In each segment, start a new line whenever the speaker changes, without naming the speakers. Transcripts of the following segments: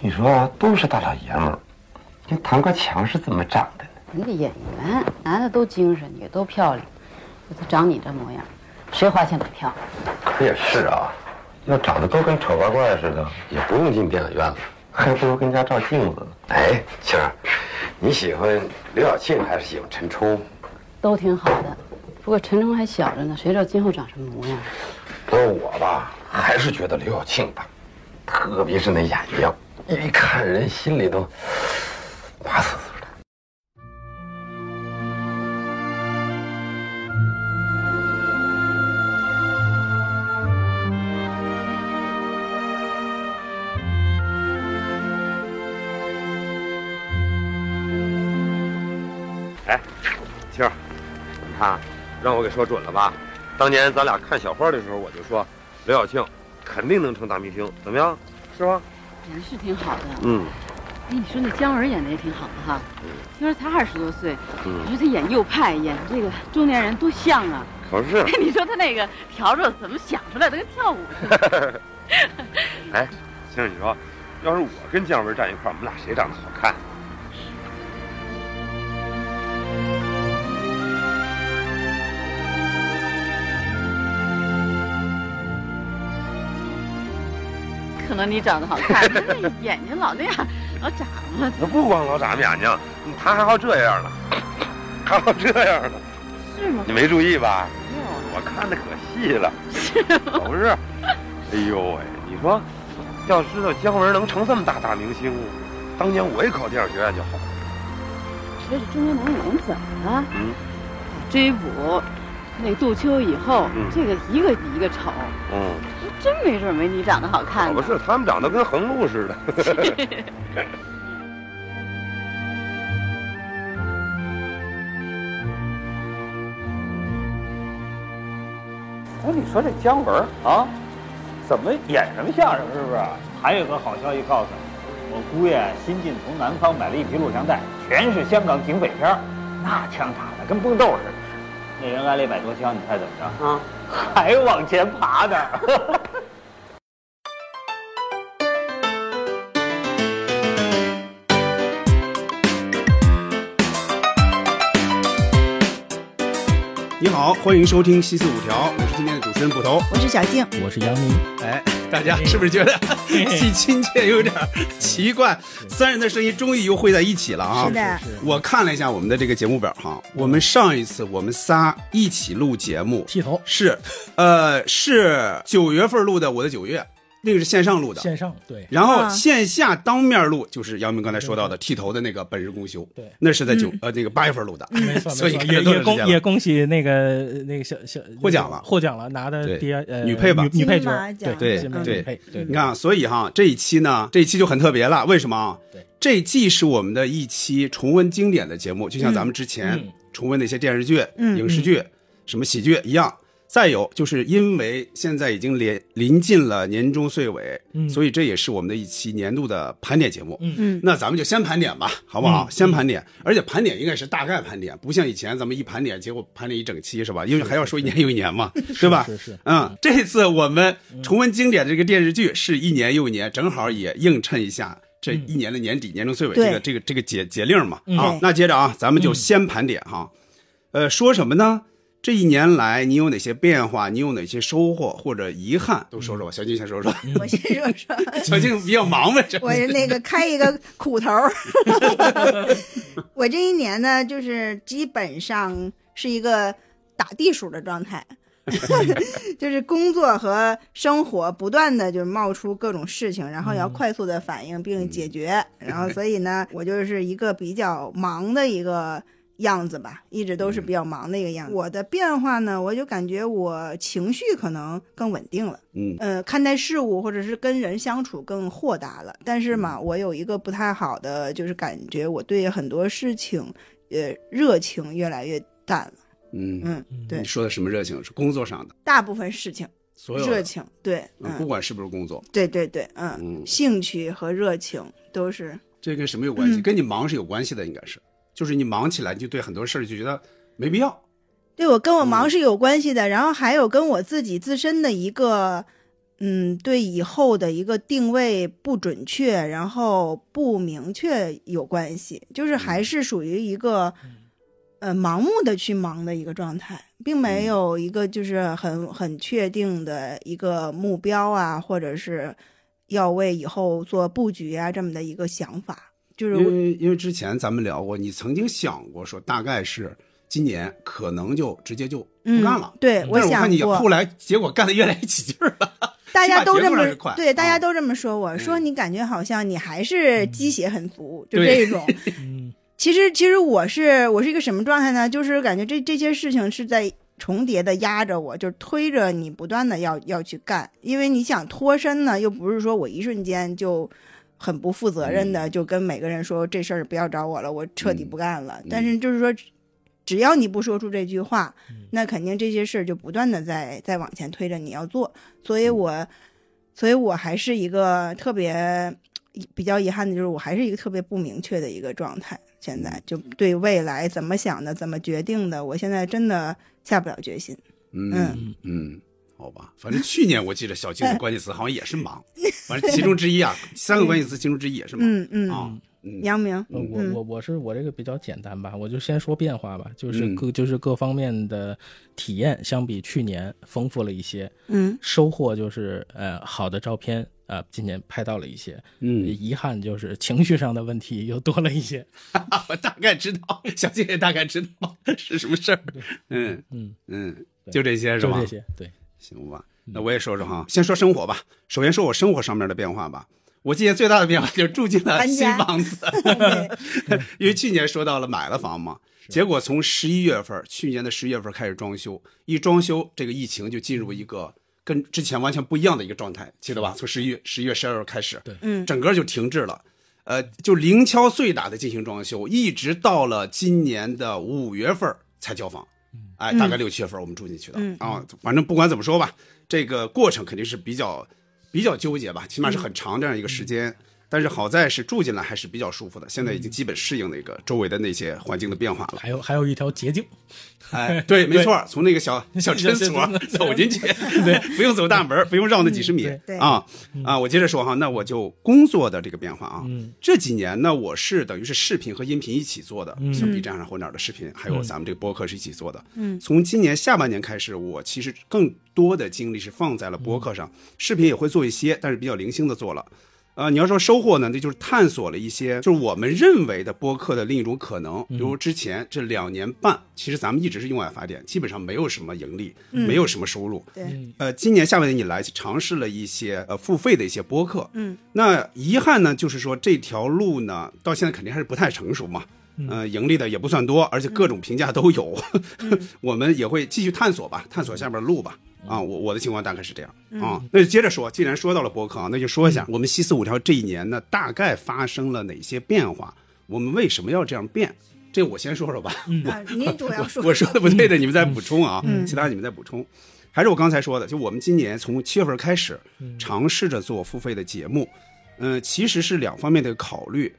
你说都是大老爷们儿，这唐国强是怎么长的呢？
那个演员，男的都精神，也都漂亮，他长你这模样，谁花钱买票？
可也是啊，要长得都跟丑八怪似的，也不用进电影院了，还不如跟家照镜子呢。
哎，青儿，你喜欢刘晓庆还是喜欢陈冲？
都挺好的，不过陈冲还小着呢，谁知道今后长什么模样？
不过我吧，还是觉得刘晓庆吧，特别是那眼睛，一看人心里都麻死死的。
哎，青儿，你看，让我给说准了吧？当年咱俩看小花的时候，我就说刘晓庆肯定能成大明星，怎么样？是吧？
人是挺好的，
嗯，
哎，你说那姜文演的也挺好的哈，听说才二十多岁，
嗯
你说他演右派，演这个中年人多像啊！
可是。
你说他那个笤帚怎么想出来的，跟跳舞似的。
哎，青儿，你说，要是我跟姜文站一块儿，我们俩谁长得好看？
可能你长得好看， 你说那眼睛老那样，老眨巴。
那不光老眨巴眼睛，嗯他还好这样呢，还好这样呢，
是吗？
你没注意吧？
没有啊。
我看的可细了，可不是。哎呦喂，你说，要知道姜文能成这么大大明星，当年我也考电影学院就好了。
这是中年男演员怎么了？
嗯，
追捕那杜秋以后，
嗯
这个一个比一个丑，
嗯，
真没准没你长得好看
可
呢。
不是，他们长得跟横路似的。
哎，你说这姜文儿啊，怎么演什么相声是不是？还有个好消息告诉你，我姑爷新近从南方买了一批录像带，全是香港警匪片儿，那枪打的跟蹦豆似的。那人挨了一百多枪，你猜怎么着？啊， 还往前爬呢。
你好，欢迎收听《西四五条》，我是今天的主持人捕头。
我是小静，
我是杨明，
哎，大家是不是觉得既亲切又有点奇怪？三人的声音终于又汇在一起了啊！
是的是
我看了一下我们的这个节目表哈，
嗯
我们上一次我们仨一起录节目
剃头
是，呃，是九月份录的《我的九月》，那个是线上录的，
线上对，
然后
啊
线下当面录就是杨明刚才说到的剃头的那个本日公休，
对嗯
那是在九呃那个八月份录的，
没错，
所以
没错
看
也
多
也
长时间
恭也
了。
恭喜那个那个小小
获奖了
获奖了，拿的
对
第二呃
女配吧
女配
金马
角，
奖
对
金马
对
女配，对，
你看，啊，所以哈，这一期呢，这一期就很特别了。为什么啊？
对，
这一季是我们的一期重温经典的节目，就像咱们之前
嗯
重温那些电视剧、
嗯
影视剧、什么喜剧一样。再有，就是因为现在已经临临近了年终岁尾，
嗯
所以这也是我们的一期年度的盘点节目。
嗯
嗯
那咱们就先盘点吧，好不好？先盘点，而且盘点应该是大概盘点，不像以前咱们一盘点，结果盘点一整期是吧？因为还要说一年又一年 嘛，对吧？
是是
嗯，这次我们重温经典的这个电视剧是一年又一年，正好也映衬一下这一年的年底、年终岁尾
对嗯
这个这个这个节节令嘛。啊
对，嗯
那接着啊，咱们就先盘点哈。呃，说什么呢？这一年来你有哪些变化？你有哪些收获或者遗憾？都说说吧，嗯小静先说说。
我先说说，
小静比较忙呗，这
我是那个开一个苦头儿。 我这一年呢，就是基本上是一个打地鼠的状态，就是工作和生活不断的就是冒出各种事情，然后要快速的反应并解决，然后所以呢，我就是一个比较忙的一个。样子吧，一直都是比较忙的一个样子。我的变化呢，我就感觉我情绪可能更稳定了。
嗯
呃，看待事物或者是跟人相处更豁达了。但是嘛，
嗯
我有一个不太好的，就是感觉我对很多事情，呃，热情越来越淡了。
嗯，
嗯，对
你说的什么热情？是工作上的，
大部分事情
所有的
热情，对，
嗯不
嗯，
管是不是工作，
对对对，嗯，
嗯
兴趣和热情都是，
这跟什么有关系？
嗯
跟你忙是有关系的，应该是，就是你忙起来，你就对很多事儿就觉得没必要。嗯
对我跟我忙是有关系的，然后还有跟我自己自身的一个。嗯，对以后的一个定位不准确，然后不明确有关系，就是还
嗯
是属于一个，呃，盲目的去忙的一个状态，并
嗯
没有一个就是很很确定的一个目标啊，或者是要为以后做布局啊这么的一个想法，就是
因为因为之前咱们聊过，你曾经想过说大概是今年可能就直接就不
嗯，
干了。
对，
但是我
想
看你
过，
后来结果干的越来越起劲儿了。
大家都
起码节奏
这么
上是快
对，大家
嗯
都这么说我，说你感觉好像你还是鸡血很足，就
对
这种。
嗯，
其实，其实我是我是一个什么状态呢？就是感觉这这些事情是在重叠的压着我，就是推着你不断的要要去干，因为你想脱身呢，又不是说我一瞬间就很不负责任的、就跟每个人说这事儿不要找我了，我彻底不干了。但是就是说，只要你不说出这句话，那肯定这些事儿就不断的在在往前推着你要做。所以我，所以我还是一个特别比较遗憾的，就是我还是一个特别不明确的一个状态。现在就对未来怎么想的、怎么决定的，我现在真的下不了决心。
嗯嗯，好吧，反正去年我记得小静的关键词好像也是忙，反正其中之一 啊，三个关键词其中之一也是忙
嗯嗯，
啊。 嗯
杨明，
呃我
嗯
我我是我这个比较简单吧，我就先说变化吧，就是
嗯
各、就是各方面的体验相比去年丰富了一些，
嗯
收获就是呃好的照片啊、呃，今年拍到了一些，
嗯，
遗憾就是情绪上的问题又多了一些，
我大概知道，小静也大概知道是什么事儿。嗯
嗯，
嗯，就这些是
就
吧？
这些，对，
行吧，那我也说说嗯哈，先说生活吧。首先说我生活上面的变化吧。我今年最大的变化就是住进了
搬
新
家
房 子，因为去年说到了买了房嘛，结果从十一月份，去年的十一月份开始装修，一装修，这个疫情就进入一个跟之前完全不一样的一个状态，记得吧？从十一月、十一月、十二月开始，
对
嗯
整个就停滞了，呃，就零敲碎打的进行装修，一直到了今年的五月份儿才交房，哎，大概六七月份儿我们住进去的、
嗯
啊，反正不管怎么说吧，这个过程肯定是比较比较纠结吧，起
嗯
码是很长这样一个时间。但是好在是住进来还是比较舒服的，现在已
嗯
经基本适应那个周围的那些环境的变化了。
还有还有一条捷径，
哎，对，没错，从那个小小诊所
小诊所
走进去， 对，不用走大门儿，不用绕那几十米
嗯
对
啊啊！我接着说哈，那我就工作的这个变化啊，
嗯
这几年呢，我是等于是视频和音频一起做的，
嗯
像 B 站上或哪儿的视频，还有咱们这个播客是一起做的。
嗯
从今年下半年开始，我其实更多的精力是放在了播客上，视频也会做一些，但是比较零星的做了。呃，你要说收获呢，那就是探索了一些，就是我们认为的播客的另一种可能。比如之前这两年半，其实咱们一直是用爱发电，基本上没有什么盈利，没有什么收入。
对，
呃，今年下半年以来尝试了一些呃付费的一些播客，
嗯，
那遗憾呢，就是说这条路呢，到现在肯定还是不太成熟嘛。呃，盈利的也不算多，而且各种评价都有，我们也会继续探索吧，探索下边的路吧。啊，我我的情况大概是这样啊。那就接着说，既然说到了博客啊，那就说一下我们西四五条这一年呢，大概发生了哪些变化？我们为什么要这样变？这我先说说吧。
嗯
啊，您主要说
我说的不对的，你们再补充啊，
嗯
其他你们再补充。还是我刚才说的，就我们今年从七月份开始
嗯
尝试着做付费的节目，嗯、其实是两方面的考虑，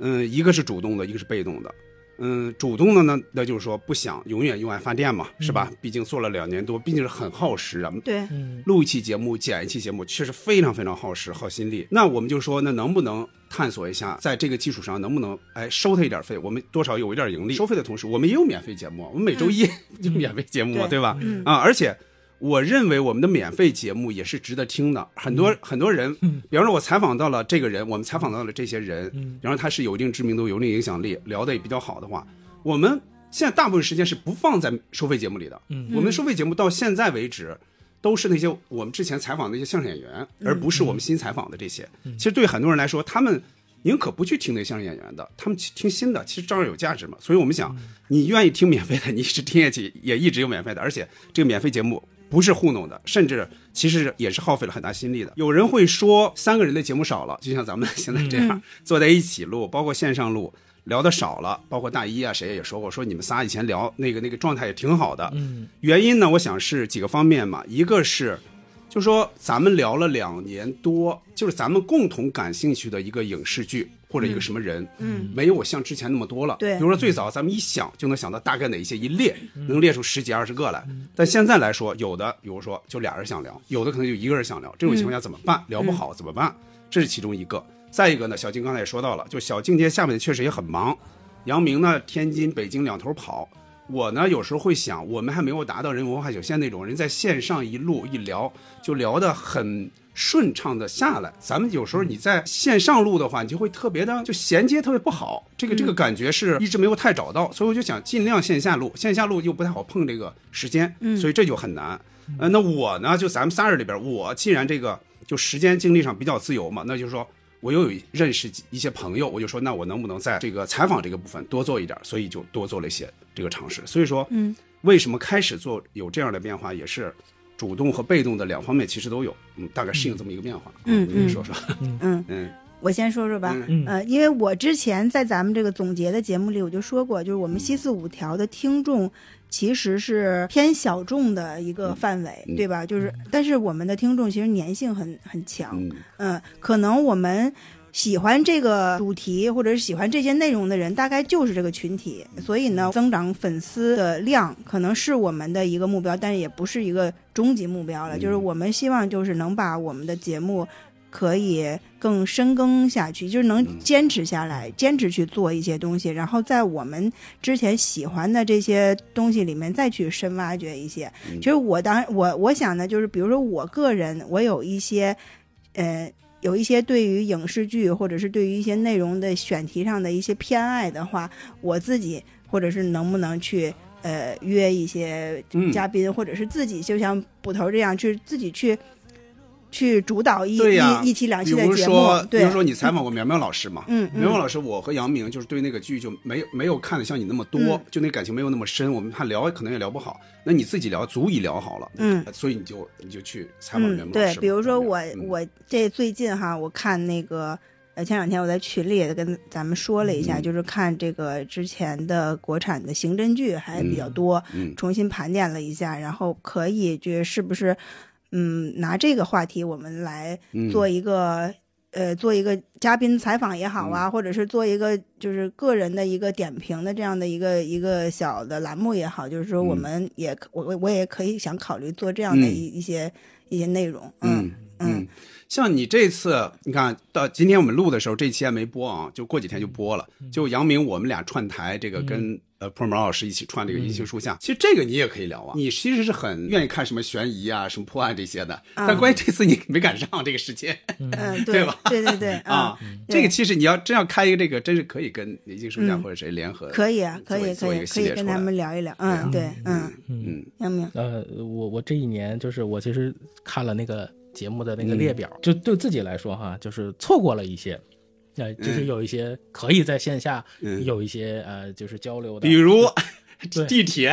嗯、一个是主动的，一个是被动的。嗯，主动的呢，那就是说不想永远用爱发电嘛，是吧？毕竟做了两年多，毕竟是很耗时啊，
嗯对，
嗯
录一期节目、剪一期节目，确实非常非常耗时、耗心力。那我们就说，那能不能探索一下，在这个基础上，能不能哎收他一点费？我们多少有一点盈利。收费的同时，我们也有免费节目，我们每周一、就免费节目，
对
对吧？
嗯
啊，而且。我认为我们的免费节目也是值得听的，很多、很多人，比方说我采访到了这个人，我们采访到了这些人，然后他是有一定知名度、有一定影响力，聊得也比较好的话，我们现在大部分时间是不放在收费节目里的。
嗯
我们收费节目到现在为止，都是那些我们之前采访的那些相声演员，而不是我们新采访的这些。其实对很多人来说，他们宁可不去听那些相声演员的，他们去听新的，其实照样有价值嘛。所以我们想，你愿意听免费的，你一直听下去，也一直有免费的，而且这个免费节目。不是糊弄的，甚至其实也是耗费了很大心力的。有人会说三个人的节目少了，就像咱们现在这样、坐在一起录，包括线上录，聊的少了。包括大一啊，谁也说过，说你们仨以前聊那个那个状态也挺好的，
嗯
原因呢，我想是几个方面嘛，一个是就说咱们聊了两年多，就是咱们共同感兴趣的一个影视剧或者一个什么人，
嗯，
没有我像之前那么多了。
对嗯
比如说最早咱们一想就能想到大概哪一些，一列能列出十几二十个来。但现在来说，有的比如说就俩人想聊，有的可能就一个人想聊，这种情况下怎么
嗯
办？聊不好怎么办？这是其中一个。再一个呢，小静刚才也说到了，就小静今天下面确实也很忙，杨明呢天津、北京两头跑。我呢，有时候会想，我们还没有达到人文化有限那种人在线上一路一聊就聊得很顺畅的下来。咱们有时候你在线上录的话，你就会特别的就衔接特别不好，这个这个感觉是一直没有太找到，所以我就想尽量线下录，线下录又不太好碰这个时间，所以这就很难。呃，那我呢，就咱们仨人里边，我既然这个就时间精力上比较自由嘛，那就是说我又有认识一些朋友，我就说那我能不能在这个采访这个部分多做一点儿，所以就多做了一些这个尝试。所以说，
嗯，
为什么开始做有这样的变化，也是主动和被动的两方面其实都有，嗯，大概适应这么一个变化。
嗯
你
嗯
说说，
嗯，
嗯
我先说说吧。
嗯
嗯
呃，因为我之前在咱们这个总结的节目里，我就说过，就是我们西四五条的听众其实是偏小众的一个范围，
嗯
对吧？就是，但是我们的听众其实粘性很很强，
嗯
嗯、可能我们。喜欢这个主题或者是喜欢这些内容的人，大概就是这个群体，所以呢，增长粉丝的量可能是我们的一个目标，但是也不是一个终极目标了。就是
嗯
我们希望就是能把我们的节目可以更深耕下去，就是能坚持下来，坚持去做一些东西，然后在我们之前喜欢的这些东西里面再去深挖掘一些。其实我当我我想呢，就是比如说我个人，我有一些，呃。有一些对于影视剧或者是对于一些内容的选题上的一些偏爱的话，我自己或者是能不能去呃约一些
嗯
嘉宾，或者是自己就像捕头这样去自己去去主导一
对呀
一一期两
比
期的
如
节目
说，，比
对，
如说你采访过苗苗老师嘛，
嗯
苗苗
嗯
老师，我和杨明就是对那个剧就没有没有看的像你那么多，
嗯
就那感情没有那么深，我们还聊可能也聊不好。那你自己聊足以聊好了，
嗯，
所以你就你就去采访苗苗
嗯，
老
对
师，嘛
比如说我
嗯
我这最近哈，我看那个呃前两天我在群里也跟咱们说了一下，
嗯
就是看这个之前的国产的刑侦剧还比较多，
嗯
重新盘点了一下，然后可以就是不是嗯拿这个话题我们来
嗯
做一个、呃做一个嘉宾采访也好啊，
嗯
或者是做一个就是个人的一个点评的这样的一个一个小的栏目也好，就是说我
嗯
们也可、我我我也可以想考虑做这样的
嗯
一、一些一些内容，
嗯嗯，像你这次，你看到今天我们录的时候，这期还没播啊，就过几天就播了。
嗯
就杨明，我们俩串台，这个跟、呃破毛老师一起串这
嗯
个银杏树下，其实这个你也可以聊啊。你其实是很愿意看什么悬疑啊、什么破案这些的，但关于这次你没赶上这个时间。
嗯，
对
对
吧
对对对嗯
啊，这个其实你要真要开一个这个，真是可以跟银杏树下
嗯
或者谁联合，
可以啊，
做
可
一
以
做
可
一
以
个
可
系
以
列
跟
出来
咱们聊一聊，嗯，对，嗯，
嗯
杨明，
呃，我我这一年就是我其实看了那个节目的那个
嗯
列表，就对自己来说哈，就是错过了一些，呃，就是有一些可以在线下
嗯，
有一些呃，就是交流的，
比如
对
地铁，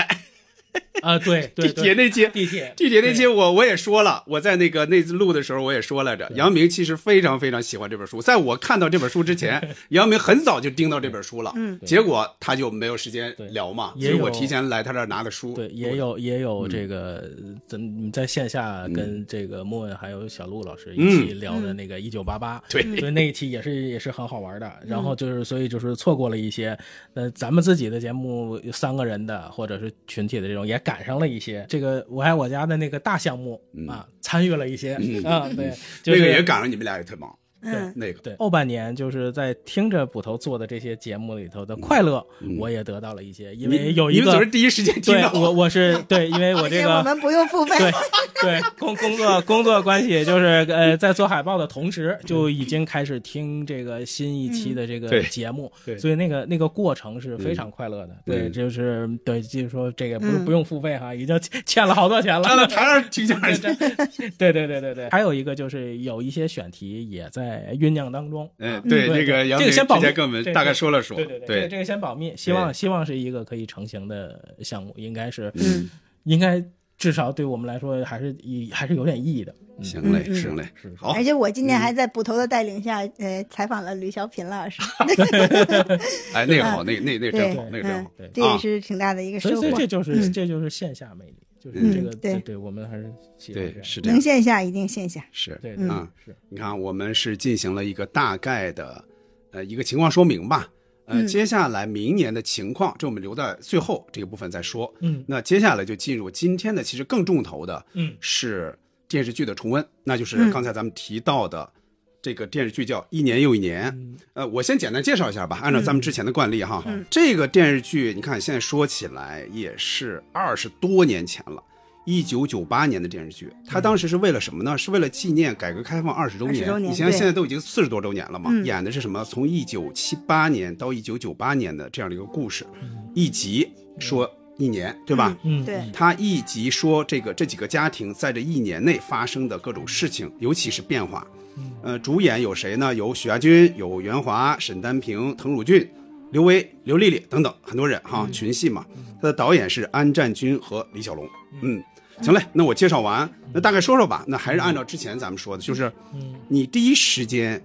啊，对对
地铁
对，
那期。
地铁
地铁那期我我也说了，我在那个那次录的时候我也说来着，杨明其实非常非常喜欢这本书，在我看到这本书之 前，杨明很早就盯到这本书了，
嗯
结果他就没有时间
对
聊嘛，
也
所以我
有
提前来他这儿拿的书，
对，也有也
嗯
有这个，咱在线下跟这个莫问还有小鹿老师一起聊的那个一九八八，
嗯对
所以那一期也是也是很好玩的。然后就是，所以就是错过了一些，呃，咱们自己的节目有三个人的或者是群体的这种，也赶上了一些。这个我爱我家的那个大项目 啊，参与了一些啊，对，
嗯那
就是
个也赶上你们俩也特忙，
嗯
那个
对，后半年就是在听着捕头做的这些节目里头的快乐，
嗯
我也得到了一些，因为有一
你们
个
总是第一时间听
对
到，
我我是对，因为我
而
这
且
个
哎我们不用付费，
对对，工工作工作关系就是呃，在做海报的同时，就已经开始听这个新一期的这个
嗯对
节目，
对
所以那个那个过程是非常快乐的。对，
嗯
就是对，就是说这个不是
嗯
不用付费哈，已经欠欠了好多钱了。
站在台上听见
对对对对对，还有一个就是有一些选题也在酝酿当中。
嗯，对，
对
那个
对
杨明
这个
之
先保密
前跟我们
对
大概
对
说了说，
对对这个这个先保密，希望希望是一个可以成型的项目，应该是
嗯
应该至少对我们来说还是以还是有点意义的。
行嘞，
嗯嗯
行嘞，好嗯
而，且我今年还在捕头的带领下，呃，采访了吕小品老师， 嗯
哎，那个好，那个那个那个真
对
好，那个真啊
嗯
好，，
对
这也是挺大的一个
所以，
收
所以
获
这，就是、
嗯
这就是线下魅力，就是这
嗯
个，
对
对，我们还是喜欢这
对，
样
是这
能
样，
线下一定线下，
是
对
嗯
啊，
是
你看，我们是进行了一个大概的呃一个情况说明吧。呃，
嗯
接下来明年的情况，这我们留在最后这个部分再说。
嗯
那接下来就进入今天的，其实更重头的，
嗯
是电视剧的重温，那
嗯
就是刚才咱们提到的这个电视剧叫《一年又一年》。呃，我先简单介绍一下吧，按照咱们之前的惯例哈，
嗯
这个电视剧你看现在说起来也是二十多年前了。一九九八年的电视剧，它当时是为了什么呢？是为了纪念改革开放二十周
20周年
你想想，
对
现在都已经四十多周年了嘛，
嗯
演的是什么？从一九七八年到一九九八年的这样的一个故事，一集说一年，对吧？
嗯
对，
他一集说这个这几个家庭在这一年内发生的各种事情，尤其是变化。呃，主演有谁呢？有许家军，有袁华、沈丹平、滕汝俊、刘维、刘丽丽等等很多人哈，群戏嘛。他的导演是安战军和李小龙。嗯，行嘞，那我介绍完，那大概说说吧。那还是按照之前咱们说的，就是你第一时间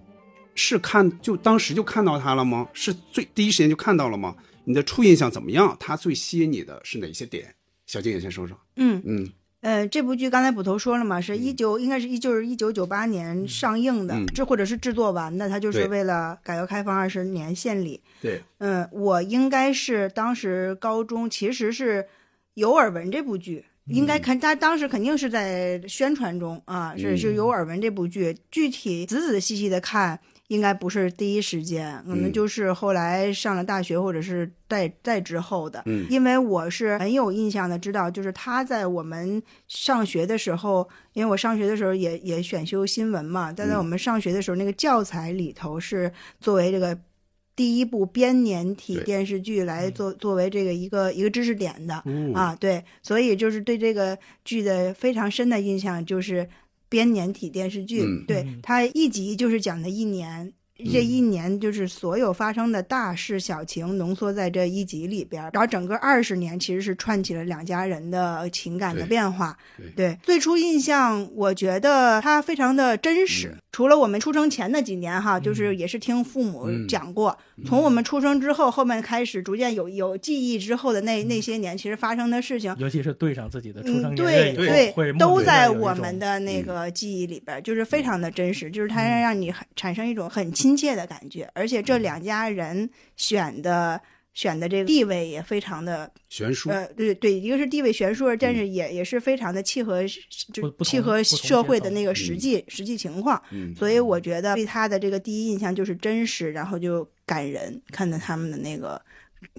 是看就当时就看到他了吗？是最第一时间就看到了吗？你的初印象怎么样？他最吸引你的是哪些点？小静也先说说。
嗯
嗯
呃，这部剧刚才捕头说了嘛，是一九、应该是一就是一九九八年上映的
嗯，
这、或者是制作完的，它就是
对
为了改革开放二十年献礼。
对，
嗯，我应该是当时高中，其实是有耳闻这部剧，
嗯
应该看他当时肯定是在宣传中啊，
嗯
是是有耳闻这部剧，具体仔仔细细的看。应该不是第一时间，可能
嗯
就是后来上了大学，或者是再再之后的。
嗯
因为我是很有印象的，知道就是他在我们上学的时候，因为我上学的时候也也选修新闻嘛，
嗯
但在我们上学的时候，那个教材里头是作为这个第一部编年体
对
电视剧来作作为这个一个一个知识点的、
嗯
啊，对，所以就是对这个剧的非常深的印象就是编年体电视剧，
嗯
对它一集就是讲的一年。这一年就是所有发生的大事小情浓缩在这一集里边儿，然后整个二十年其实是串起了两家人的情感的
对
变化。
对
对，最初印象我觉得它非常的
嗯
真实。除了我们出生前那几年哈，就是也是听父母
嗯
讲过，从我们出生之后，后面开始逐渐有有记忆之后的
嗯
那那些年，其实发生的事情，
尤其是对上自己的出生年
嗯，对
月以后，
对
会，莫
都
名地
在
有一
我
种嗯
们的那个记忆里边儿，就是非常的真实，就是它让你很产生一种很亲切的感觉，而且这
嗯
两家人选的选的这个地位也非常的
悬殊。
呃，对对，一个是地位悬殊，但是也也是非常的契合，就
嗯不不
契
同
合
不同
社
阶
会的
层嗯
那个实际实际情况。所以我觉得对他的这个第一印象就是真实，然后就感人，看到他们的那个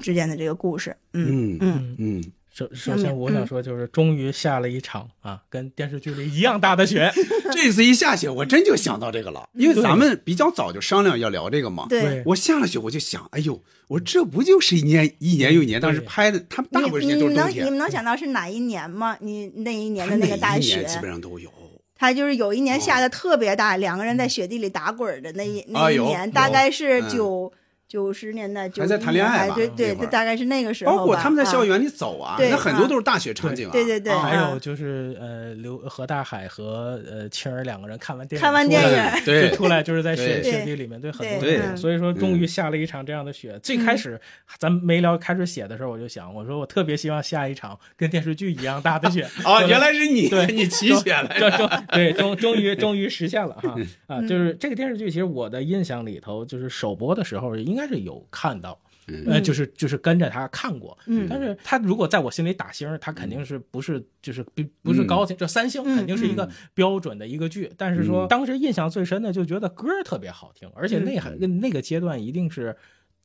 之间的这个故事。嗯
嗯
嗯，
嗯，
首首先，我想说，就是终于下了一场啊，跟电视剧里一样大的雪。
这次一下雪，我真就想到这个了，因为
对
咱们比较早就商量要聊这个嘛。
对。
我下了雪，我就想，哎呦，我这不就是一年一年又一年？当时
对
拍的，他们大
你
部分时
你
间都是
能
冬
你们
天，
能想到是哪一年吗？你那一年
他
的那个
每
大
一
雪
年，基哦本上都有。
他就是有一年下的特别大，两个人在雪地里打滚儿的那一那
嗯啊
一
有
年，大
有
概是
嗯
九九十年代，
还在
91
谈恋
年
爱
代
吧
对
那
对，
会
就
儿
大概是那个时候吧。
包括他们在
啊
校园里走啊，
对
那很多都是大雪场景啊。
对对对
啊
还
啊
有就是呃，刘何大海和呃青儿两个人看完电影，
看完电影，嗯
就
对
出来就是在雪
对
雪地里面，对很多
对嗯
人，所以说终于下了一场这样的雪。最开始咱们没聊开始写的时候，我就想，我说我特别希望下一场跟电视剧一样大的雪。
哦，原来是你
对，
你起雪来
终
了。
终 对终终于终于实现了哈
嗯
啊！就是这个电视剧，其实我的印象里头，就是首播的时候应该是有看到。
嗯
呃，就是就是跟着他看过，
嗯
但是他如果在我心里打星儿，他肯定是不是就是不不
嗯
是高星，这三星肯定是一个标准的一个剧。但是
嗯
说当时印象最深的，就觉得歌儿特别好听，而且那还那个阶段一定是。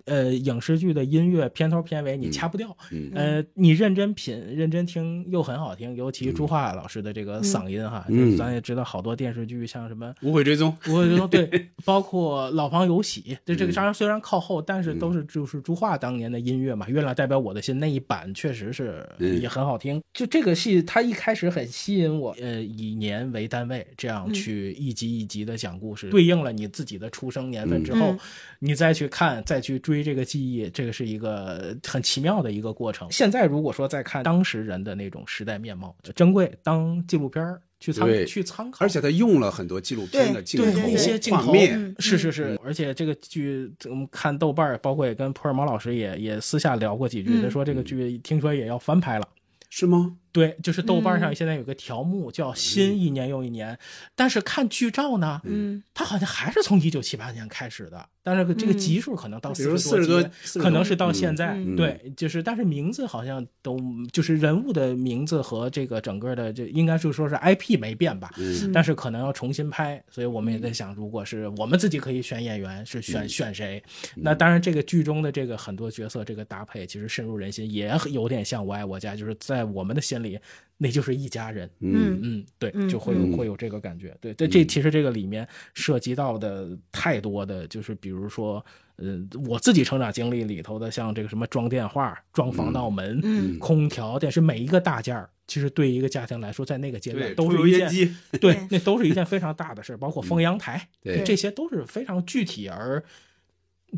呃，影视剧的音乐片头片尾你掐不掉，
嗯
呃，你认真品、认真听又很好听，尤其朱桦老师的这个嗓音哈，
嗯
就咱也知道好多电视剧像什么。
无悔追踪，
我觉 得对，包括《老房有喜》，这
嗯
这个当然虽然靠后，但是都是就是朱桦当年的音乐嘛，《月亮代表我的心》那一版确实是
嗯
也很好听。就这个戏，它一开始很吸引我，呃，以年为单位这样去一集一集的讲故事，对应了你自己的出生年份之后，
嗯
你再去看，再去追这个记忆，这个是一个很奇妙的一个过程。现在如果说再看当时人的那种时代面貌，珍贵当纪录片儿去
对
参去参考，
而且他用了很多纪录片的镜
对
头、嗯
对嗯
一些镜
画
头
面，
是是是，而且这个剧我们看豆瓣儿，包括也跟普尔毛老师也也私下聊过几句，
嗯
他说这个剧听说也要翻拍了。
是吗？
对，就是豆瓣上现在有个条目叫“新一年又一年”，但是看剧照呢，
嗯，
它好像还是从一九七八年开始的，但是这个集数可能到
比
四
如
十
40多
集
40多
可能是到现在。
嗯嗯
对，就是但是名字好像都就是人物的名字和这个整个的这应该是说是 IP 没变吧，
嗯
但是可能要重新拍，所以我们也在想，如果是我们自己可以选演员，是选、选谁？那当然，这个剧中的这个很多角色这个搭配，其实深入人心，也有点像《我爱我家》，就是在我们的心里，那就是一家人。
嗯
嗯，对，
嗯
就会有、会有这个感觉。对，这这其实这个里面涉及到的太多的，就是比如说，呃，我自己成长经历里头的，像这个什么装电话、装防盗门、
嗯
空调、电视，每一个大件儿，其实对一个家庭来说，在那个阶段
对，
都
抽油
是一
烟
件。
机，
对，那都是一件非常大的事儿，包
嗯
括封阳台，
对
这些都是非常具体而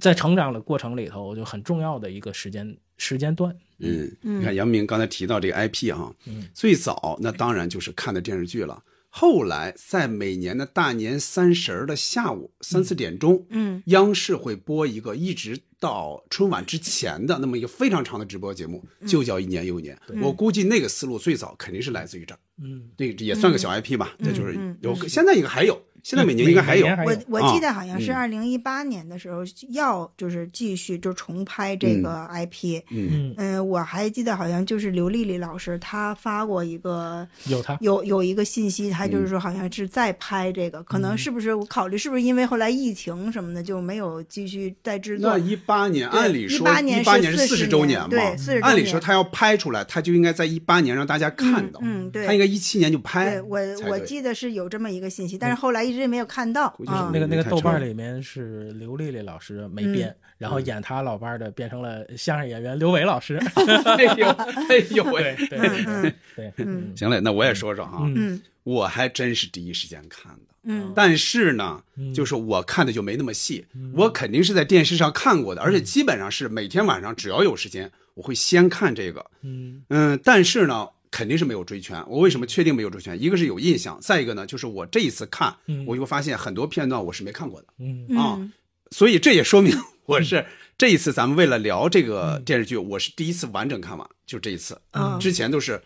在成长的过程里头就很重要的一个时间时间段。
嗯，你看杨明刚才提到这个 IP 哈，最早那当然就是看的电视剧了。后来在每年的大年三十儿的下午三四点钟，
嗯，
央视会播一个一直到春晚之前的那么一个非常长的直播节目，就叫一年又一年。我估计那个思路最早肯定是来自于这儿，
嗯，
那个也算个小 IP 吧，这就是
嗯
有个现在应该还有，现在每年应该还有
每，年还
我
有
我
啊
记得好像是
嗯
二零一八年的时候要就是继续就重拍这个 IP，
嗯
嗯，我还记得好像就是刘丽丽老师她发过一个
有它，
有有一个信息，她
嗯
就是说好像是在拍这个，
嗯
可能是不是我考虑是不是因为后来疫情什么的就没有继续再制作
那，一八年，按理说
18
一
年
八
是
年是四
40
周
年
嘛，
对40周年
按理说他要拍出来，他就应该在一八年让大家看到，
嗯，对，
他应该一七年就拍
对，我
才
我
对嗯
记得是有这么一个信息，但是后来一直也没有看到
估计是
啊
那。个那个
太
豆瓣儿
长
里面是刘丽丽老师没变，然后演她老伴儿的变成了相声演员刘伟老 师。
哎呦哎呦喂！
对对对对，
嗯
行嘞，那我也说说哈，
嗯
嗯
我还真是第一时间看的，
啊
嗯
但是呢，
嗯
就是我看的就没那么细，我肯定是在电视上看过的，
嗯
而且基本上是每天晚上只要有时间，我会先看这个，
嗯
嗯，但是呢，肯定是没有追全。我为什么确定没有追全？一个是有印象，再一个呢，就是我这一次看，
嗯
我就发现很多片段我是没看过的，
嗯
嗯
啊所以这也说 明我是、这一次咱们为了聊这个电视剧，我是第一次完整看完，就这一次，
嗯
之前都是。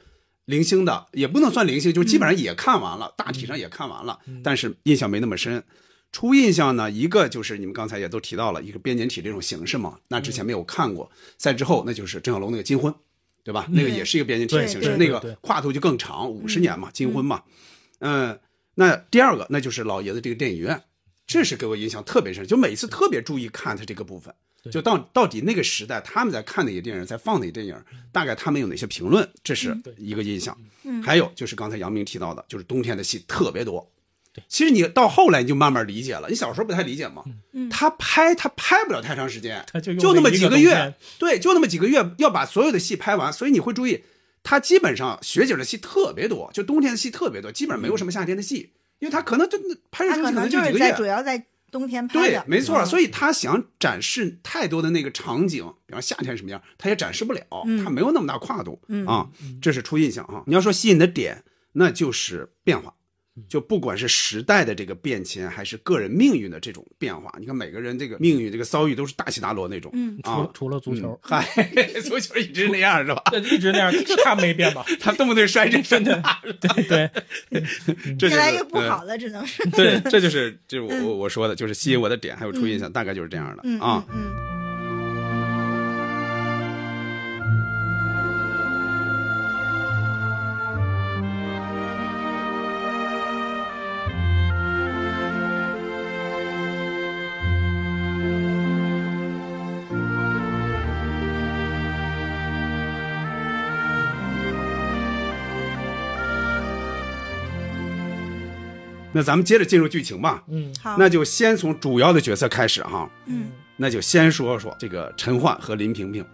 零星的也不能算零星，就基本上也看完了，
嗯
大体上也看完了，但是印象没那么深。初印象呢，一个就是你们刚才也都提到了，一个编年体这种形式嘛，那之前没有看过。再之后，那就是郑晓龙那个《金婚》，对吧？那个也是一个编年体的
对
形
嗯对
式，
对
那个
对
跨度就更长，五十年嘛，金婚嘛。嗯，那第二个那就是老爷子这个电影院，这是给我印象特别深，就每次特别注意看他这个部分，就到到底那个时代他们在看哪些电影，在放哪些电影，大概他们有哪些评论，这是
嗯
一个印象。还有就是刚才杨明提到的，就是冬天的戏特别多。其实你到后来你就慢慢理解了，你小时候不太理解嘛。他拍他拍不了太长时间，
嗯他就用
那么
了一
几
个
个
冬
月
天，
对，就那么几个月要把所有的戏拍完，所以你会注意，他基本上学姐的戏特别多，就冬天的戏特别多，基本上没有什么夏天的戏，因为他可能就拍摄
他
时
可
间
能
就
就
几
是
个
在
月
主，要在冬天拍
对
的，，
没错儿，
嗯
所以他想展示太多的那个场景，比方夏天什么样，他也展示不了，
嗯
他没有那么大跨度、啊，这是初印象啊。你要说吸引的点，那就是变化，就不管是时代的这个变迁，还是个人命运的这种变化，你看每个人这个命运这个遭遇都是大起大落那种，嗯
除
啊
了，除了足球，
嗨，足球一直那样是吧？
那一直那样，就他没变吧？
他动不动摔这摔那，
对对，
这
越
就是
来越不
嗯
好了，只嗯能是。
对，这就是这我我我说的，就是吸引我的点，还有初印象，大概就是这样的
嗯
啊。
嗯
那咱们接着进入剧情吧。
嗯
嗯，好，
那就先从主要的角色开始哈，
嗯
那就先说说这个陈焕和林萍萍，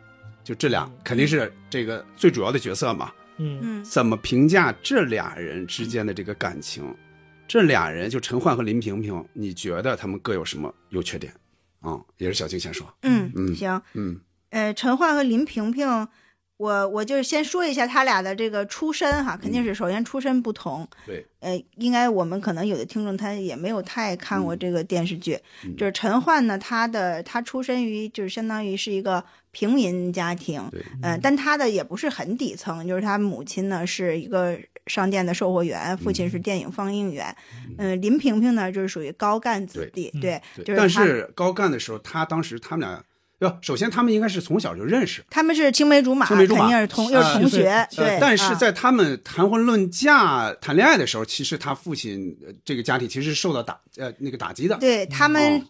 就这俩肯定是这个最主要的角色嘛。
嗯
嗯
怎么评价这俩人之间的这个感情？这俩人就陈焕和林萍萍，你觉得他们各有什么优缺点？啊、也是小静先说。
嗯
嗯
行，
嗯
呃，陈焕和林萍萍，我我就是先说一下他俩的这个出身哈，
嗯
肯定是首先出身不同。
对，
呃，应该我们可能有的听众他也没有太看
嗯
过这个电视剧。就是陈焕呢，他的他出身于就是相当于是一个平民家庭，
对嗯
呃，但他的也不是很底层，就是他母亲呢是一个商店的售货员，父亲是电影放映员。嗯、林萍萍呢就是属于高干子弟，对，
对
就是
嗯但
他
是高干的时候，他当时他们俩，要首先他们应该是从小就认识，
他们是青梅竹马，
青梅竹马
肯定是同又是同学，
呃
对。
但是
啊
在他们谈婚论嫁、谈恋爱的时候，其实他父亲呃这个家庭其实是受到打呃那个打击的。
对他
哦
们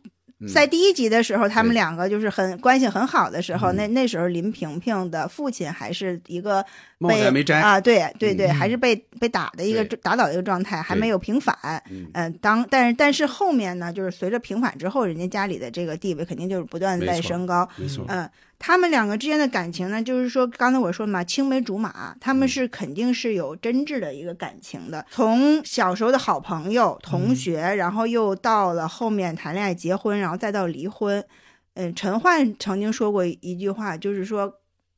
在第一集的时候，他们
对嗯
两个就是很关系很好的时候，那那时候林萍萍的父亲还是一个
帽
被
子还没摘嗯
啊，对对对，还是被被打的一个
对
打倒的一个状态，还
对
没有平反。嗯、当但是但是后面呢，就是随着平反之后，人家家里的这个地位肯定就是不断的
没
在
错
升高。
没错，
嗯，他们两个之间的感情呢，就是说刚才我说嘛，青梅竹马，他
嗯
们是肯定是有真挚的一个感情的。从小时候的好朋友、
嗯
同学，然后又到了后面谈恋爱、结婚，然后再到离婚。嗯，陈焕曾经说过一句话，就是说，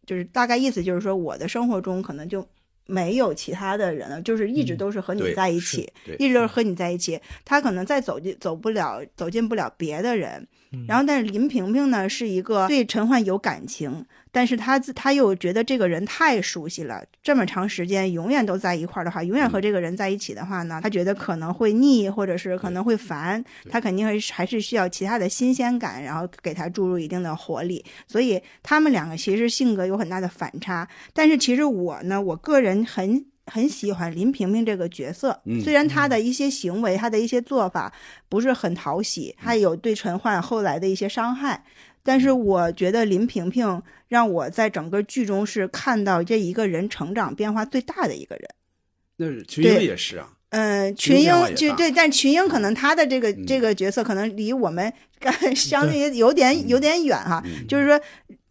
就是大概意思就是说，我的生活中可能就没有其他的人了，就是一直都是和你
嗯对
在一起，
对嗯
一直都是和你在一起。他可能再走进走不了，走进不了别的人。
嗯
然后，但是林萍萍呢，是一个对陈焕有感情，但是她自她又觉得这个人太熟悉了，这么长时间永远都在一块儿的话，永远
嗯
和这个人在一起的话呢，她觉得可能会腻，或者是可能会烦，她肯定还是还是需要其他的新鲜感，然后给她注入一定的活力。所以他们两个其实性格有很大的反差，但是其实我呢，我个人很。很喜欢林萍萍这个角色，
嗯
虽然她的一些行为、她的一些做法不是很讨喜，她
嗯
有对陈焕后来的一些伤害，但是我觉得林萍萍让我在整个剧中是看到这一个人成长变化最大的一个人。
那群英
对
也是啊，
嗯，群
变化
英
也
就
大
对，但群英可能他的这个、
嗯
这个角色可能离 我们相对有
嗯
点有点远哈，就是说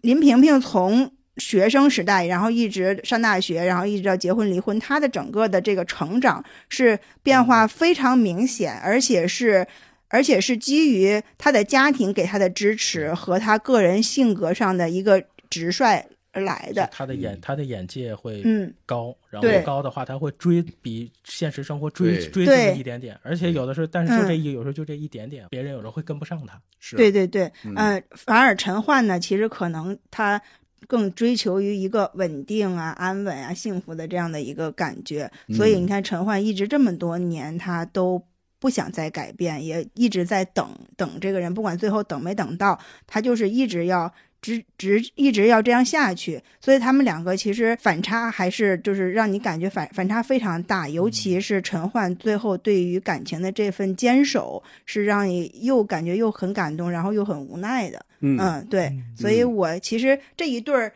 林萍萍从。学生时代，然后一直上大学，然后一直到结婚离婚，她的整个的这个成长是变化非常明显，而且是，而且是基于她的家庭给她的支持和她个人性格上的一个直率而来
就
的。
他的眼他的眼界会
嗯，
高，然
对
后高的话，他会追比现实生活追
对
追这么
对
一点点，而且有的时候，但是就这
嗯
一，有时候就这一点点，别人有时候会跟不上他。
是嗯
对对对，
嗯
呃，反而陈焕呢，其实可能他更追求于一个稳定啊、安稳啊、幸福的这样的一个感觉。所以你看，陈焕一直这么多年，他都不想再改变，也一直在等等这个人，不管最后等没等到，他就是一直要。直直一直要这样下去，所以他们两个其实反差还是就是让你感觉反反差非常大，尤其是陈焕最后对于感情的这份坚守，是让你又感觉又很感动，然后又很无奈的。
嗯
嗯，对，所以我其实这一对儿，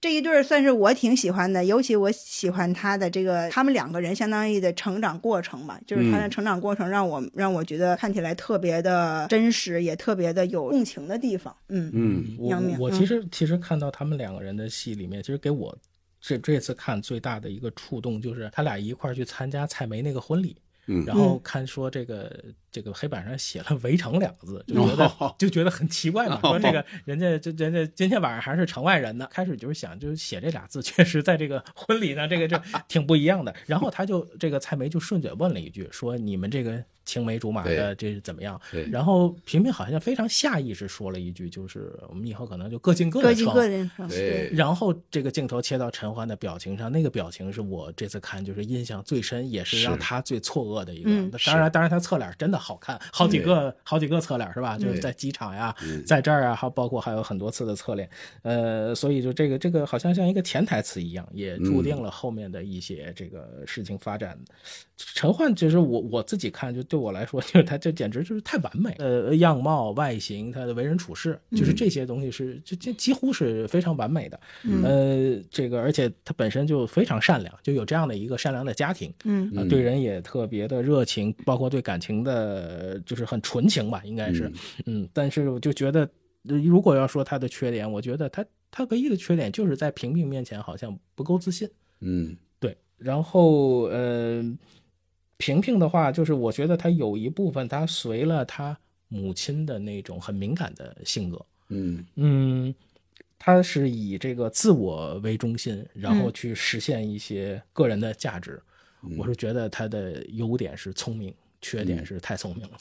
这一对儿算是我挺喜欢的，尤其我喜欢他的这个，他们两个人相当于的成长过程吧，就是他的成长过程让我、让我觉得看起来特别的真实，也特别的有共情的地方。嗯
嗯
我
杨明
我
嗯
其实其实看到他们两个人的戏里面，其实给我这这次看最大的一个触动，就是他俩一块儿去参加蔡梅那个婚礼。
嗯
然后看说这个这个黑板上写了“围城”两个字，就觉
哦
得就觉得很奇怪嘛。
哦
说这个人家这人家今天晚上还是城外人呢。开始就是想，就是写这俩字，确实在这个婚礼上，这个这挺不一样的。然后他就这个蔡梅就顺嘴问了一句，说你们这个青梅竹马的这是怎么样？
对
然后萍萍好像非常下意识说了一句，就是我们以后可能就各进各
各
的
尽
城。
各人生，
对
然后这个镜头切到陈欢的表情上，那个表情是我这次看就是印象最深，也是让他最错愕的一个。
嗯
那当 然，当然他侧脸真的好看，好几个好几个侧脸是吧？就是在机场呀，在这儿啊，还有包括还有很多次的侧脸，呃，所以就这个这个好像像一个潜台词一样，也注定了后面的一些这个事情发展。陈焕其实我我自己看，就对我来说， 就是他这简直就是太完美了，呃，样貌、外形，他的为人处事，就是这些东西是就这几乎是非常完美的。呃，这个而且他本身就非常善良，就有这样的一个善良的家庭，
嗯
啊，对人也特别的热情，包括对感情的，就是很纯情吧，应该是，嗯但是我就觉得，呃如果要说他的缺点，我觉得他他唯一的缺点就是在平平面前好像不够自信，
嗯
对，然后呃，平平的话，就是我觉得他有一部分他随了他母亲的那种很敏感的性格，
嗯
嗯，它是以这个自我为中心，然后去实现一些个人的价值。我是觉得它的优点是聪明，缺点是太聪明了。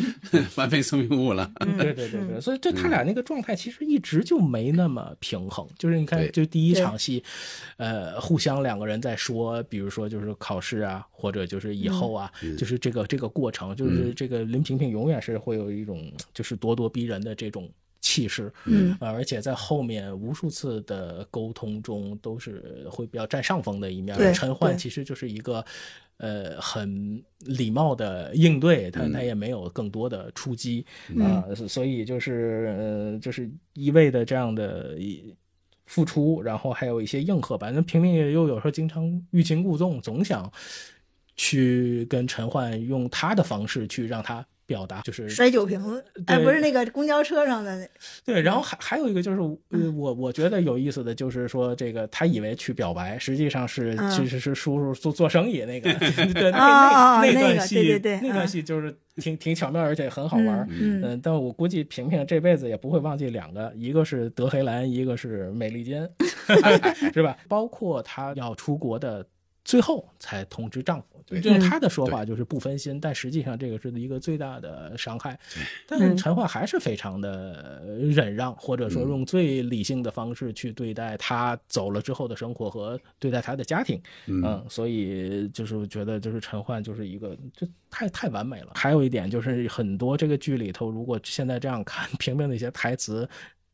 翻篇聪明误了。
嗯
嗯
对对对对，所以这他俩那个状态其实一直就没那么平衡。就是你看
对，
就第一场戏，呃，互相两个人在说，比如说就是考试啊，或者就是以后啊，就是这个这个过程，就是这个林萍萍永远是会有一种就是咄咄逼人的这种。气势，
嗯
呃，而且在后面无数次的沟通中，都是会比较占上风的一面。
对
陈焕
对
其实就是一个，呃，很礼貌的应对，他他也没有更多的出击，啊、
嗯
所所以就是呃，就是一味的这样的一付出，然后还有一些硬核吧。那平平也又有时候经常欲擒故纵，总想去跟陈焕用他的方式去让他表达，就是
摔酒瓶子，哎，
对
不是那个公交车上的那，
对，然后还还有一个就是，呃，
嗯
我我觉得有意思的就是说，这个他以为去表白，实际上是
嗯
其实是叔叔做做生意那 个，对
哦
那
哦
那
那
段
个
戏，
对对对
那段
嗯
戏就是挺挺巧妙，而且很好玩儿。
嗯嗯
嗯，但我估计萍萍这辈子也不会忘记两个，一个是德黑兰，一个是美利 坚， 是吧？包括她要出国的最后才通知丈夫，就
嗯
对
用她的说法就是不分心，但实际上这个是一个最大的伤害。但
嗯
是陈焕还是非常的忍让，或者说用最理性的方式去对待她走了之后的生活和对待她的家庭。嗯，所以就是我觉得就是陈焕就是一个就太太完美了。还有一点就是很多这个剧里头，如果现在这样看， 平平的一些台词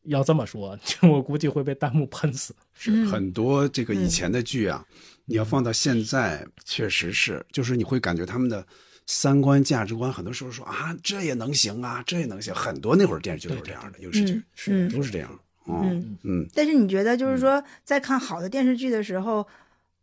要这么说， 就我估计会被弹幕 喷死。
嗯
是很多这个以前的剧啊，你要放到现在，确实是，就是你会感觉他们的三观价值观，很多时候说啊，这也能行啊，这也能行，很多那会儿电视剧都是这样的，影视剧
嗯嗯
都是这样，嗯
嗯。
嗯
但是你觉得，就是说，在看好的电视剧的时候，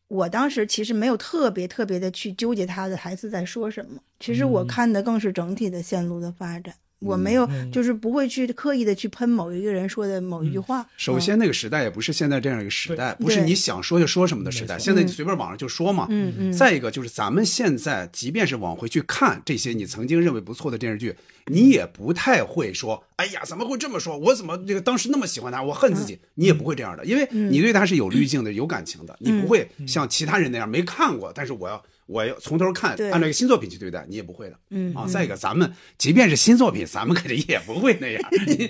我当时其实没有特别特别的去纠结他的台词在说什么。其实
嗯
我看的更是整体的线路的发展，我没有
嗯
就是不会去刻意的去喷某一个人说的某一句话。啊
首先，那个时代也不是现在这样一个时代，不是
嗯对
你想说就说什么的时代。现在
嗯
随便网上就说嘛。
嗯嗯
再一个就是咱们现在，即便是往回去看这些你曾经认为不错的电视剧，你也不太会说，哎呀，怎么会这么说？我怎么这个当时那么喜欢他，我恨自
嗯
己。你也不会这样的，因为你对他是有滤镜的、有感情的，你
嗯
不会像其他人那样没看过，但是我要。我要从头看，
对
按照一个新作品去对待，你也不会的。
嗯
啊，再一个，咱们即便是新作品，咱们肯定也不会那 样，你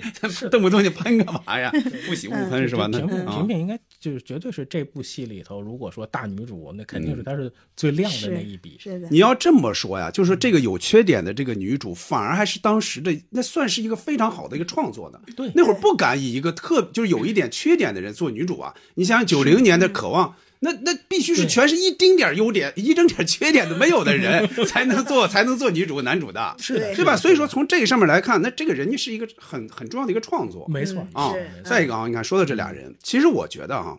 动不动就喷干嘛
嗯
呀？不喜勿喷是吧？那
平平
啊
平，平应该就是绝对是这部戏里头，如果说大女主，那肯定
嗯
是她是最亮的那一笔。
是的，
你要这么说呀，就是说这个有缺点的这个女主，反而还是当时的那算是一个非常好的一个创作呢。
对
那会儿不敢以一个特就是有一点缺点的人做女主啊。你想想九零年的渴望。那那必须是
对
全是一丁点儿优点、一丁点儿缺点都没有的 人才能做才能做女主男主的，
是的，
对
对吧？所以说从这个上面来看，那这个人家是一个很很重要的一个创作。
没错嗯
啊
是。
再一个啊，你看说到这俩人，其实我觉得啊，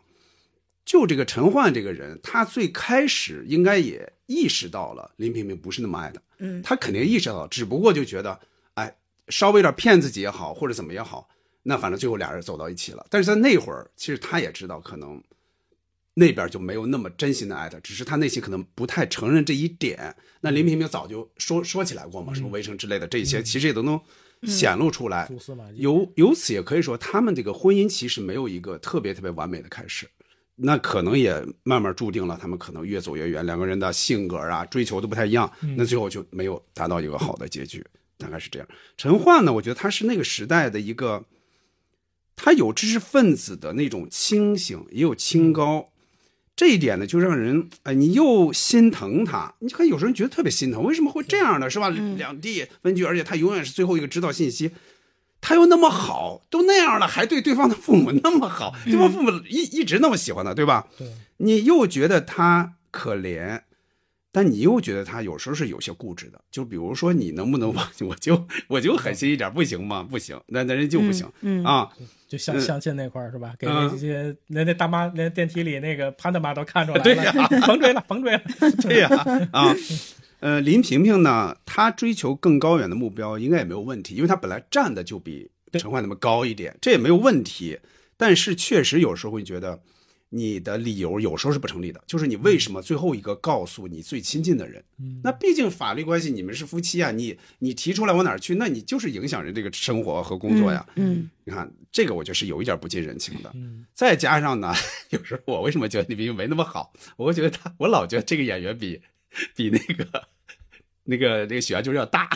就这个陈焕这个人，他最开始应该也意识到了林萍萍不是那么爱他，
嗯
他肯定意识到了，只不过就觉得，哎，稍微有点骗自己也好，或者怎么也好，那反正最后俩人走到一起了。但是在那会儿，其实他也知道可能。那边就没有那么真心的爱他，只是他内心可能不太承认这一点。那林萍萍早就说说起来过嘛，什么围城之类的这些，其实也都能
嗯
显露出来。
嗯蛛丝马迹。
由由此也可以说，他们这个婚姻其实没有一个特别特别完美的开始，那可能也慢慢注定了他们可能越走越远，两个人的性格啊、追求都不太一样，
嗯
那最后就没有达到一个好的结局，大概是这样。陈焕呢，我觉得他是那个时代的一个，他有知识分子的那种清醒，也有清高。这一点呢，就让人哎，你又心疼他，你看有时候你觉得特别心疼，为什么会这样呢？是吧？
嗯
两地分居，而且他永远是最后一个知道信息，他又那么好，都那样了，还对对方的父母那么好，对
嗯
方父母一一直那么喜欢他，对吧？
对，
你又觉得他可怜，但你又觉得他有时候是有些固执的。就比如说，你能不能 我我就我就狠心一点，不行吗？不行，那那人就不行、
嗯嗯
啊！
就相
嗯
相亲那块儿是吧？给
嗯
那些连那大妈，连电梯里那个潘大妈都看出来了，
对呀
甭追了，甭追了。
对呀 啊，呃，林萍萍呢，她追求更高远的目标应该也没有问题，因为她本来站的就比陈焕他们高一点，这也没有问题。但是确实有时候会觉得，你的理由有时候是不成立的，就是你为什么最后一个告诉你最亲近的人？那毕竟法律关系，你们是夫妻啊，你你提出来往哪儿去？那你就是影响人这个生活和工作呀。
嗯，
你看这个，我觉得是有一点不近人情的。再加上呢， 有时候我为什么觉得李冰冰没那么好？我觉得他，我老觉得这个演员比比那个那个那个许安就是要大，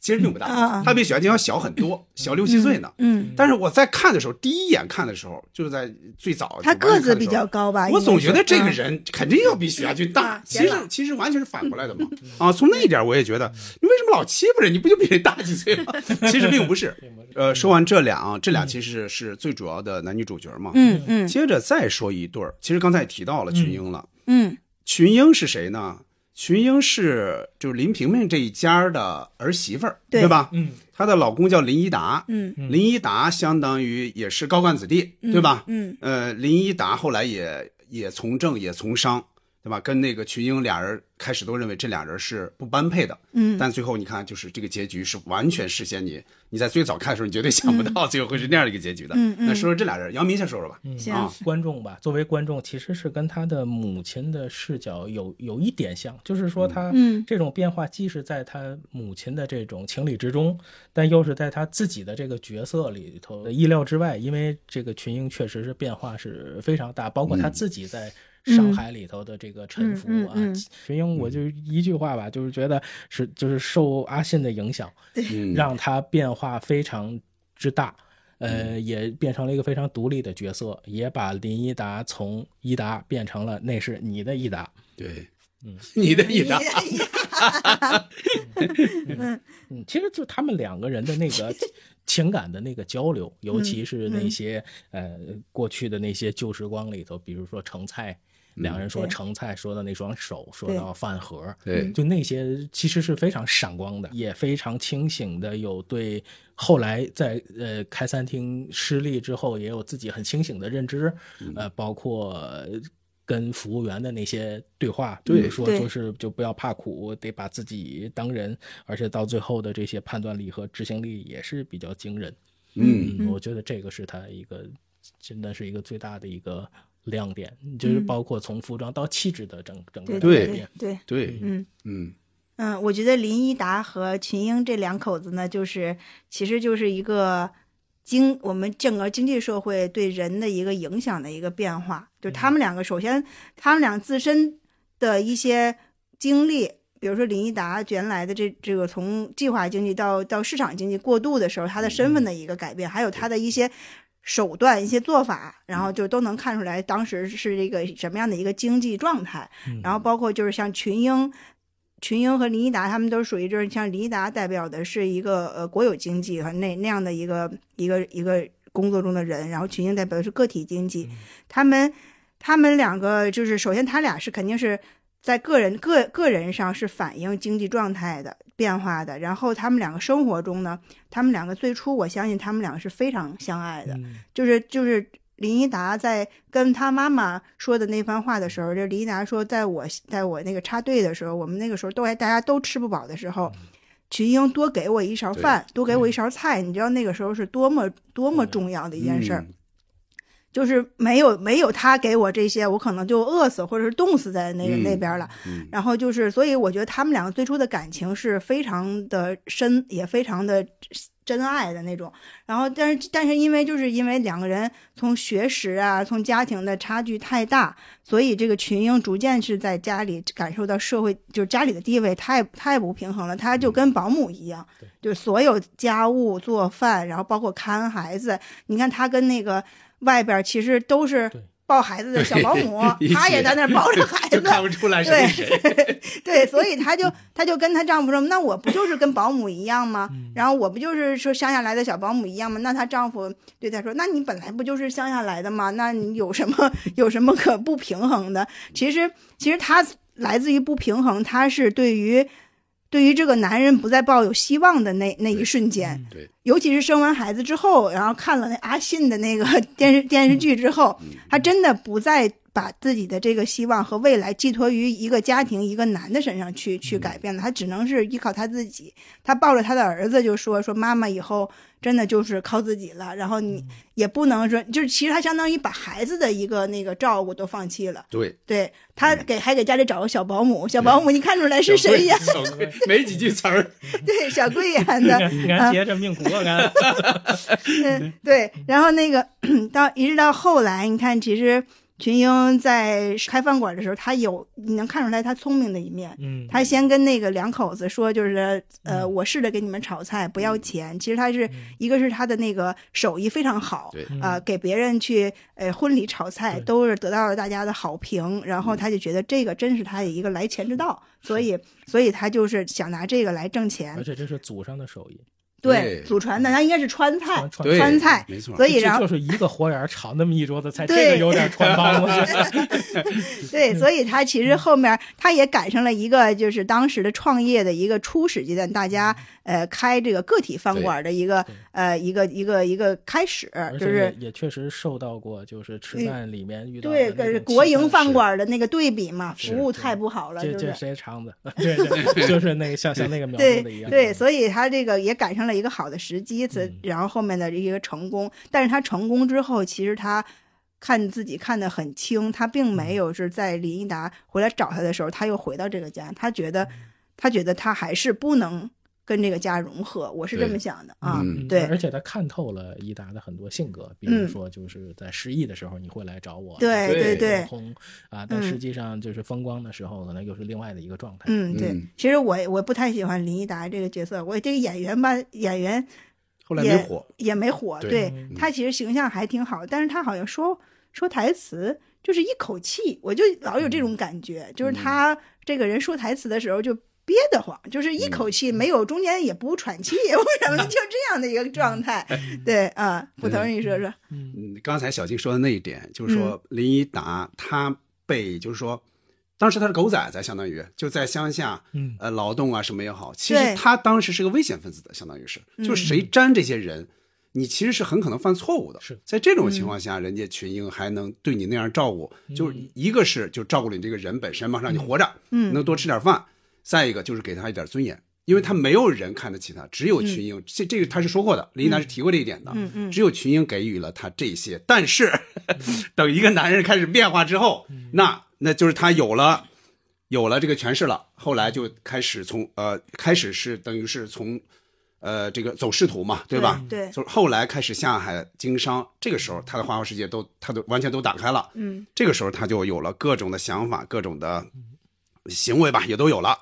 其实并不
啊
大，他比许安就要小很 多，小六七岁呢。
嗯，
但是我在看的时候，第一眼看的时候，就是在最早
他
九八年
个
看的时
子
候
比较高吧？
我总觉得这个
应该是嗯
人肯定要比许家军大
啊，
其实
显老嗯
其实完全是反过来的嘛。啊，从那一点我也觉得，你为什么老欺负人？你不就比人大几岁吗？其实并不 是。
嗯
呃，说完这俩啊，这俩其实是最主要的男女主角嘛。
嗯嗯
接着再说一对儿，其实刚才也提到了群英了。
嗯
群英是谁呢？群英是就是林萍萍这一家的儿媳妇儿，
对
对吧？
嗯，
她的老公叫林一达，
嗯
林一达相当于也是高干子弟，对吧？
嗯
呃，林一达后来也也从政也从商，对吧？跟那个群英俩人开始都认为这俩人是不般配的，
嗯
但最后你看，就是这个结局是完全实现你你在最早看的时候你绝对想不到最后会是那样的一个结局的。
嗯嗯
那说说这俩人，杨明先说说吧。
嗯
行
啊
观众吧，作为观众，其实是跟他的母亲的视角有有一点像，就是说他
嗯
这种变化既是在他母亲的这种情理之中，但又是在他自己的这个角色里头的意料之外，因为这个群英确实是变化是非常大，包括
嗯
他自己在。
嗯
上海里头的这个沉浮啊，
嗯嗯嗯嗯
群英，我就一句话吧，就是觉得是就是受阿信的影响，
嗯，
让他变化非常之大，呃，也变成了一个非常独立的角色，也把林一达从一达变成了那是你的一达，
对，你的一达，
嗯，其实就他们两个人的那个情感的那个交流，尤其是
嗯
那些、呃过去的那些旧时光里头，比如说成菜，两人说
对
成菜说到那双手，说
对
到饭盒，
对
就那些其实是非常闪光的，也非常清醒的，有对后来在呃开餐厅失利之后，也有自己很清醒的认知，呃，包括。呃跟服务员的那些对话，比如
对
说
对
就是就不要怕苦，得把自己当人，而且到最后的这些判断力和执行力也是比较惊人。
嗯，
嗯，我觉得这个是他一个真的是一个最大的一个亮点，就是包括从服装到气质的整整个的
对
对
改变
对。对，
对，
嗯。
嗯，
嗯，我觉得林一达和群英这两口子呢，就是其实就是一个经我们整个经济社会对人的一个影响的一个变化。就他们两个，首先他们俩自身的一些经历，比如说林一达原来的这这个从计划经济到到市场经济过渡的时候，他的身份的一个改变，还有他的一些。手段、一些做法，然后就都能看出来当时是这个什么样的一个经济状态，然后包括就是像群英，群英和林一达他们都属于就是像林一达代表的是一个呃国有经济和那那样的一个一个一个工作中的人，然后群英代表的是个体经济，他们他们两个就是首先他俩是肯定是在个人个个人上是反映经济状态的变化的，然后他们两个生活中呢，他们两个最初我相信他们两个是非常相爱的，就是就是林一达在跟他妈妈说的那番话的时候，就林一达说，在我在我那个插队的时候，我们那个时候都还大家都吃不饱的时候，群英多给我一勺饭，多给我一勺菜，你知道那个时候是多么多么重要的一件事儿。
嗯
就是没有没有他给我这些，我可能就饿死或者是冻死在那个、
嗯
那边了。
嗯
然后就是，所以我觉得他们两个最初的感情是非常的深，也非常的真爱的那种。然后，但是但是因为就是因为两个人从学识啊，从家庭的差距太大，所以这个群英逐渐是在家里感受到社会就是家里的地位太太不平衡了，他
嗯
就跟保姆一样，就所有家务、做饭，然后包括看孩子。你看他跟那个外边其实都是
对。
抱孩子的小保姆
一，起
他也在那儿抱着孩子，
就看不出来是
对
谁。
对，所以她就她就跟她丈夫说，那我不就是跟保姆一样吗？然后我不就是说乡下来的小保姆一样吗？那她丈夫对她说，那你本来不就是乡下来的吗？那你有什么 有什么可不平衡的？其实其实她来自于不平衡，她是对于。对于这个男人不再抱有希望的那那一瞬间，
对，
尤其是生完孩子
嗯
之后，然后看了那阿信的那个电视电视剧之后，她真的不再把自己的这个希望和未来寄托于一个家庭、一个男的身上去去
嗯
改变的，他只能是依靠他自己。他抱着他的儿子就说：“说妈妈以后真的就是靠自己了，然后你
嗯
也不能说，就是其实他相当于把孩子的一个那个照顾都放弃了。
对，嗯
对他给还给家里找个小保姆，小保姆你看出来是谁演？
小贵？没几句词 儿，
对，小贵演的。
你看接着命苦啊，看，
嗯，对，然后那个到一直到后来，你看，其实群英在开饭馆的时候，他有你能看出来他聪明的一面。
嗯，
他先跟那个两口子说，就是呃，我试着给你们炒菜，不
嗯
要钱。其实他是一个是他的那个手艺非常好
对，
啊、给别人去呃婚礼炒
嗯
菜
对嗯
都是得到了大家的好评，然后他就觉得这个真是他的一个来钱之道，所以所以他就是想拿这个来挣钱
而。且这是祖上的手艺，
对
对，
祖传的，他应该是川菜，
川川
对，
川菜
没错，
所以
这
然后
就是一个活人炒那么一桌子菜，
对
这个有点穿帮 了。
对，
嗯
所以他其实后面他也赶上了一个就是当时的创业的一个初始阶段，大家
嗯
呃开这个个体饭馆的一个呃一个一个一个开始，
而
就
且也
是
也确实受到过，就是吃饭里面遇到的
对
那
跟
种
国
欺
营
诈
饭
是
馆的那个对比嘛，
是
服务
对
太不好了，
这
就
这
是。
谁肠 子？对对，就是那个像像那个描述的一
对
样。嗯
对，所以他这个也赶上了一个好的时机，所以然后后面的一个成功，但是他成功之后，其实他看自己看得很清，他
嗯
并没有是在林益达回来找他的时候，他又回到这个家，他觉
嗯
得他觉得他还是不能跟这个家融合，我是这么
对
想的啊，
嗯
嗯
对嗯
而且他看透了伊达的很多性格，比如说就是在失意的时候你会来找我，
对
对
对
对
空啊，但
嗯
实际上就是风光的时候，可能又是另外的一个状态。
嗯，对
嗯，
其实我我不太喜欢林益达这个角色，我这个演员吧，演员
后来
也
没火，
也没火。
对
嗯
他其实形象还挺好，但是他好像说说台词就是一口气，我就老有这
嗯
种感觉，就是他这个人说台词的时候就憋得慌，就是一
嗯
口气没有，中间也不喘气，或者什么的，就这样的一个状态。 对啊，捕头你说说，
嗯
嗯，刚才小静说的那一点，就是
嗯
说林一达他被就是说，当时他是狗崽崽，相当于就在乡下，
嗯
呃，劳动啊什么也好，其实
对嗯
他当时是个危险分子的，相当于是，就是谁沾这些人，你其实是很可能犯错误的。
是
在这种情
嗯
况下，人家群英还能对你那样照顾，就是一个是就照顾你这个人本身嘛，让你活着，
嗯
能多吃点饭；再一个就是给他一点尊严。因为
嗯
他没有人看得起他，只有群英，这这个他是说过的，林一达是提过这一点的。
嗯嗯
只有群英给予了他这些，但是 等一个男人开始变化之后，
嗯
那那就是他有了有了这个权势了，后来就开始从呃开始是等于是从呃这个走仕途嘛，对吧？
对对
就是后来开始下海经商，这个时候他的花花世界都他都完全都打开了，
嗯
这个时候他就有了各种的想法，各种的行为吧，也都有了。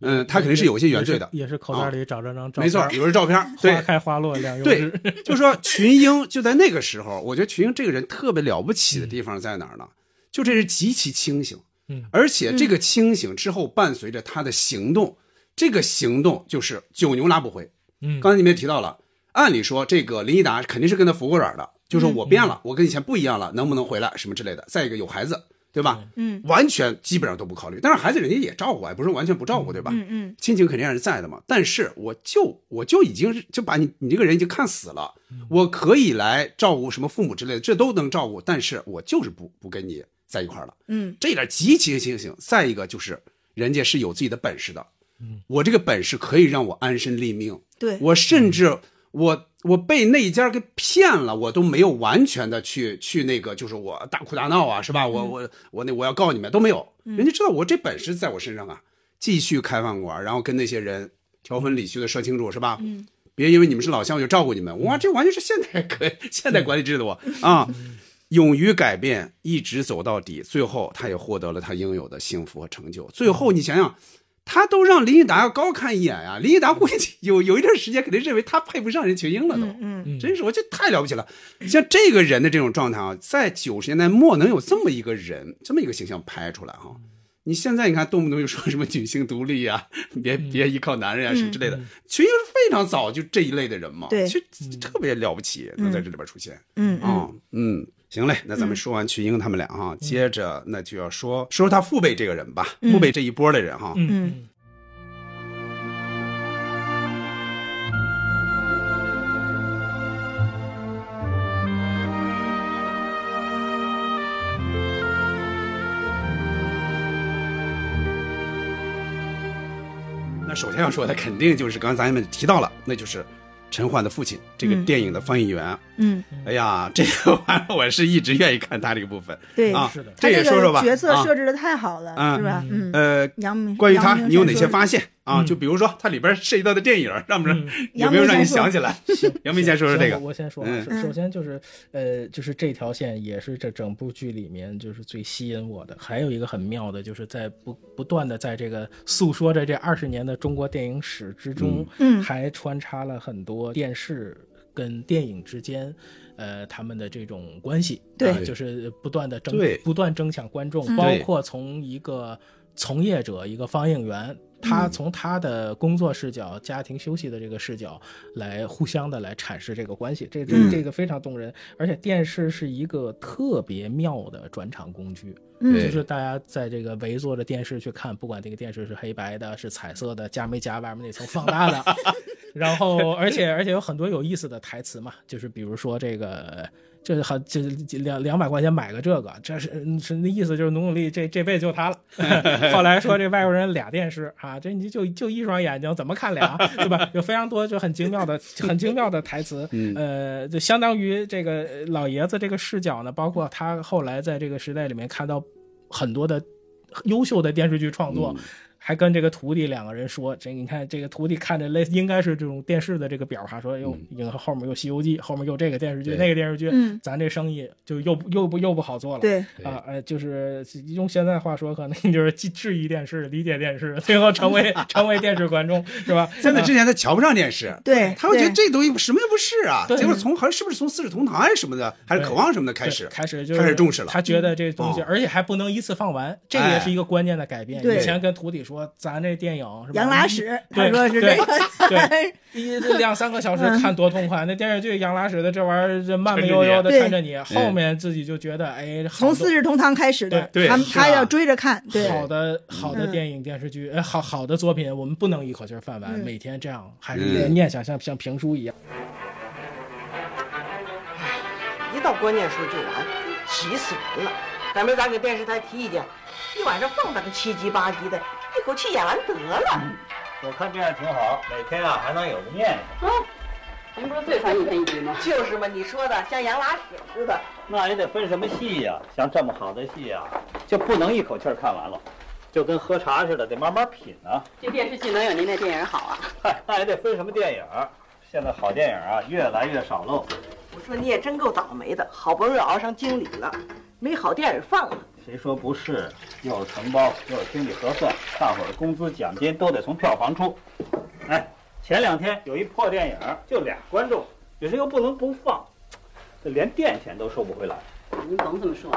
嗯，他肯定是有一些原罪的，啊
也是也是口袋里找着张照片，
没错，有的照片，对
花，开花落两用
对
枝。，
就说群英就在那个时候，我觉得群英这个人特别了不起的地方在哪儿呢？就这是极其清醒，
嗯
而且这个清醒之后伴随着他的行动，这个行动就是九牛拉不回。
嗯
刚才你们也提到了，按理说这个林一达肯定是跟他服过软的，就
嗯
说我变了，我跟以前不一样了，能不能回来什么之类的。再一个有孩子，对吧？
嗯
完全基本上都不考虑，但是孩子人家也照顾啊，也不是完全不照顾，对吧？
嗯嗯
亲情肯定还是在的嘛。但是我就我就已经是就把你你这个人已经看死了，我可以来照顾什么父母之类的，这都能照顾，但是我就是不不跟你在一块儿了，
嗯
这一点极其清醒。再一个就是人家是有自己的本事的，我这个本事可以让我安身立命，
对，
我甚至我我被那一家给骗了，我都没有完全的去去那个，就是我大哭大闹啊，是吧？我我我那我要告你们都没有，人家知道我这本事在我身上啊，继续开饭馆，然后跟那些人条分理须的说清楚，是吧？嗯。别因为你们是老乡，我就照顾你们。哇，这完全是现代可 现代
嗯
管理制度啊！勇于改变，一直走到底，最后他也获得了他应有的幸福和成就。最后你想想，他都让林益达要高看一眼啊！林益达估计有有一段时间肯定认为他配不上人群英了都，
嗯
嗯
真是我觉得太了不起了。像这个人的这种状态啊，在九十年代末能有这么一个人这么一个形象拍出来
嗯
哈、你现在你看动不动就说什么女性独立啊，
嗯
别别依靠男人啊什么之类的，群英是非常早就这一类的人嘛，
对
其实特别了不起，能在这里边出现。
嗯嗯
啊，嗯，行嘞，那咱们说完群英他们俩哈，接着那就要说说说他父辈这个人吧，
嗯
父辈这一波的人哈，
嗯
嗯那首先要说的肯定就是刚才咱们提到了，那就是陈焕的父亲这个
嗯
电影的翻译员。
嗯，
哎呀，这个完了，我是一直愿意看他这个部分
对，
啊
是的。
他
这也
这
说说
个
吧，
角色
啊
设置的太好了，
嗯
是吧？嗯，
呃，
杨明，
关于
杨
他，
明
你有
先
哪
说
些
说
发现啊？
嗯
就比如说它里边涉及到的电影，让不
嗯
让有没有让你想起来？杨明先说说这
行
个
我，我先说
嗯
啊，首首先就是呃，就是这条线也是这整部剧里面就是最吸引我的。还有一个很妙的，就是在不不断的在这个诉说着这二十年的中国电影史之中，
嗯嗯
还穿插了很多电视。跟电影之间，呃，他们的这种关系，
对
啊就是不断的争
对，
不断争抢观众，包括从一个从业者，一个放映员，他从他的工作视角、家庭休息的这个视角，来互相的来阐释这个关系，这这
嗯
这个非常动人。而且电视是一个特别妙的转场工具，
对
就是大家在这个围坐着电视去看，不管这个电视是黑白的、是彩色的，加没加外面那层放大的，然后而且而且有很多有意思的台词嘛，就是比如说这个。这好，这两两百块钱买个这个，这是嗯是那意思就是努努力，这这辈子就他了。 后来说这外国人俩电视啊，这你就就一双眼睛，怎么看俩，对吧？有非常多就很精妙的、很精妙的台词，呃，就相当于这个呃老爷子这个视角呢，包括他后来在这个时代里面看到很多的优秀的电视剧创作。
嗯
还跟这个徒弟两个人说，这你看这个徒弟看着类似应该是这种电视的这个表哈，说哟，影后面有《西游记》，后面有这个电视
嗯
剧
对
那个电视剧，
嗯
咱这生意就又不又不又不好做了。
对，
啊，呃，就是用现在话说，可能就是既质疑电视、理解电视，最后 成为成为电视观众，是吧？啊
真的之前他瞧不上电视，
对
他会觉得
对
这东西什么也不是啊。
对
结果从好像是不是从四世同堂还是什么的，还是
对
渴望什么的开
对
始，
开始就
开始
是
重视了
他觉得这东西，
嗯哎
而且还不能一次放完，这个也是一个观念的改变。
对
以前跟徒弟说，咱这电影是吧？
羊拉屎，他
对
说是这个
对，一两三个小
嗯
时看多痛快，那电视剧羊拉屎的这玩意儿，这慢慢悠悠的
对
看着你，后面自己就觉得哎，好
从
多
四世同堂开始的，
对对
他
是啊
他要追着看，对，
好的好的
嗯
电影电视剧，呃，好好的作品，我们不能一口气儿翻完，
嗯
每天这样还是
嗯
念想像像评书一样。
一到关键时候就完，急死人了。赶明儿咱给电视台提意见，一晚上放他个七集八集的，一口气演完得了。
我看这样挺好，每天啊还能有个念想，
咱不是最烦一天一集吗？
嗯就是嘛，你说的像羊拉屎似的。
那也得分什么戏呀、像这么好的戏呀、就不能一口气儿看完了，就跟喝茶似的，得慢慢品啊。
这电视剧能有您那电影好啊？
嗨，那也得分什么电影儿。现在好电影儿啊越来越少喽。
我说你也真够倒霉的，好不容易熬上经理了，没好电影放了。
谁说不是？又是承包，又是经济核算，大伙儿的工资奖金都得从票房出。哎，前两天有一破电影儿，就俩观众，可是又不能不放，这连电钱都收不回来。
您甭这么说，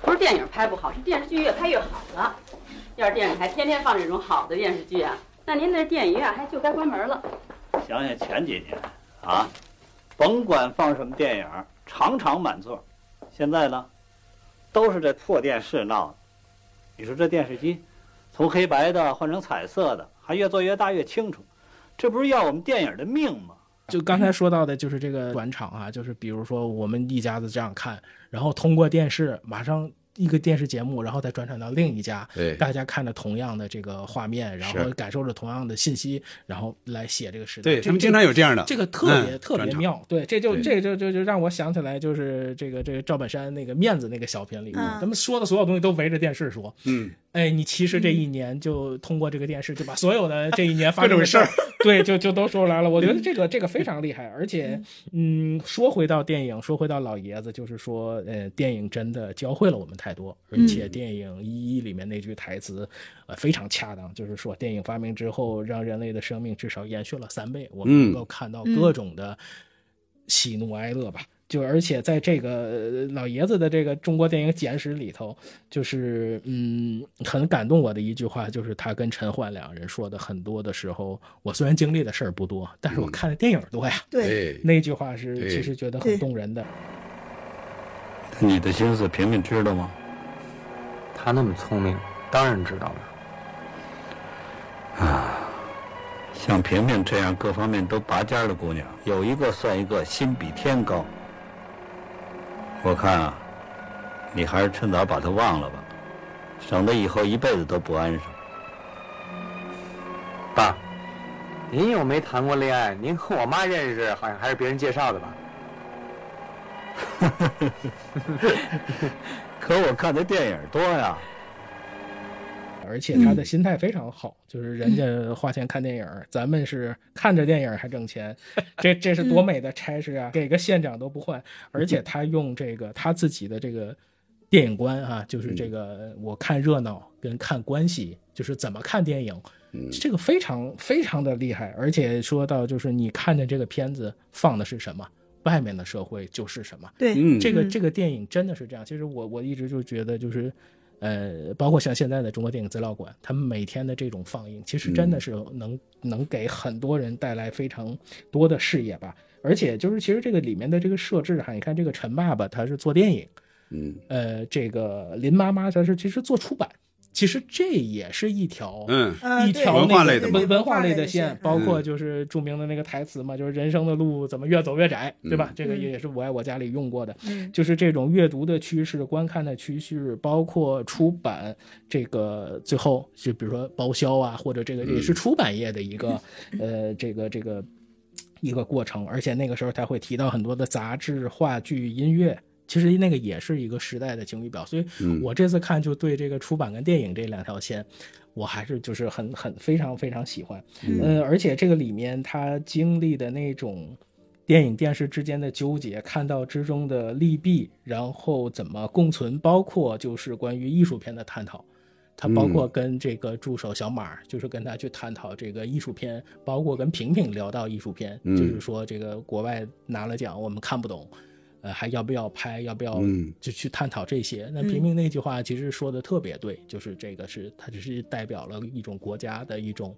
不是电影拍不好，是电视剧越拍越好了。要是电视台天天放这种好的电视剧啊，那您那电影院还就该关门了。
想想前几年啊，甭管放什么电影儿，场场满座。现在呢，都是这破电视闹的。你说这电视机，从黑白的换成彩色的，还越做越大越清楚，这不是要我们电影的命吗？
就刚才说到的，就是这个转场啊，就是比如说我们一家子这样看，然后通过电视马上。一个电视节目，然后再转场到另一家
对，
大家看着同样的这个画面，然后
是
感受着同样的信息，然后来写这个时代。
对
这
他们经常有这样的
这个特别
嗯
特别
转场
妙，对，这就
对
这就就就让我想起来，就是这个这个赵本山那个面子那个小品里面，
嗯
他们说的所有东西都围着电视说，
嗯，
哎，你其实这一年就通过这个电视就把所有的这一年发生的事儿， 对，就就都说出来了。我觉得这个这个非常厉害，而且，嗯，说回到电影，说回到老爷子，就是说，呃，电影真的教会了我们太多，而且电影一一里面那句台词，呃，非常恰当，就是说电影发明之后，让人类的生命至少延续了三倍，我
嗯
们能够看到各种的喜怒哀乐吧。就而且在这个呃老爷子的这个中国电影简史里头，就是嗯，很感动我的一句话，就是他跟陈焕两人说的很多的时候，我虽然经历的事儿不多，但是我看的电影多呀。
对，
那句话是
对
其实觉得
对
很动人的。
你的心思，平平知道吗？
嗯他那么聪明，当然知道了。
像平平这样各方面都拔尖儿的姑娘，有一个算一个，心比天高。我看啊，你还是趁早把她忘了吧，省得以后一辈子都不安生。
爸，
您又没谈过恋爱，您和我妈认识好像还是别人介绍的吧？
可我看的电影多呀。
而且
嗯
他的心态非常好，就是人家花钱看电影，咱们是看着电影还 挣钱，这这是
嗯
多美的差事啊！给个县长都不换，而且他用这个他自己的这个电影观啊，就是这个
嗯
我看热闹跟看关系，就是怎么看电影，
嗯
这个非常非常的厉害。而且说到就是你看见这个片子放的是什么，外面的社会就是什么。
对
嗯
这个这个电影真的是这样。其实我我一直就觉得就是。呃，包括像现在的中国电影资料馆，他们每天的这种放映，其实真
嗯
的是能、能给很多人带来非常多的视野吧。而且就是其实这个里面的这个设置哈，你看这个陈爸爸他是做电影，
嗯，
呃，这个林妈妈她是其实做出版，其实这也是一条
嗯
嗯
呃
一
对
条
文
那
化
个
类的嘛
文文化类
的
的
线
线，包
嗯
括就是著名的那个台词嘛，就是人生的路怎么越走越窄，对吧？这个
嗯
也是我爱我家里用过的，
嗯
就是这种阅读的趋势、观看的趋势，包括出版这个最后就比如说包销啊，或者这个也是出版业的一个、呃这个这个一个过程，而且那个时候他会提到很多的杂志、话剧、音乐。其实那个也是一个时代的晴雨表，所以我这次看就对这个出版跟电影这两条线，我还是就是很很非常非常喜欢。嗯，而且这个里面他经历的那种电影电视之间的纠结，看到之中的利弊，然后怎么共存，包括就是关于艺术片的探讨。他包括跟这个助手小马儿，就是跟他去探讨这个艺术片，包括跟平平聊到艺术片，
嗯
就是说这个国外拿了奖，我们看不懂，呃，还要不要拍，要不要
嗯
就去探讨这些。
嗯
那平平那句话其实说的特别对，就是这个是它只是代表了一种国家的一种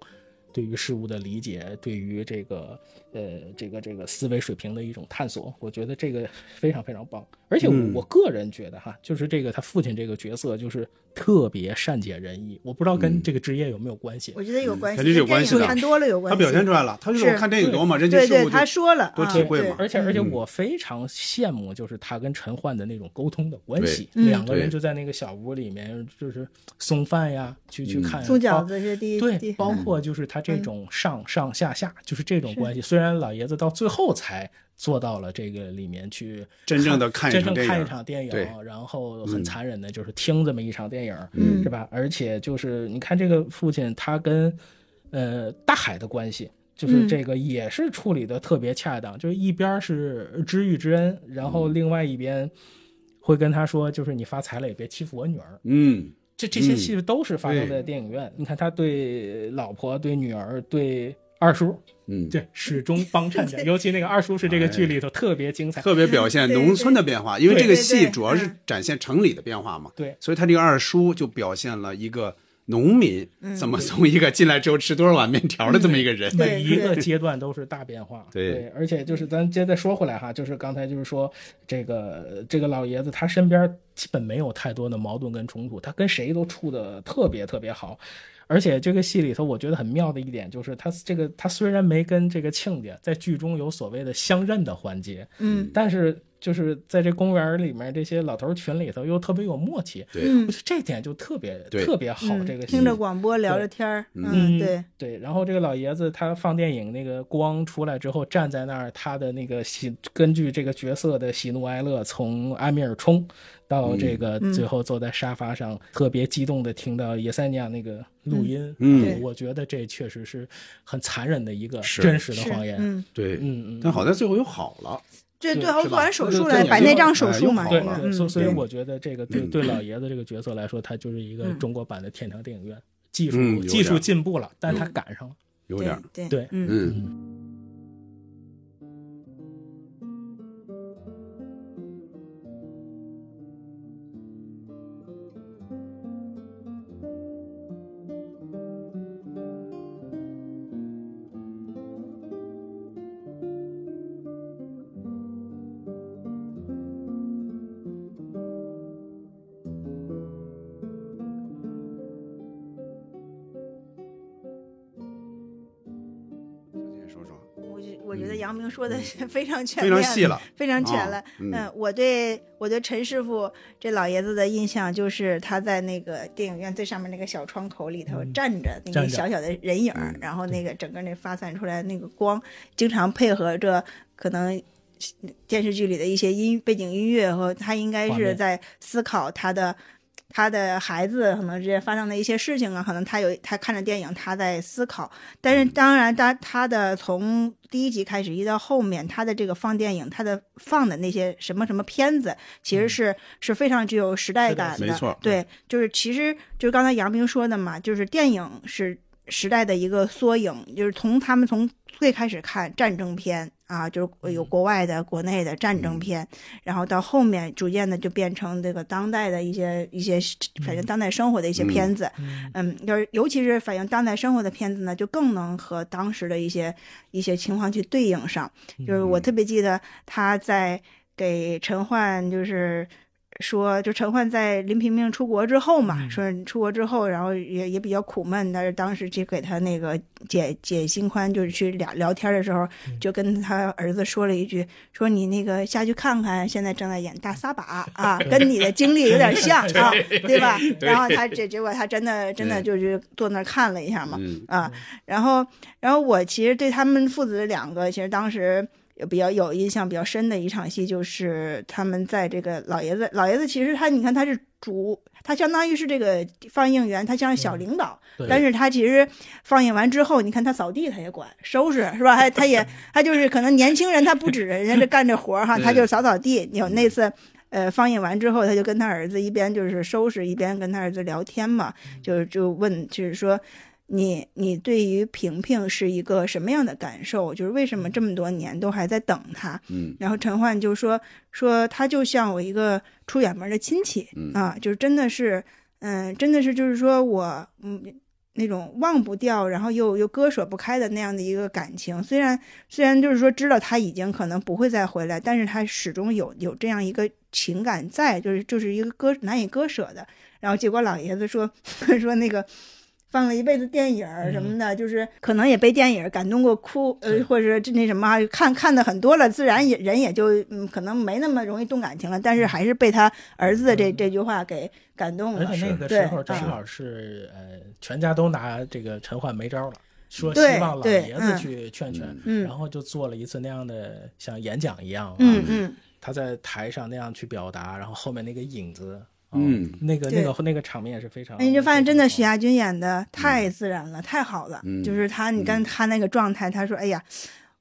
对于事物的理解，对于这个呃这个这个思维水平的一种探索。我觉得这个非常非常棒，而且我我个人觉得哈，就是这个他父亲这个角色就是特别善解人意，我不知道跟这个职业有没有关系。
我觉得有关系，
肯定是有
跟电
关系
影
的
看多了有关
他
系。
表现出来了，他就是我
是
看电影多嘛，人家
对
事
对，
物
他
就
说了，
多
啊
体会嘛
对
而且而且我非常羡慕，就是他跟陈焕的那种沟通的关系，
对嗯
两个人
对
就在那个小屋里面，就是送饭呀，去
嗯
去看
送
包
饺子是第一，
对，
第嗯
包括就是他这种上上下下，就是这种关系。虽然老爷子到最后才做到了这个里面去
真正地看一
真
场
正
电
看一
影
场电
对嗯
影，然后很残忍的就是听这么一场电影，
嗯
是吧？而且就是你看这个父亲他跟呃大海的关系。就是
嗯
这个也是处理的特别恰当，就是一边是知遇之恩，然后
嗯
另外一边会跟他说，就是你发财了也别欺负我女儿，
嗯
这这些
嗯
戏都是发生在电影院。你看他对老婆、对女儿、对二叔，
嗯，哎
对始终帮衬 着，尤其那个二叔是这个剧里头特别精彩。
特别表现
对
农村的变化，因为这个
对对嗯
戏
对
主要是展现城里的变化嘛。
哎对
所以他这个二叔就表现了一个农民
嗯
怎么从一个进来之后吃多少碗面条的这么一个人。
对
每一个阶段都是大变化，
对
而且就是咱接着说回来哈，就是刚才就是说这个这个老爷子他身边基本没有太多的矛盾跟冲突，他跟谁都处的特别特别好，而且这个戏里头我觉得很妙的一点就是他这个他虽然没跟这个亲家在剧中有所谓的相认的环节，
嗯
但是就是在这公园里面，这些老头儿群里头又特别有默契，我
嗯
觉得这点就特别
对
特别好。
嗯
这个戏
听着广播聊着天儿，嗯对，
对，然后这个老爷子他放电影那个光出来之后，站在那儿，他的那个喜根据这个角色的喜怒哀乐，从埃米尔冲到这个
嗯
嗯
最后坐在沙发上，特别激动的听到耶塞尼亚那个录音，
嗯
对
我觉得这确实是很残忍的一个
是
真实的
是
谎言，
嗯，
对
嗯嗯
但好在最后又好了。
这
对
最后
是
做
吧
完手术
对
了，
对
摆
对
那
对
张
对
手
哎
术
又
嘛，
好
对
了
对，
嗯
所所以
对
我觉得这个对对老爷子这个角色来说，他就是一个
嗯
中国版的天堂电影院，技术、
嗯有
技术
点
进步了，但他赶上了。
有点儿，
对
对
嗯
嗯。小姐说说，
杨明说的
嗯
非常全
非
面，
常细了
非常全了
啊。嗯
嗯，我对我对陈师傅这老爷子的印象就是他在那个电影院最上面那个小窗口里
嗯
头站着那
站着
个小小的人影儿，然后那个整个那发散出来那个光，经常配合着可能。电视剧里的一些音背景音乐和他应该
画
是
面
在思考他的他的孩子可能之间发生的一些事情啊，可能他有他看着电影，他在思考。但是当然他，他的从第一集开始一直到后面，他的这个放电影，他的放的那些什么什么片子，其实是、是非常具有时代感
没错
对，就是其实就是刚才杨明说的嘛，就是电影是时代的一个缩影，就是从他们从最开始看战争片啊，就是有国外的、国内的战争片，然后到后面逐渐的就变成这个当代的一些一些反映当代生活的一些片子，嗯，就是尤其是反映当代生活的片子呢，就更能和当时的一些一些情况去对应上。就是我特别记得他在给陈焕就是。说，就陈焕在林平平出国之后嘛，说出国之后，然后也也比较苦闷，但是当时就给他那个解解心宽，就是去聊聊天的时候，就跟他儿子说了一句，说你那个下去看看，现在正在演大撒 把啊，跟你的经历有点像啊， 对吧？然后他这结果他真的真的就是坐那儿看了一下嘛，
嗯
啊，然后然后我其实对他们父子两个，其实当时有比较有印象比较深的一场戏，就是他们在这个老爷子，老爷子其实他你看他是主，他相当于是这个放映员，他像小领导，
对
但是他其实放映完之后，你看他扫地他也管，收拾是吧？还他也他就是可能年轻人他不止人家这干这活儿哈，
嗯
他就扫扫地。有那次。呃，放映完之后，他就跟他儿子一边就是收拾，一边跟他儿子聊天嘛，就是就问，就是说，你你对于萍萍是一个什么样的感受？就是为什么这么多年都还在等她？
嗯，
然后陈焕就说说她就像我一个出远门的亲戚、
嗯
啊，就是真的是，嗯，真的是就是说我嗯那种忘不掉，然后又又割舍不开的那样的一个感情。虽然虽然就是说知道她已经可能不会再回来，但是她始终有有这样一个情感在，就是就是一个割难以割舍的。然后结果老爷子说 说那个。放了一辈子电影儿
嗯
什么的，就是可能也被电影儿感动过哭，呃，或者是这那什么啊，看看的很多了，自然也人也就嗯，可能没那么容易动感情了，但是还是被他儿子的这、这句话给感动
嗯而
了。
且那个
对
时候正
啊
好是呃，全家都拿这个陈焕没招了。说希
对
望老
对
爷子
嗯
去劝劝，
嗯
然后就做了一次那样的像演讲一样、啊，
嗯嗯，
他在台上那样去表达，然后后面那个影子，啊
嗯
那个
对
那个那个场面是非常，嗯
哎那你就发现真的许亚军演的太自然了，太好了，
嗯
就是他，你看他那个状态，他说：“哎呀，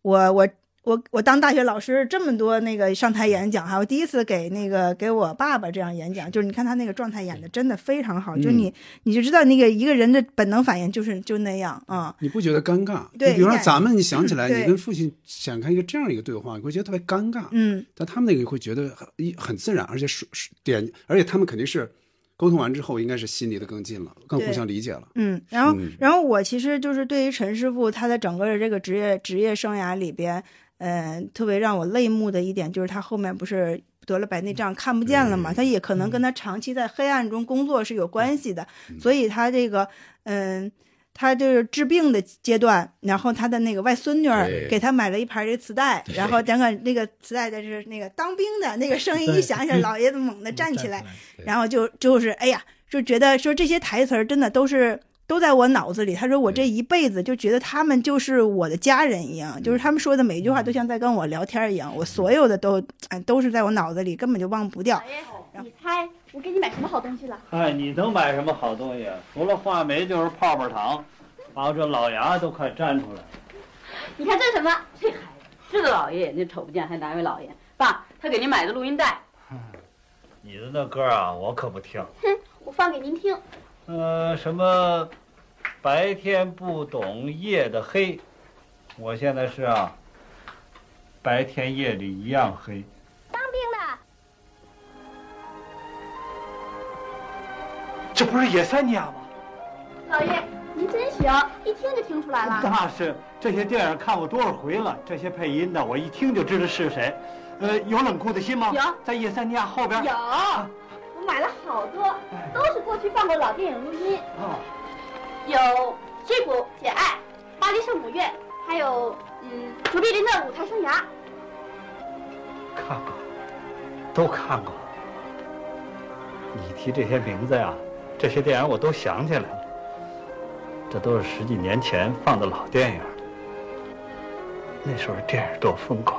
我我。”我我当大学老师这么多那个上台演讲哈，我第一次给那个给我爸爸这样演讲，就是你看他那个状态演的真的非常好，
嗯
就是你你就知道那个一个人的本能反应就是就那样啊、
你不觉得尴尬？
对
你比如说
对
咱们，你想起来，
对
你跟父亲展开一个这样一个对话，你会觉得特别尴尬。
嗯，
但他们那个会觉得很一很自然，而且是是点，而且他们肯定是沟通完之后，应该是心离得更近了，更互
对
相理解了。
嗯，然后
嗯，
然后我其实就是对于陈师傅他的整个的这个职业职业生涯里边，呃，特别让我泪目的一点就是他后面不是得了白内障看不见了嘛，他也可
嗯
能跟他长期在黑暗中工作是有关系的，所以他这个，嗯、他就是治病的阶段，然后他的那个外孙女儿
对
给他买了一盘这磁带，然后等会那个磁带的是那个当兵的那个声音一响 起来，老爷子猛地嗯站起来，然后就就是哎呀，就觉得说这些台词儿真的都是都在我脑子里。他说我这一辈子就觉得他们就是我的家人一样，就是他们说的每一句话都像在跟我聊天儿一样，我所有的都哎都是在我脑子里，根本就忘不掉。
哎你猜我给你买什么好东西了？
哎，你能买什么好东西？除了话梅就是泡泡糖，把我这老牙都快粘出来了。
你看这是什么？这孩子，这个老爷眼睛瞅不见，还难为老爷。爸，他给您买的录音带，
你的那歌啊，我可不听。
哼，我放给您听。
呃，什么白天不懂夜的黑，我现在是啊，白天夜里一样黑。
当兵的，
这不是野三尼亚吗？
老爷您真行，一听就听出来了。
那是这些电影看过多少回了？这些配音的，我一听就知道是谁。呃，有冷酷的心吗？
有，
在野三尼亚后边。
有，我买了好多，都是过去放过老电影录音，
哦，
有《追捕》《简爱》《巴黎圣母院》，还有《嗯，卓别林的舞台生涯。
看过，都看过。你提这些名字呀，这些电影我都想起来了。这都是十几年前放的老电影，那时候电影多疯狂。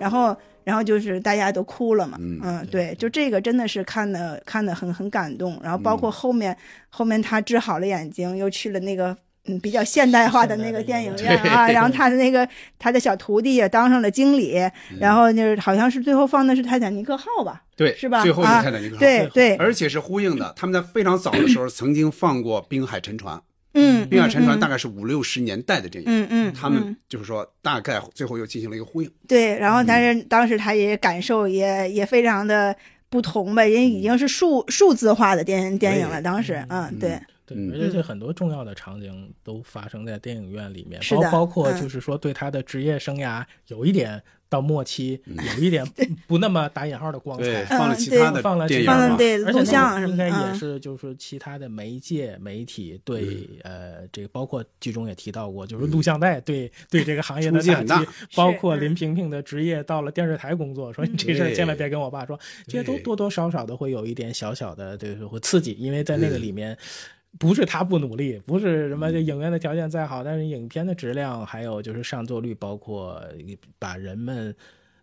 然后然后就是大家都哭了嘛，嗯，对，就这个真的是看的看的很很感动，然后包括后面、后面他治好了眼睛，又去了那个。嗯，比较现代化的那个电影院 啊，
对
然后他的那个他的小徒弟也当上了经理，然后就是好像是最后放的是《泰坦尼克号》吧？
对，
是吧？
最后是
啊
泰坦尼克号，
对对，
而且是呼应的。他们在非常早的时候曾经放过《滨海沉船》，
嗯
滨海沉船》
嗯
大概是五六十年代的电影，
嗯嗯
他
嗯
们就是说大概最后又进行了一个呼应，
对，然后但是当时他也感受也也非常的不同吧，人家已经是数数字化的电电影了，当时，嗯，对，
对，而且这很多重要的场景都发生在电影院里面，
是
包
的
包括
嗯
就是说对他的职业生涯有一点到末期有一点不不那么打引号的光
嗯
彩
对，放了嗯其他的对
放了
电
其
影嘛放了对
而且
录
那
像
个
什么
应该也
嗯
是就是说其他的媒介媒体对
嗯
呃这个包括剧中也提到过，就是录像带对对这个行业的
冲击
打
很
击
大，
包
是
嗯
括林萍萍的职业到了电视台工作，说你这事儿
对
千万别跟我爸说，这些都多多少少的会有一点小小的就是会刺激，因为在那个里面。不是他不努力，不是什么
嗯
这影院的条件再好，但是影片的质量，还有就是上座率，包括呃把人们，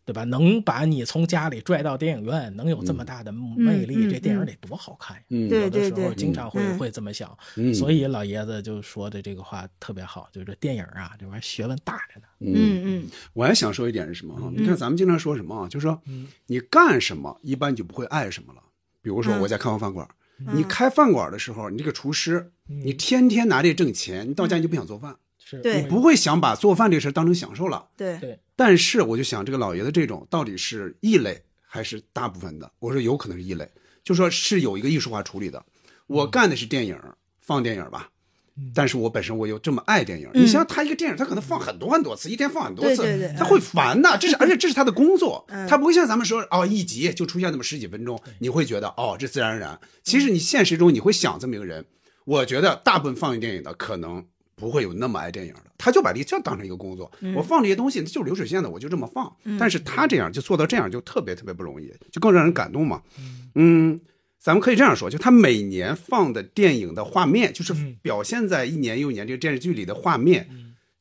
对吧？能把你从家里拽到电影院，能有这么大的魅力，
嗯嗯
这电影
嗯
得多好看呀！
嗯
有的
对
时
对
候
对
经常会、
嗯
会这么想，
嗯
所以老爷子就说的这个话特别好，就是电影啊，这玩意儿学问 大着呢。
嗯，
我还想说一点是什么啊？
嗯
你看咱们经常说什么啊？就是说你干什么，一般你就不会爱什么了。比如说
嗯
我在开放饭馆，
嗯
你开饭馆的时候，你这个厨师，你天天拿这挣钱，你到家你就不想做饭，
是
对
你不会想把做饭这事儿当成享受了。
对
对，
但是我就想，这个老爷子这种到底是异类还是大部分的？我说有可能是异类，就说是有一个艺术化处理的。
嗯
我干的是电影，放电影吧。但是我本身我又这么爱电影，
嗯
你想想他一个电影，他可能放很多很多次，一天放很多次，
对对对
他会烦呐。这是而且这是他的工作，
嗯
他不会像咱们说哦一集就出现那么十几分钟，你会觉得哦这自然而然。其实你现实中你会想这么一个人，我觉得大部分放映电影的可能不会有那么爱电影的，他就把这当成一个工作，
嗯
我放这些东西就是流水线的，我就这么放。
嗯
但是他这样就做到这样就特别特别不容易，就更让人感动嘛。嗯，咱们可以这样说，就他每年放的电影的画面，就是表现在一年又一年这个电视剧里的画面，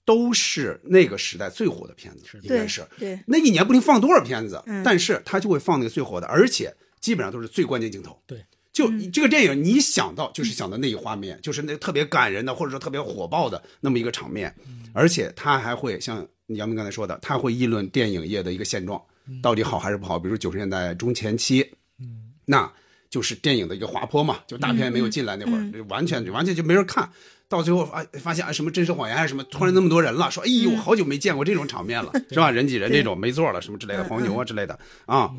都是那个时代最火的片子，应该
对，
嗯是
对，
那一年不定放多少片子，
嗯
但是他就会放那个最火的，而且基本上都是最关键镜头。
对。
就这个电影，你想到就是想到那一画面，就是那特别感人的，或者说特别火爆的那么一个场面，而且他还会像杨明刚才说的，他会议论电影业的一个现状，到底好还是不好。比如九十年代中前期，那就是电影的一个滑坡嘛，就大片没有进来那会儿，
嗯嗯
就完全完全就没人看。到最后发发现啊，什么真实谎言还是什么，突然那么多人了，说哎呦，好久没见过这种场 面了，是吧？人挤人这种没座了，什么之类的，黄牛啊之类的啊。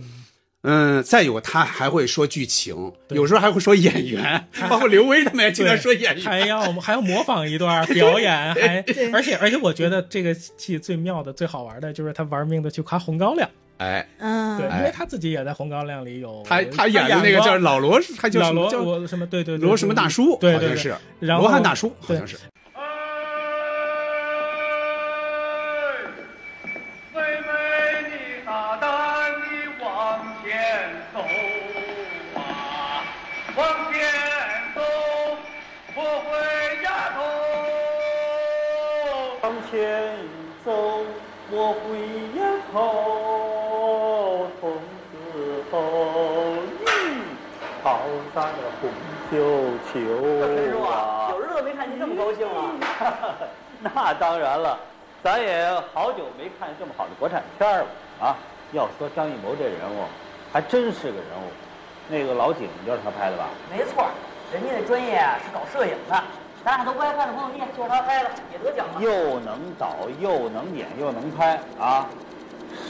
嗯，再有他还会说剧情，有时候还会说演员，包括刘威他们也经常说演员，
还要还要模仿一段表演，还
对
而且而且我觉得这个戏最妙的、最好玩的就是他玩命的去夸红高粱。
哎，
嗯
对，因
哎
为他自己也在《红高粱》里有
他他
啊嗯演
演的那个
过
叫老罗，他叫
老
什么
罗
叫
我什么对对对
罗什么大叔，
对
好
对
像
对
是
然后
罗汉大叔，好
对
像是。
妹妹，你大胆地往前走啊，往前走，不回家头。
往前走，我回呀头，从此后你桃山的红绣球啊。
有日子没看您这么高兴了。
那当然了，咱也好久没看这么好的国产片儿了啊！要说张艺谋这人物，还真是个人物。那个老井就是他拍的吧？
没错儿，人家的专业啊是搞摄影的，咱俩都不爱看的朋友电就是他拍的，也得奖了。
又能导，又能演，又能拍啊，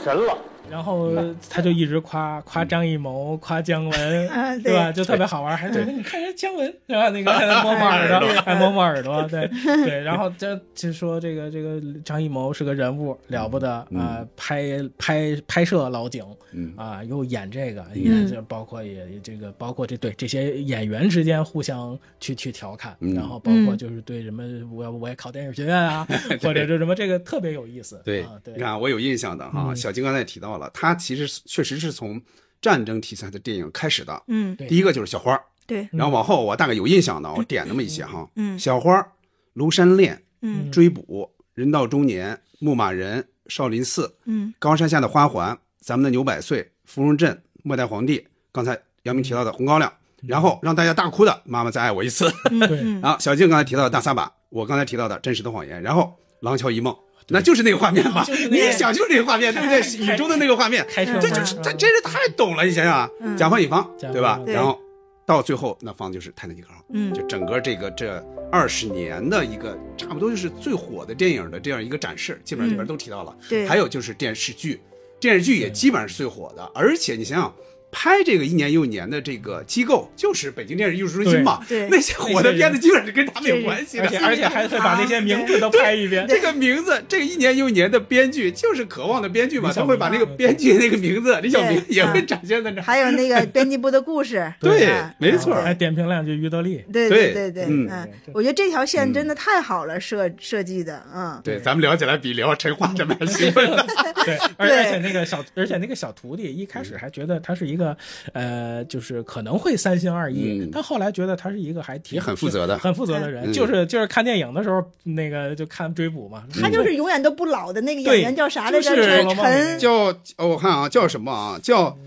神了！
然后他就一直夸夸张艺谋，夸姜
啊
文，
对
对吧？就特别好玩，还
对
觉得你看人哎姜文，对吧？那个 还摸摸耳朵，还摸摸耳朵， 对对。然后这就说这个这个张艺谋是个人物了不得
嗯
啊，拍拍拍摄老景
嗯
啊，又演这个，
嗯
也就包括也这个包括这对这些演员之间互相去去调侃，
嗯
然后包括
嗯
就是对什么我我也考电影学 院啊，或者是什么这个特别有意思，
对
啊，对
你。看我有印象的哈，
嗯
小金刚才也提到了，他其实是确实是从战争题材的电影开始的。
嗯对
第一个就是小花儿
对
然后往后我大概有印象的，我点那么一些哈。
嗯
小花儿、庐山恋、
嗯
追捕、人到中年、牧马人、少林寺、
嗯
高山下的花环、咱们的牛百岁、芙蓉镇、末代皇帝，刚才杨明提到的红高粱，然后让大家大哭的《妈妈再爱我一次》
嗯
啊，小静刚才提到的《大撒把》，我刚才提到的《真实的谎言》，然后《廊桥遗梦》。那就是那个画面嘛，
啊就是
你
那个
一想就是那个画面，对不对？雨中的那个画面，
开车啊
这就是这真是太懂了，你想想啊，
嗯
甲方乙方，
甲方
对吧
乙？方
然后到最后那方就是《泰坦尼克号》，
嗯
就整个这个这二十年的一个差不多就是最火的电影的这样一个展示，基本
嗯
上里边都提到了。
对
还有就是电视剧，电视剧也基本上是最火的，而且你想想。拍这个一年又一年的这个机构就是北京电视艺术中心嘛，
对对
那些火的片子基本上是跟他们有
对
关系的，
而且而且还会把那些名字都拍一遍。
这个名字，这个一年又一年的编剧就是渴望的编剧嘛，他会把
啊
那个编剧那个名字李小明也
嗯
会展现在这儿。
还有那个编辑部的故事，
对
啊，
没错，
还哎点评两句于德利，
对对对对，
嗯
嗯，我觉得这条线真的太好了，设设计的，嗯，
对，咱们聊起来比聊陈化这 么还兴奋了。
对，而而且那个小，而且那个小徒弟一开
嗯
始还觉得他是一个，呃，就是可能会三心二意，但后来觉得他是一个还挺
嗯也很负责的
很负责的人，
嗯
就是就是看电影的时候那个就看追捕嘛，
他就是永远都不老的那个演员叫啥来着？
就是
陈陈
叫哦，我看啊，叫什么啊？叫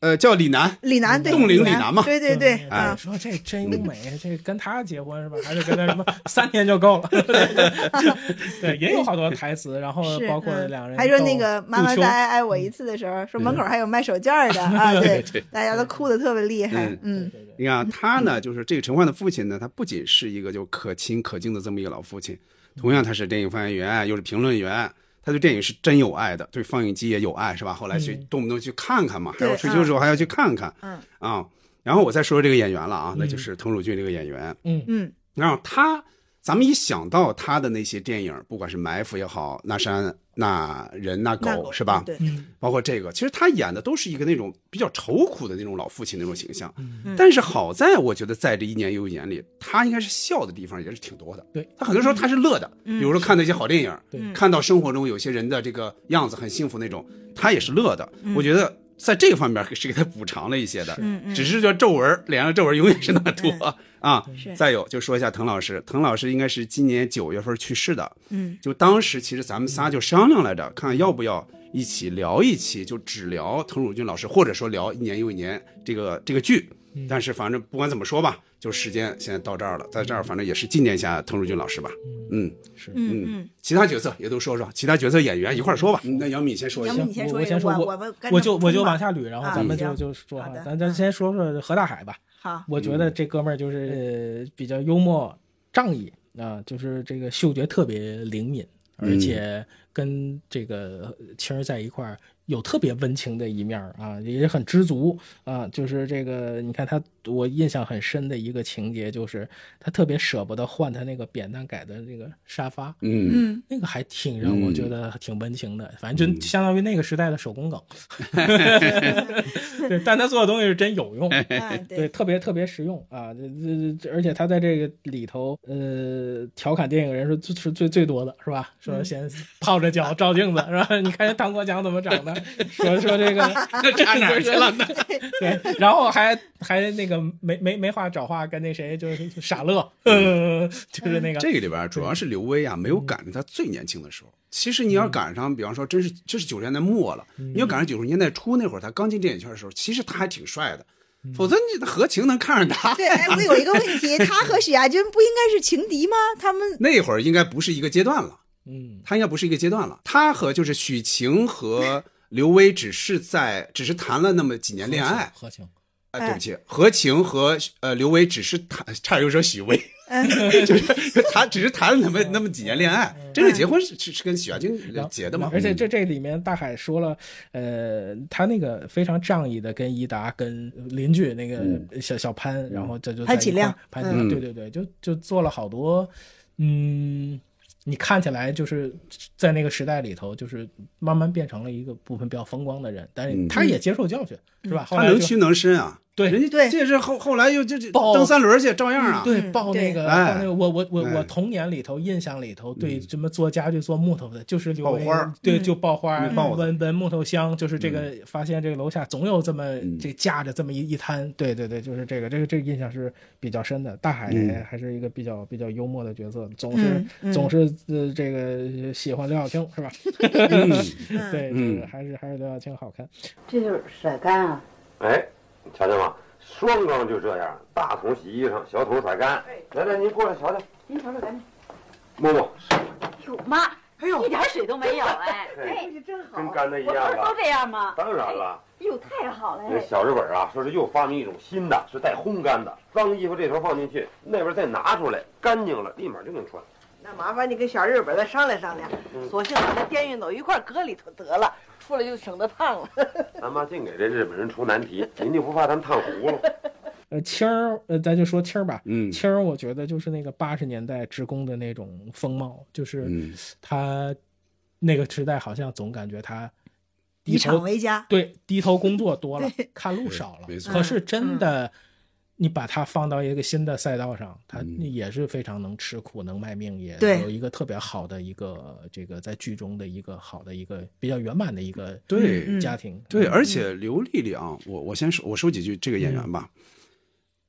呃，叫李楠，
李楠，对，
冻龄李
楠
楠嘛。
对对对，
哎
啊，
说这真优美，这跟他结婚是吧？还是跟他什么三天就够了？ 对，也有好多台词，然后
是，
包括
嗯
两人
还说
斗
那个妈
杜
妈
秋
再爱爱我一次的时候，说门口还有卖手绢儿的啊，
对
对
对，
大家都哭的特别厉害
嗯，
嗯
你看他呢，就是这个陈焕的父亲呢，他不仅是一个就可亲可敬的这么一个老父亲，同样他是电影发言员，又是评论员，他对电影是真有爱的，对放映机也有爱，是吧？后来去
嗯
动不动去看看嘛，还
对
有退休的时候还要去看看
嗯
啊。然后我再说说这个演员了啊，那就是滕汝俊这个演员，
嗯
嗯
然后他，咱们一想到他的那些电影，不管是《埋伏》也好，《那山那人那狗
那》狗
是吧？
对
嗯
包括这个，其实他演的都是一个那种比较愁苦的那种老父亲那种形象。
嗯
但是好在我觉得在这一年又一年里，他应该是笑的地方也是挺多的。
对
他很多时候他是乐的，
嗯
比如说看到一些好电影，
对
看到生活中有些人的这个样子很幸福那种，他也是乐的。
嗯
我觉得。在这方面是给他补偿了一些的，
嗯嗯
只是叫皱纹儿，脸上皱纹儿永远是那么多、啊
是。
再有就说一下滕老师，滕老师应该是今年九月份去世的，
嗯
就当时其实咱们仨就商量来着，看要不要一起聊一期，就只聊滕汝俊老师，或者说聊一年又一年这个这个剧。但是反正不管怎么说吧，就时间现在到这儿了，在这儿反正也是纪念一下滕汝俊老师吧。嗯，是
嗯嗯，
其他角色也都说说，其他角色演员一块儿说吧。嗯那杨幂先说一下，
杨幂你先说
我
一
先
下，
说，
我们跟
我
着
就
冲
我就
吧
往下捋，然后
啊
咱们就
行
就说哈
好，的嗯
咱咱先说说何大海吧。
好，
我觉得这哥们儿就是呃比较幽默仗义啊，就是这个嗅觉特别灵敏，而
嗯
且跟这个青儿在一块儿有特别温情的一面儿啊，也很知足啊。就是这个，你看他，我印象很深的一个情节就是他特别舍不得换他那个扁担改的那个沙发，
嗯
嗯，那个还挺让我觉得挺温情的，反正就相当于那个时代的手工梗。 对，但他做的东西是真有
哎
用，对，特别特别实用啊！这这这，而且他在这个里头，呃，调侃电影人是最是最最多的是吧？说
嗯
先泡着脚照镜子是吧？你看人唐国强怎么长 的？说说这个
差哪儿去 了呢？
对，然后还还那个没没没话找话跟那谁就是傻乐， 嗯， 就是那个嗯
这个里边主要是刘威啊，没有赶上他最年轻的时候。其实你要赶上，比方说，真是这是九十年代末了，
嗯
你要赶上九十年代初那会儿，他刚进电影圈的时候，其实他还挺帅的，
嗯
否则你何晴能看上他？
对，哎，我有一个问 题，他和许亚军不应该是情敌吗？他们
那会儿应该不是一个阶段了，
嗯，
他应该不是一个阶段了。他和就是许晴和刘威只是在只是谈了那么几年恋爱，啊
合情。
啊，对不起，何晴和呃刘威只是谈，差点又说许巍， 就是谈，只是谈了他们那么几年恋爱，真正结婚是是是跟许亚军结的嘛？嗯
而且这这里面大海说了，呃，他那个非常仗义的跟伊达、跟邻居那
嗯
个小小潘，然后这就在一块儿
潘启亮
潘
嗯
启亮，对对对，就就做了好多，嗯。你看起来就是在那个时代里头，就是慢慢变成了一个部分比较风光的人，但是
嗯
他也接受教训，是吧？后
他
来
能
就
屈能伸啊，
对，
人家
对，
这是后后来又就就
报
蹬三轮去，照样啊。
嗯对，报那个，
哎
报那个，我我我
哎嗯
我童年里头印象里头，对什么做家具、做木头的，就是刘
爆
维
花儿
对，
嗯
就爆花儿
嗯报，
闻闻木头香，就是这个发现这个楼下总有这么
嗯
这架着这么一一摊，对对对，就是这个这个这个印象是比较深的。大海
嗯
还是一个比较比较幽默的角色，总是
嗯嗯
总是呃这个喜欢刘晓庆是吧？
嗯
对，
嗯
就是还是还是刘晓庆好看。
这就是甩干啊！
哎，你瞧见吗？双缸就这样，大桶洗衣裳，小桶甩干。
哎
来来，您过来瞧瞧，
您瞅瞅，赶紧。
摸摸，
哟妈，哎呦，一点水都没有哎！哎，这真好，
跟干的一
我
样
不是
吧
都？这样吗？
当然了，
哟，太好了
这
哎！
小日本啊，说是又发明一种新的，是带烘干的，脏衣服这头放进去，那边再拿出来，干净了立马就能穿。
那麻烦你跟小日本再商量商量，
嗯
索性把那电熨斗一块儿搁里头得了，出来就省得烫了。
咱妈净给这日本人出难题，您就不怕咱烫糊了？
呃，青儿，呃，咱就说青儿吧。
嗯，
青儿，我觉得就是那个八十年代职工的那种风貌，
嗯
就是他那个时代好像总感觉他低
以
头
厂为家，
对，低头工作多了，看路少了，
没错
可是
嗯
真的，你把它放到一个新的赛道上，它
嗯
也是非常能吃苦、能卖命，也
对
有一个特别好的一个这个在剧中的一个好的一个比较圆满的一个
嗯
对
嗯家庭。
对，而且刘丽丽啊，我我先说，我说几句这个演
嗯
员吧。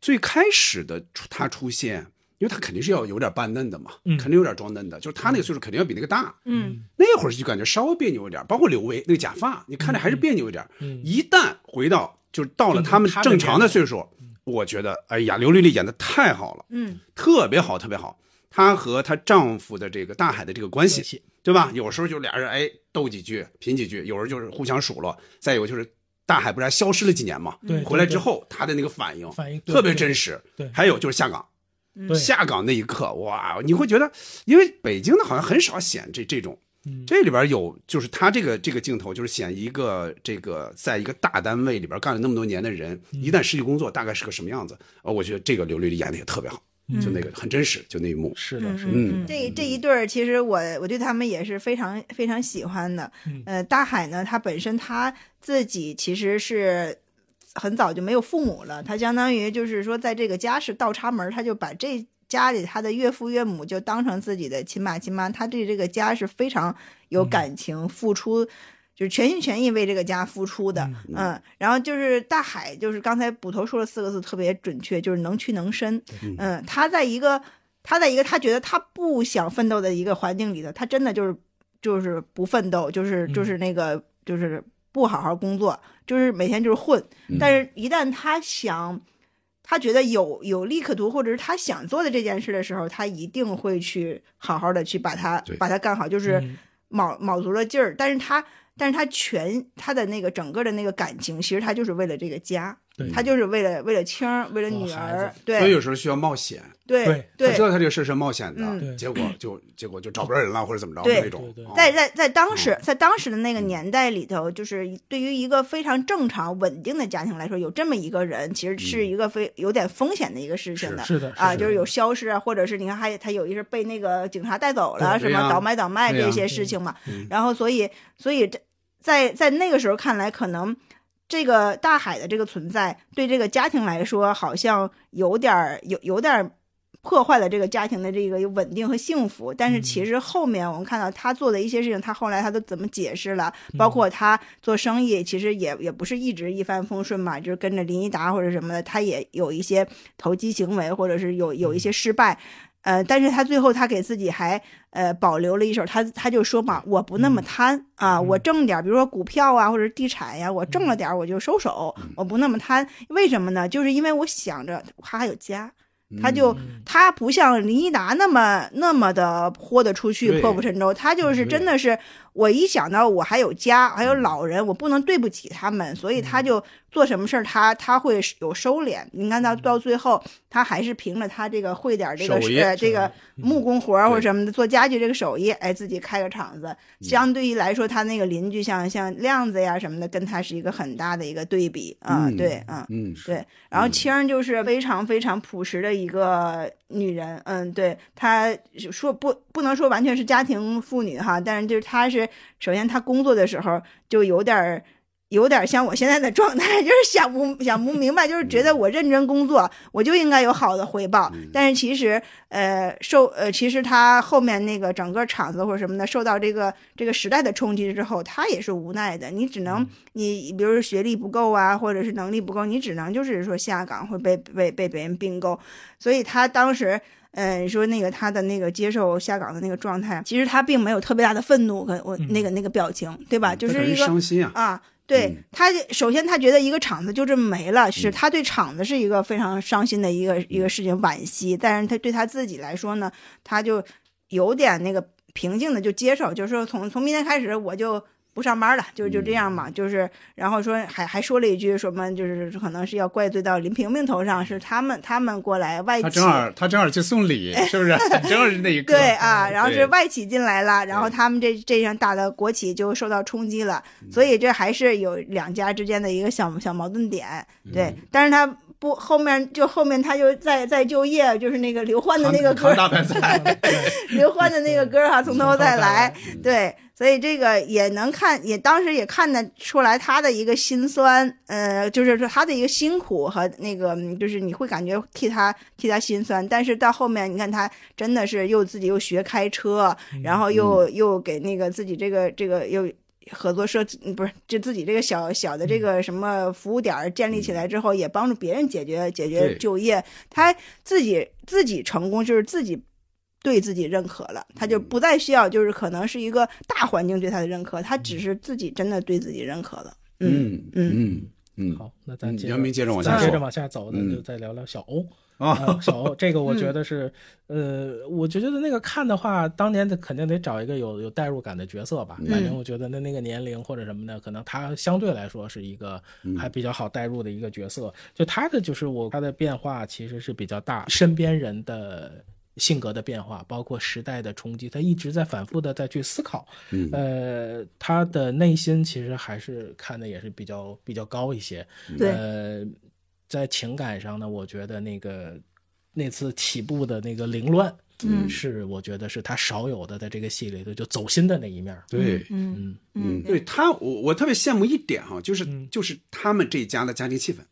最开始的出她出现，因为她肯定是要有点扮嫩的嘛，
嗯
肯定有点装嫩的，就是她那个岁数肯定要比那个大。
嗯，
那会儿就感觉稍微别扭一点，包括刘威那个假发，你看着还是别扭一点。
嗯
一旦回到就是到了他们正常的岁数，我觉得，哎呀，刘丽丽演的太好了，
嗯，
特别好，特别好。她和她丈夫的这个大海的这个关系，对吧？有时候就俩人哎斗几句，贫几句；有时候就是互相数落。再有就是大海不是还消失了几年嘛？
对对
回来之后她的那个反应，
反应对
特别
对
真实。
对
还有就是下岗，
嗯
对
下岗那一刻，哇，你会觉得，因为北京的好像很少显这这种。这里边有，就是他这个这个镜头，就是显一个这个在一个大单位里边干了那么多年的人，一旦失去工作，大概是个什么样子？呃，我觉得这个刘丽丽演的也特别好，
嗯
就那个很真实，就那一幕。
是
嗯
嗯，
这这一对儿，其实我我对他们也是非常非常喜欢的。
嗯
呃，大海呢，他本身他自己其实是很早就没有父母了，他相当于就是说，在这个家是倒插门儿，他就把这家里他的岳父岳母就当成自己的亲爸亲妈，他对这个家是非常有
嗯
感情，付出。就是全心全意为这个家付出的，嗯然后就是大海，就是刚才捕头说了四个字特别准确，就是能屈能伸，
嗯
嗯，他在一个他在一个他觉得他不想奋斗的一个环境里头，他真的就是就是不奋斗，就是就是那个、就是不好好工作，就是每天就是混。但是，一旦他想，他觉得有有利可图，或者是他想做的这件事的时候，他一定会去好好的去把它把它干好，就是卯卯足了劲儿。但是他但是他全他的那个整个的那个感情，其实他就是为了这个家
对，
他就是为了为了青儿，为了女儿，对，
所以有时候需要冒险。
对对
他知道他这个事儿是冒险的，
嗯对
结果就结果就找不着人了，或者怎么着
对
那种。哦
在在在当时，
嗯
在当时的那个年代里头，就是对于一个非常正常稳定的家庭来说，有这么一个人，其实是一个非有点风险的一个事情
嗯是是的
啊，
是的嗯
就是有消失啊，或者是你看还他有一是被那个警察带走了，什
对
么
呀
倒卖倒卖
对呀
这些事情嘛
嗯。
然后所以所以这在在那个时候看来，可能。这个大海的这个存在，对这个家庭来说，好像有点儿有有点儿破坏了这个家庭的这个稳定和幸福。但是其实后面我们看到他做的一些事情，他后来他都怎么解释了，包括他做生意，其实也也不是一直一帆风顺嘛，就是跟着林一达或者什么的，他也有一些投机行为，或者是有有一些失败。呃，但是他最后他给自己还呃保留了一手，他他就说嘛，我不那么贪、啊，我挣点儿，比如说股票啊或者地产呀、我挣了点儿我就收手，我不那么贪。为什么呢？就是因为我想着他还有家，
嗯
他就、他不像林一达那么那么的豁得出去、
对
破釜沉舟，他就是真
嗯
的是我一想到我还有家，还有老人，我不能对不起他们，所以他就做什么事儿他他会有收敛。你看到到最后，他还是凭着他这个会点儿这个
嗯手艺嗯
呃这个木工活儿或者什么的，做家具这个手艺，哎，自己开个厂子。
嗯
相对于来说，他那个邻居像像亮子呀什么的，跟他是一个很大的一个对比啊、
嗯
对，嗯
嗯
对。然后青儿就是非常非常朴实的一个女人，嗯，对，她说不不能说完全是家庭妇女哈，但是就是她是首先她工作的时候就有点儿。有点像我现在的状态， 就是想不想不明白，就是觉得我认真工作，我就应该有好的回报。但是其实，呃，受呃，其实他后面那个整个厂子或者什么的，受到这个这个时代的冲击之后，他也是无奈的。你只能你比如说学历不够啊，或者是能力不够，你只能就是说下岗会被被被别人并购。所以他当时，嗯、说那个他的那个接受下岗的那个状态，其实他并没有特别大的愤怒跟我那个那个表情，对吧？就
嗯他
是
等于
一个
伤心啊
啊，对他首先他觉得一个厂子就这么没了，
嗯
是他对厂子是一个非常伤心的一个一个事情，惋惜。但是他对他自己来说呢，他就有点那个平静的就接受，就是说从从明天开始我就。不上班了，就就这
嗯
样嘛，就是，然后说还还说了一句什么，就是可能是要怪罪到林萍萍头上，是他们他们过来外
他
企
正好他正好去送礼，是 不是？正好是那一刻。
对啊，然后是
对
外企进来了，然后他们这这样大的国企就受到冲击了，
嗯
所以这还是有两家之间的一个小小矛盾点。对，
嗯
但是他不后面就后面他就再再就业，就是那个刘欢的那个歌
扛，大白菜，
刘欢的那个歌哈，从头再来，对，所以这个也能看，也当时也看得出来他的一个心酸，呃，就是说他的一个辛苦和那个，嗯就是你会感觉替他替他心酸，但是到后面你看他真的是又自己又学开车，然后又、又给那个自己这个这个又。合作社嗯不是就自己这个小小的这
嗯
个什么服务点儿建立起来之后，也帮助别人解
嗯
决解决
对
就业，他自己自己成功就是自己对自己认可了，他就不再需要就是可能是一个大环境对他的认可，他只是自己真的对自己认可了。
嗯嗯嗯。
好，那咱接着
杨明接着往下嗯
咱
说，
接着往下走，咱就再聊聊小欧。
啊
呃小欧，这个我觉得是，呃，我就觉得那个看的话，当年的肯定得找一个有有代入感的角色
嗯
吧。反正我觉得那那个年龄或者什么的，可能他相对来说是一个
嗯
还比较好代入的一个角色。就他的就是我他的变化其实是比较大，身边人的性格的变化，包括时代的冲击，他一直在反复的再去思考。
嗯
呃，他的内心其实还是看的也是比较比较高一些。
对
呃，在情感上呢，我觉得那个那次起步的那个凌乱，
嗯
是我觉得是他少有的在这个戏里头就走心的那一面儿。
对
嗯
嗯，对他，我我特别羡慕一点哈，就是就是他们这一家的家庭气氛
嗯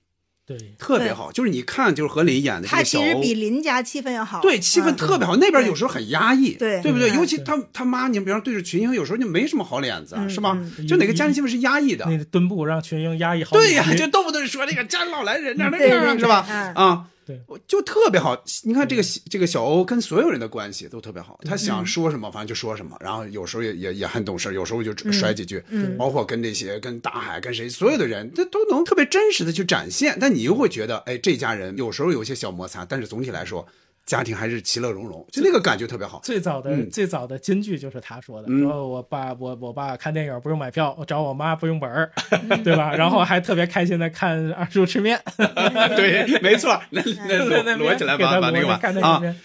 对嗯
特别好，就是你看就是何林演的这
他
嗯个小
其实
欧，
比邻家气氛要好，
对气氛
嗯
特别好，那边有时候很压抑，
对
对不对？
嗯
尤其他他妈，你比方对着群英，有时候就没什么好脸子，啊
嗯
是吧？就哪个家庭气氛是压抑的？
那蹲步让群英压抑好几
对呀、
集
就动不动说这个家里老来人这样那
对
样啊
对
是吧？
对
啊，
对，
就特别好。你看这个这个小欧跟所有人的关系都特别好，他想说什么反正就说什么，然后有时候也也也很懂事，有时候就
嗯
甩几句，
嗯
包括跟这些跟大海跟谁所有的人，他都能特别真实的去展现。但你又会觉得，哎，这家人有时候有一些小摩擦，但是总体来说，家庭还是其乐融融，就那个感觉特别好。
最早的、
嗯
最早的金句就是他说的，
嗯
说我爸我我爸看电影不用买票，我找我妈不用本儿，
嗯
对吧？然后还特别开心的看二叔吃面，
对，没错，那那
对
摞
那边
摞起来吧，
给他
把那个
摞
碗
着看那
啊
边。嗯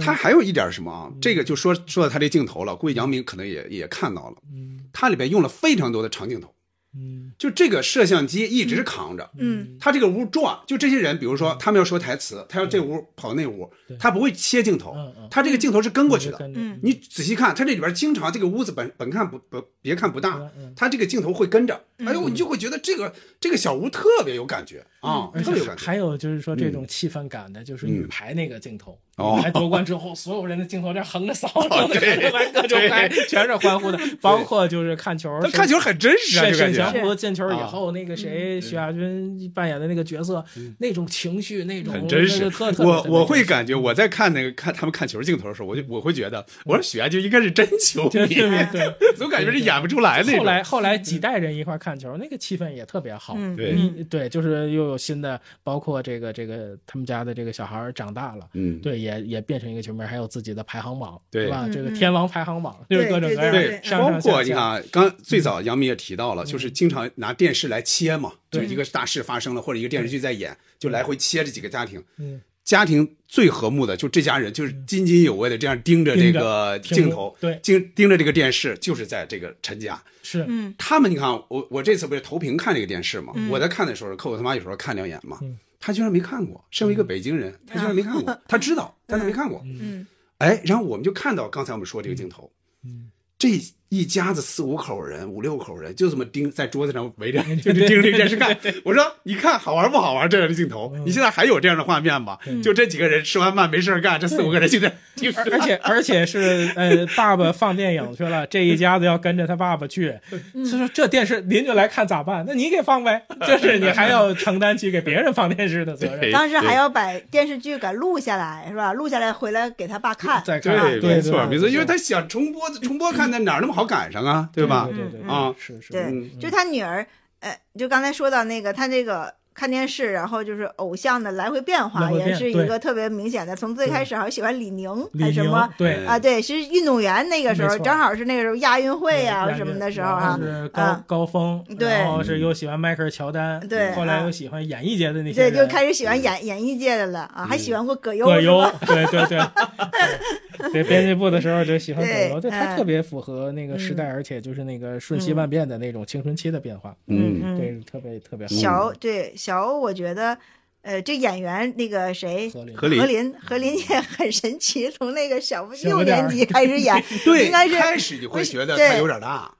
他还有一点什么啊？这个就说说到他这镜头了，估计杨明可能也也看到了，他里边用了非常多的长镜头，
嗯，
就这个摄像机一直扛着，
嗯，
他这个屋转，就这些人，比如
嗯
说他们要说台词，他要这屋跑那屋，他不会切镜头，
嗯
他这个镜头是跟过去的。
嗯
你仔细看，他这里边经常这个屋子本本看不不别看不大，
嗯
他这个镜头会跟着，哎呦，你就会觉得这个这个小屋特别有感觉啊，
嗯而
特别有
且
感觉。嗯
还有就是说这种气氛感的，就是女排那个镜头，
哦
女排夺冠之后，所有人的镜头这样横着扫，
哦 对
各种 拍，
对
全是欢呼的，包括就是看球
他，看球很真实啊
沈
就感
沈
觉啊
祥波
是嗯
进球以后，那个谁许亚军扮演的那个角色，那种情绪，那种
很真实
那个特，特
我
特别
我会感觉我在看那个看他们看球镜头的时候，我就我会觉得，我说许亚军应该是真球
真
迷
球迷，
总感觉是演不出来那种。
后来后来几代人一块儿看球，那个气氛也特别好。
嗯对
你对，就是又有新的，包括这个这个他们家的这个小孩儿长大了，
嗯
对，也也变成一个球迷，还有自己的排行榜，
对
是吧？
嗯
这个
嗯
天王排行榜就是各种各样
对
的，上
包
上下
括你啊
下
看，刚最早杨幂也提到了，就是经常拿电视来切嘛，就
对
一个大事发生了，或者一个电视剧在演，就来回切这几个家庭。
嗯，
家庭最和睦的，就这家人就是津津有味的这样盯着这
盯着
个
屏
镜
幕
头，
对
盯盯着这个电视，就是在这个陈家。
是，
嗯，
他们你看，我我这次不是投屏看这个电视嘛，
嗯
我在看的时候，可我他妈有时候看两眼嘛，他居然没看过。身为一个北京人，他居然没看 过，他知道，但他没看过。
嗯，
哎，然后我们就看到刚才我们说这个镜头，
嗯
这一家子四五口人、五六口人就这么盯在桌子上围着，
嗯
就是盯着这电 视看。我说，你看好玩不好玩？这样的镜头，
嗯
你现在还有这样的画面吗？就这几个人吃完饭没事儿干，这四五个人就在盯着
嗯而而且而且是呃，爸爸放电影去了，这一家子要跟着他爸爸去，他说这电视您就来看咋办？那你给 放呗，就是你还要承担起给别人放电视的责任。
当时还要把电视剧给录下来，是吧？录下来回来给他爸看。
再看
对，
对
没错
对
没错，因为他想重播重播看，那哪儿那么好赶上啊？对吧？
对对对对
啊，
是是
对，就他女儿，呃，就刚才说到那个，他这个看电视，然后就是偶像的来回变化，
来回
也
变
是一
对
个特别明显的。从最开始好像喜欢李宁，
李
还是什
宁
么，
对
啊，对，是运动员那个时
没
候，
错
正好是那个时候亚运会呀、
亚运
什么的时候
然
啊
后，是高、
啊，
高峰，
对
然后是又喜欢迈克尔乔丹，
对
后来
啊
又喜欢演艺界的那些
对，
人，嗯
就开始喜欢演演艺界的了啊，还喜欢过葛优，
葛
是
优
吧，
对对对， 对编辑部的时候就喜欢葛优，对
对
他
嗯
特别符合那个时代，而且就是那个瞬息万变的那种青春期的变化，
嗯嗯
这是特别特 别好。
小欧对小欧，我觉得，呃，这演员那个谁，
何林
何林，何林也很神奇，从那个小
小
六
不点儿，
年级开 始 演
对，
应该是
开始你会觉得
对
他有点大，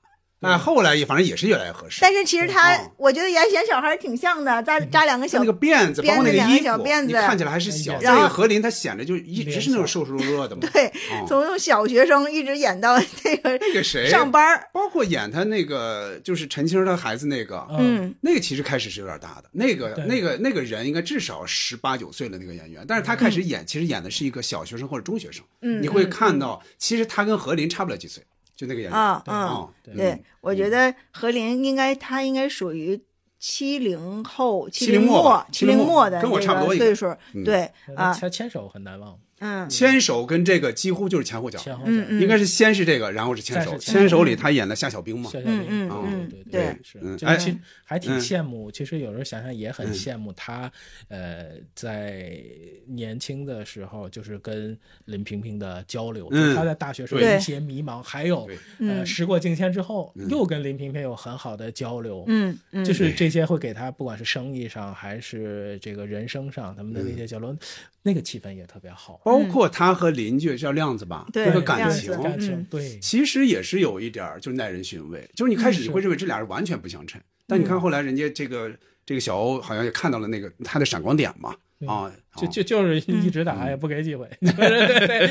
但后来也反正也是越来越合适。
但是其实他，我觉得演演小孩儿挺像的，扎扎两个小
那个辫子，包括那
两
衣
小
服，
辫
你
子，
看起来还是小。
然
再一个
后
何林，他显得就一直是那种瘦瘦弱弱的嘛。
对
嗯，
从小学生一直演到 那个
那个谁
上班儿，
包括演他那个就是陈青儿他孩子那个，
嗯，
那个其实开始是有点大的，那个
对
那个那个人应该至少十八九岁了那个演员，但是他开始演其实演的是一个小学生或者中学生，
嗯
你会看到其实他跟何林差不了几岁，就那个演员
啊
啊
啊，，对，我
嗯
觉得何林应该他应该属于七零后、
70
零
末吧
七零
70末
的
跟我
这
差不
个
多一个
岁数
嗯，
对啊，
牵牵手很难忘，
嗯
牵手跟这个几乎就是前后脚，
后
脚嗯嗯
应该是先是这个，然后是牵
再
手。
是牵手嗯
牵手里他演的夏小兵嘛，
夏小兵嗯嗯嗯
对
对
是
就
哎
是，其还挺
嗯
羡慕，其实有时候想想也很
嗯
羡慕他，呃，在年轻的时候就是跟林萍萍的交流，
嗯
他在大学时候
对
有一些迷茫，还有呃，
嗯
时过境迁之后又跟林萍萍有很好的交流，
嗯嗯
就是这些会给他不管是生意上还是这个人生上他
嗯
们的那些交流，那个气氛也特别好，
包括他和邻居叫亮子吧，
嗯对
那个
亮
感
子
情，
感情嗯对
其实也是有一点儿就是耐人寻味，就是你开
嗯
始你会认为这俩人完全不相称，但你看后来人家这个这个小欧好像也看到了那个他的闪光点嘛，
嗯
啊，
就就就是
嗯
一直打也不 给机会，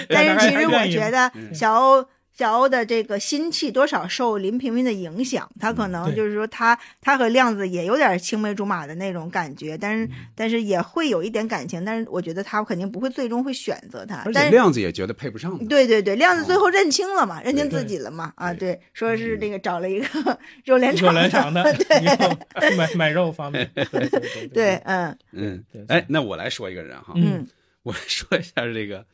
但是其实我
愿意嗯
觉得小欧小欧的这个心气多少受林平民的影响，他可能
嗯对
就是说他他和亮子也有点青梅竹马的那种感觉，但
嗯
是但是也会有一点感情，但是我觉得他肯定不会最终会选择
啊
他
而，且
但是。
亮子也觉得配不上他，
对对对，
哦
亮子最后认清了嘛，认清自
对
己了嘛，啊，对，说是那个找了一个 肉联
嗯肉
厂，
联厂的
对
对，买买肉方面，对对对
对，嗯，
嗯，哎，那我来说一个人哈，
嗯，
我说一下这个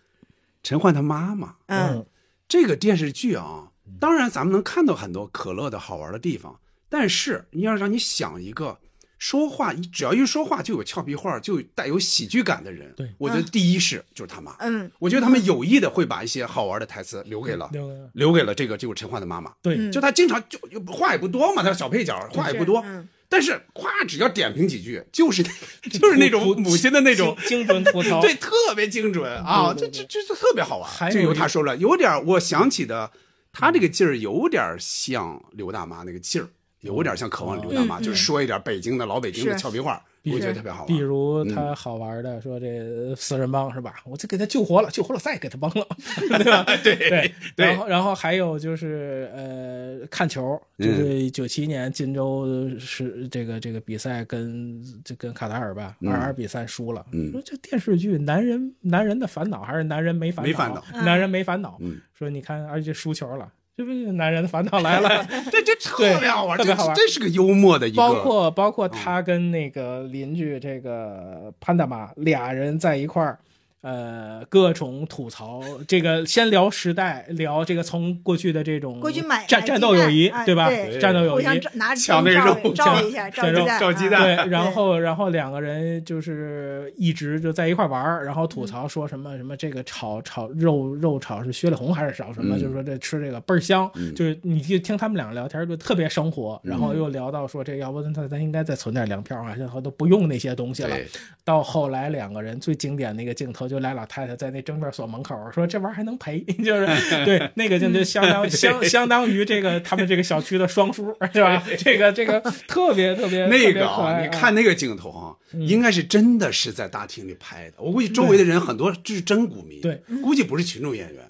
陈焕他妈妈，
嗯，
这个电视剧啊，当然咱们能看到很多可乐的好玩的地方，但是你要让你想一个说话，你只要一说话就有俏皮话，就有带有喜剧感的人，对，我觉得第一是就是他妈，
嗯，
我觉得他们有意的会把一些好玩的台词留给了
嗯留给了
留给了这个这个陈焕的妈妈，
对嗯
就他经常就就话也不多嘛，他小配角话也不多，
嗯
但是夸只要点评几句，就是那 就是那种母亲的那种
精准吐槽
对，特别精准啊，这
对
这这这特别好
还
玩，
有
就由
一
他说了，有点儿我想起的，他这个劲儿有点儿像刘大妈那个劲儿，有点儿像渴望刘大妈，
嗯
就是说一点儿北京的老北京的
是
俏皮话，我觉得特别好玩。嗯
比如他好玩的说这四人帮是吧？我就给他救活了，救活了再给他帮了， 对吧？对对。
对
然后然后还有就是呃看球，
嗯
就是九七年金州是这个这个比赛跟这跟卡塔尔吧
嗯
二二比三输了。
嗯
说这电视剧男人男人的烦恼还是男人没烦恼？
没烦恼
男人没烦恼。
嗯
说你看，而且输球了。这不就是男人的烦恼来了？
这这特别好玩，
特
这
别好玩，
这是个幽默的一个，嗯
包括包括他跟那个邻居这个潘大妈俩人在一块儿，呃，各种吐槽，这个先聊时代，聊这个从过去的这种
过去
嗯
买
战
买
战斗友谊
鸡蛋，啊
对吧
对？
战斗友
互
谊
相照拿抢那照肉照一 下照
抢
鸡蛋啊照鸡蛋
对，然后然后两个人就是一直就在一块玩儿然后
嗯
吐槽说什么什么这个炒炒肉肉炒是薛里红还是炒什么，
嗯
就是说这吃这个倍儿香，
嗯
就是你就听他们俩聊天就特别生活，然
嗯
后又聊到说这要不咱咱应该再存点粮票啊，现在都不用那些东西了
对。
到后来两个人最经典那个镜头，就俩老太太在那征面所门口说这玩意儿还能赔， 就是对那个就就相当
嗯
相
对
相当于 这个他们这个小区的双叔是吧？这个这个特别特别嗯
那
特别
个
可
啊，
爱
你
啊
看那个镜头啊，应该是真的是在大厅里拍的。我估计周围的人很多是真股民，
对，
估计不是群众演员。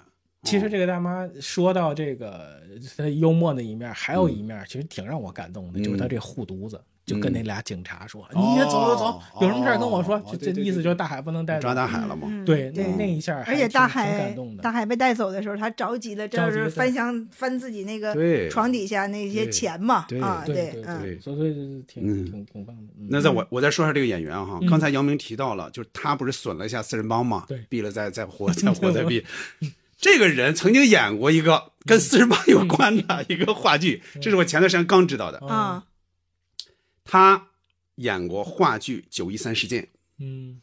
其实这个大妈说到这个她幽默的一面，还有
嗯
一面其实挺让我感动的，
嗯
就是她这护犊子，就跟那俩警察说：“
嗯
你也走走走
哦，
有什么事儿跟我说。”
哦
就
对
这
对
意思就是大海不能带走，
抓大海了嘛
嗯
对，那
对
那一下还
而且大
挺挺
海
感动的。
大海被带走的时候，他着急了，这
着
就
急
是
对
翻箱翻自己那
对
个床底下那些钱嘛
对，
啊，
对对嗯
嗯，
所以就是挺挺挺棒的。
那在我我再说一下这个演员啊哈，
嗯
刚才姚明提到了，就是他不是损了一下四人帮嘛，对，毙了再再活， 再活再毙。这个人曾经演过一个跟四人帮有
嗯
关的一个话剧， 这是我前段时间刚知道的。
啊，
他演过话剧《九一三事件》，
嗯，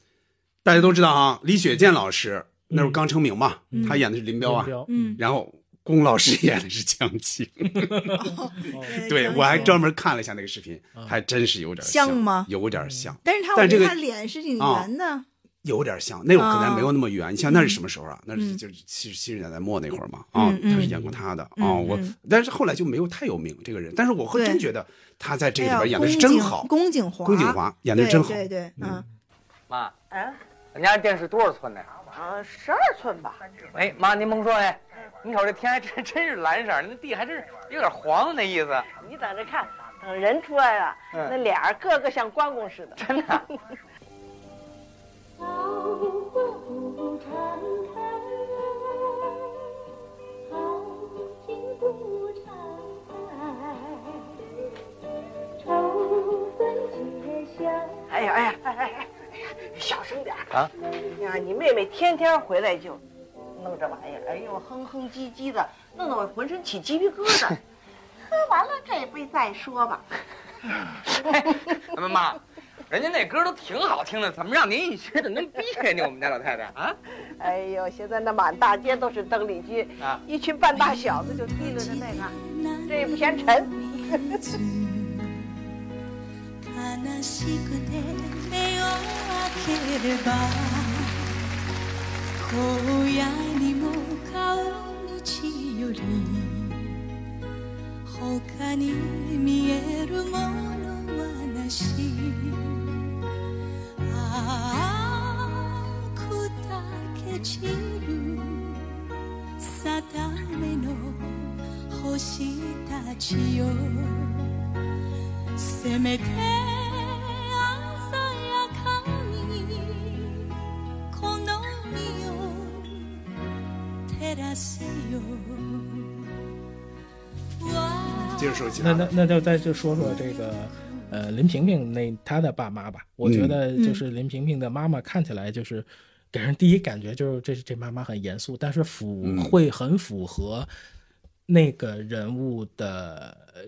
大家都知道啊，李雪健老师那时候刚成名嘛，他演的是林彪啊
嗯林彪，
嗯
然后龚老师演的是江 青，
嗯
对我还专门看了一下那个视频，
啊
还真是有点
像吗嗯
有点像，
但是他我
但
觉
这
得
个
他脸是挺
啊
圆的，
有点像，那会儿可能
啊
没有那么圆。你像那是什么时候啊？那是
嗯
就是七十七十年代末那会儿嘛，啊，
嗯嗯
他是演过他的啊。
嗯
我
嗯
但是后来就没有太有名这个人，但是我会
对
真觉得他在这
哎
里
呀
边演的是
宫
真
颈
好。
宫景华，
宫景华演的是真好
对对对，嗯，
妈，
啊，
咱家电视多少寸的呀？
啊，十二寸吧，
哎，妈，您甭说哎，
嗯
你瞅这天还真真是蓝色儿，那地还真是有点黄那意思。
你等着看，等人出来了，
嗯
那脸儿个个像关公似的，真 的。哎呀哎呀哎哎哎，小声点 儿
啊！
哎呀，你妹妹天天回来就弄这玩意儿，哎呦，哼哼唧唧的，弄得我浑身起鸡皮疙 瘩。喝完了这杯再说吧。
咱们哎妈，人家那歌都挺好听的，怎么让您一学的能逼着你我们家老太太啊？
哎呦，现在那满大街都是邓丽君，
啊
一群半大小子就提溜着那个，这也不嫌沉。
悲しくて目を開ければ荒野にも顔道より他に見えるものはなしああ砕け散る定めの星たちよせめて鮮やかにこの身を照らせよ
接着说其他
那
的
那那就再就说说这个，呃，林萍萍那她的爸妈吧。我
嗯
觉得就是林萍萍的妈妈看起来就是给人第一感觉就是这这妈妈很严肃，但是符
嗯
会很符合那个人物的。呃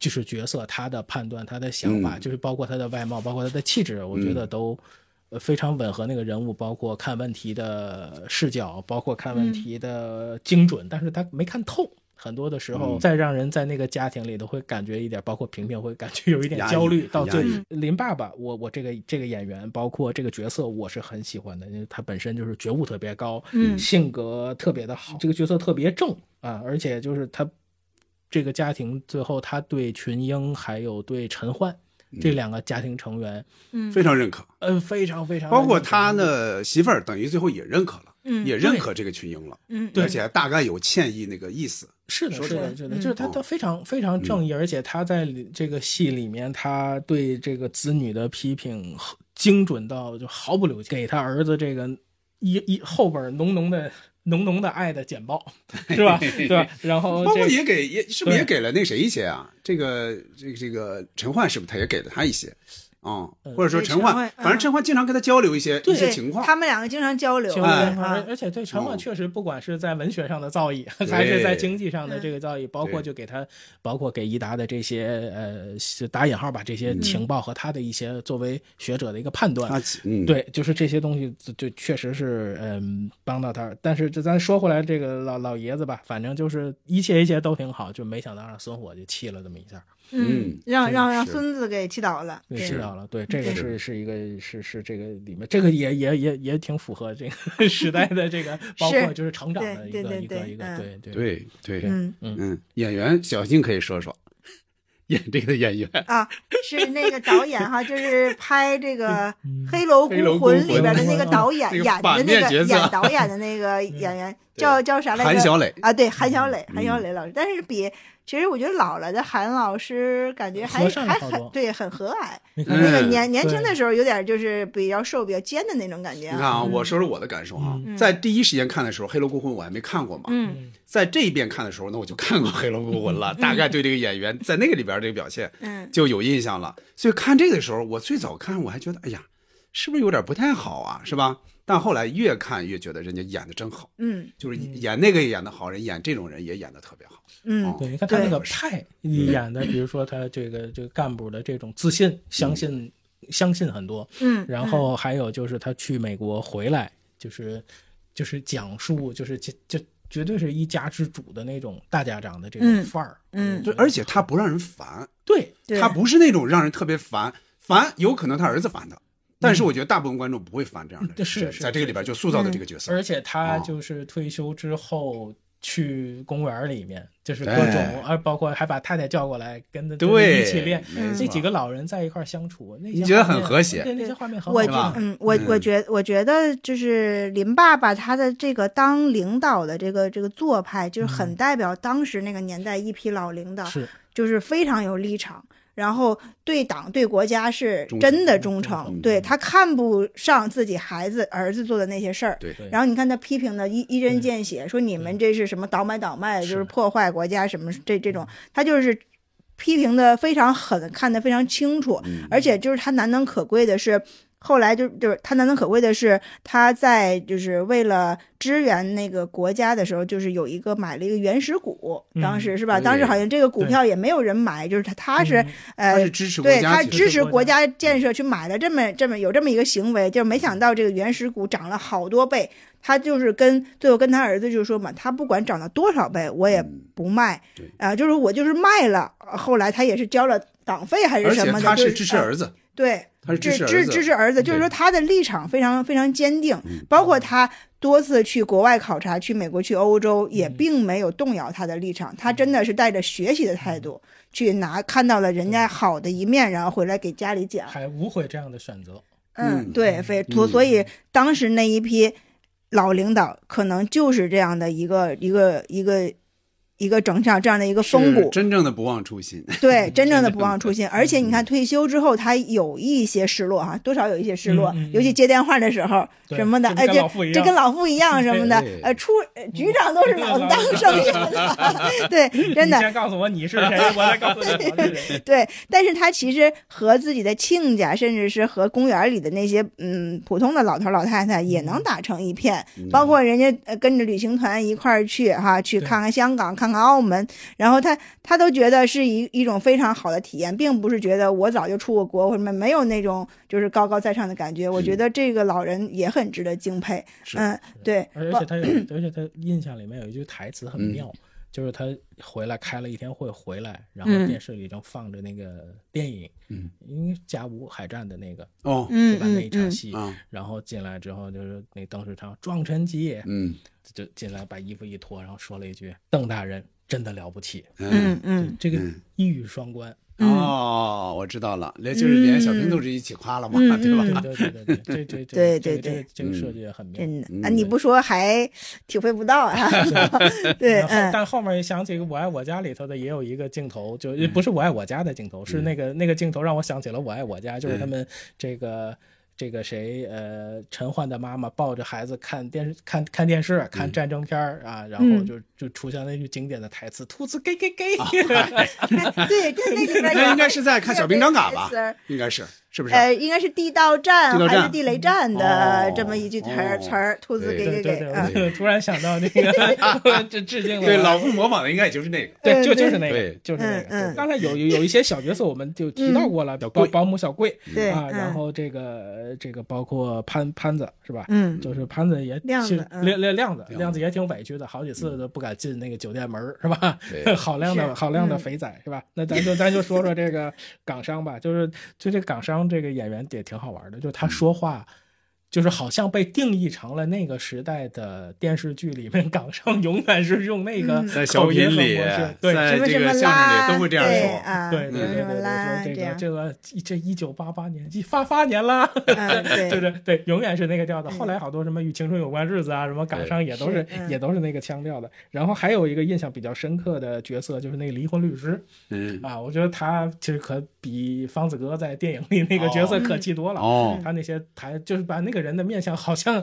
就是角色，她的判断，她的想法，
嗯
就是包括她的外貌，包括她的气质，我觉得
嗯
都呃非常吻合那个人物，包括看问题的视角，包括看问题的精准，但是他没看透。很多的时候，
嗯
再让人在那个家庭里头会感觉一点，包括萍萍会感觉有一点
压抑
焦虑。到
压
最
抑
林爸爸，我我这个这个演员，包括这个角色，我是很喜欢的，因为他本身就是觉悟特别高，
嗯
性格特别的好，这个角色特别正啊，而且就是他这个家庭最后他对群英还有对陈焕
嗯
这两个家庭成员，
嗯
非常认可，
嗯，非常非常
包括他的媳妇儿，等于最后也认可了，
嗯
也认可这个群英了，
嗯对
而且大概有歉意那个意思。
是的，
说
是
出来嗯
的，是的，就是 他他非常非常正义，而且他在里这个戏里面，他对这个子女的批评很精准到就毫不留情，给他儿子这个一一后边浓浓的浓浓的爱的简报， 是 吧？对吧？然后
包括
这
也给也是不是也
对
给了那谁一些啊？这个这个这个陈焕是不是他也给了他一些？啊、
呃
或者说
对
陈焕
陈焕，
反
嗯
正陈焕经常跟他交流一些一些情况。
他们两个经常交流，
交流哎
啊
而且对陈焕确实不管是在文学上的造诣，
嗯
还是在经济
嗯
上的这个造诣，包括就给他，包括给伊达的这些呃是打引号吧这些
嗯
情报和他的一些作为学者的一个判断
他，嗯
对，就是这些东西就就确实是嗯帮到他。但是这咱说回来，这个老老爷子吧，反正就是一切一切都挺好，就没想到让孙火就气了这么一下。
嗯，让让让
是
孙子给气倒了，
对，
对
知道了。对，这个
嗯
是是一个是是这个里面，这个也也也也挺符合这个 时代的这个，包括就是成长的一
对
个
对
一个
对
一个，
嗯
对对
对对，
嗯
嗯，演员小静可以说说，演这个演员
啊，是那个导演哈，就是拍这个《
嗯
黑楼
黑楼
孤
孤魂嗯
魂》里边的那个导演
那个
演的
反
那
面
个
角色
演导演的那 个演员叫叫啥来着？
韩小磊嗯
啊，对，韩小磊，韩小磊老师。但是比其实我觉得老了的韩老师感觉还
和善了
还
好
很
多
对，很和蔼。
你看
那个
嗯
年年轻
对
的时候有点就是比较瘦、比较尖的那种感觉
你看啊，
嗯
啊。
我说说我的感受啊，
嗯
在第一时间看的时候，《黑楼孤魂》我还没看过嘛，
嗯
在这一遍看的时候，那我就看过《黑楼孤魂》了，大概对这个演员在那个里边这个表现
嗯
就有印象了。所以看这个时候，我最早看我还觉得，哎呀，是不是有点不太好啊，是吧？但后来越看越觉得人家演的真好，
嗯
就是演那个也演的好，人演这种人也演的特别好。
嗯，
对，你看他那个
对
派演的，比如说他这个这个干部的这种自信、相信、相信很多，
嗯
然后还有就是他去美国回来，就是就是讲述，就是这这绝对是一家之主的那种大家长的这种范儿，
嗯，
对，而且他不让人烦，
对
对
他不是那种让人特别烦，烦有可能他儿子烦他，但是我觉得大部分观众不会烦这样的人，
嗯是是嗯
在这个里边就塑造的这个角色，啊
而且他就是退休之后去公园里面，就是各
哎
种，而包括还把太太叫过来跟他
对
跟他一起练
没，错
这几个老人在一块儿相处，那些
你觉得
画面
很和谐
对那些画面很
我
好看，
觉嗯，我我觉我觉得就是林爸爸他的这个当领导的这个这个做派，就是很代表当时那个年代一批老领导，
嗯是
就是非常有立场，然后对党对国家是真的嗯忠诚，对他看不上自己孩子儿子做的那些事儿，
对对
然后你看他批评的一一针见血，说你
嗯
们这是什么倒买倒卖，就是破坏国家什么这这种，
嗯
他就是批评的非常狠，看得非常清楚，
嗯
而且就是他难能可贵的是，后来就就是他难能可贵的是，他在就是为了支援那个国家的时候，就是有一个买了一个原石股，
嗯
当时是吧？
对嗯
当时好像这个股票也没有人买，就是他他是
他
呃
是支持国
对
家
他
去
支持
的
国家建设去买了这么这么有这么一个行为，就没想到这个原石股涨了好多倍。他就是跟最后跟他儿子就说嘛，他不管涨到多少倍，我也
嗯
不卖啊、就是我就是卖了。后来他也是交了党费还是
而
什
且
么的，
他
就是
支持
呃
儿子，
对，
他是支持
支
儿子嗯
支持儿子，就是说他的立场非常非常坚定，包括他多次去国外考察，去美国、去欧洲，
嗯
也并没有动摇他的立场。他真的是带着学习的
嗯
态度去拿看到了人家好的一面，然后回来给家里讲。
还无悔这样的选择。
嗯，对，非所所
嗯
以当时那一批老领导可能就是这样的一个一个一个一个整场这样的一个风骨
是，真正的不忘初心。
对，真正的不忘初心。而且你
嗯
看，退休之后他有一些失落哈、多少有一些失落，
嗯嗯
尤其接电话的时候
对
什么的，
这
哎，
跟
这
老傅一
这
样
跟老傅一样什么的
对，
呃，处呃局长都是 老子当生意的，对，真的
你。先告诉我你是谁，我再告诉你我是谁。
对，但是他其实和自己的亲家，甚至是和公园里的那些嗯普通的老头老太太也
嗯
能打成一片，包括人家呃跟着旅行团一块儿去哈，去看看香港，看看澳门，然后他他都觉得是一一种非常好的体验，并不是觉得我早就出过国或者什么没有那种就是高高在上的感觉。我觉得这个老人也很值得敬佩，嗯，对，
而且他 有，而且他印象里面有一句台词
嗯
很妙，就是他回来开了一天会回来，然后
嗯
电视里正放着那个电影，
嗯，
因为甲午海战的那个
哦
对吧？
嗯嗯
那一场戏
嗯，
然后进来之后就是那当时唱《壮臣吉野》，
嗯，
就进来把衣服一脱，然后说了一句：“邓大人真的了不起。”
嗯
嗯，
这个一 语双关。嗯
哦，我知道了，连就是连小平同志一起夸了嘛，
嗯
对吧？嗯
对对对 对，这这
对
这
对
个这个
对，
这个设计也很妙。
真的啊，你
嗯
不说还体会不 到啊，对，
然后
嗯。
但后面一想起《我爱我家》里头的也有一个镜头，就
嗯嗯
不是《我爱我家》的镜头，是那个那个镜头让我想起了《我爱我家》，就是他们这个。这个谁呃陈焕的妈妈抱着孩子看电视看看电视
嗯
看战争片儿啊，然后
嗯
就就出现了一句经典的台词“兔子给给 给”，
啊
对，就那里边
那应该是在看小兵张嘎吧
这
哎
个台词？
应该是，是不是？
呃，应该是地道战
地道战哦
还是地雷战的这么一句词儿词儿，兔子给给
对嗯对
给
对，
啊
我！就突然想 到那个，这致敬了。
对，老傅模仿的应该也就是那个，
嗯
嗯对，就就是那个
对，
就是那
嗯
个。
嗯
对刚才有有有一些小角色，我们就提到过了，保保姆小贵，
对
啊，
嗯
然后这个这个包括潘潘子是吧？
嗯
就是潘子也
亮子
其实
嗯
亮亮亮子亮子也挺委屈的，好几次
嗯
都不敢进那个酒店门儿是吧
对？
好亮
是
的好亮的
嗯
肥仔是吧？那咱就咱就说说这个港商吧，就是就这港商这个演员也挺好玩的，就是
嗯
他说话。就是好像被定义成了那个时代的电视剧里面，港商永远是用那个
嗯在小
口
品
音和模
里
式，对，
在什么这个什么相声里啦都会这样对说啊
对对
什么
对
什么
对对，
啦
说
这
这个
样
这个这一九八八年，一发发年啦，
嗯 对嗯
对对对，永远是那个调子。后来好多什么与青春有关日子啊，什么港商也都是
是嗯
也都是那个腔调的。然后还有一个印象比较深刻的角色就是那个离婚律师，
嗯
啊，我觉得他其实可比方子哥在电影里那个角色
哦
可气多了。
哦
他那些台就是把那个人的面相好像，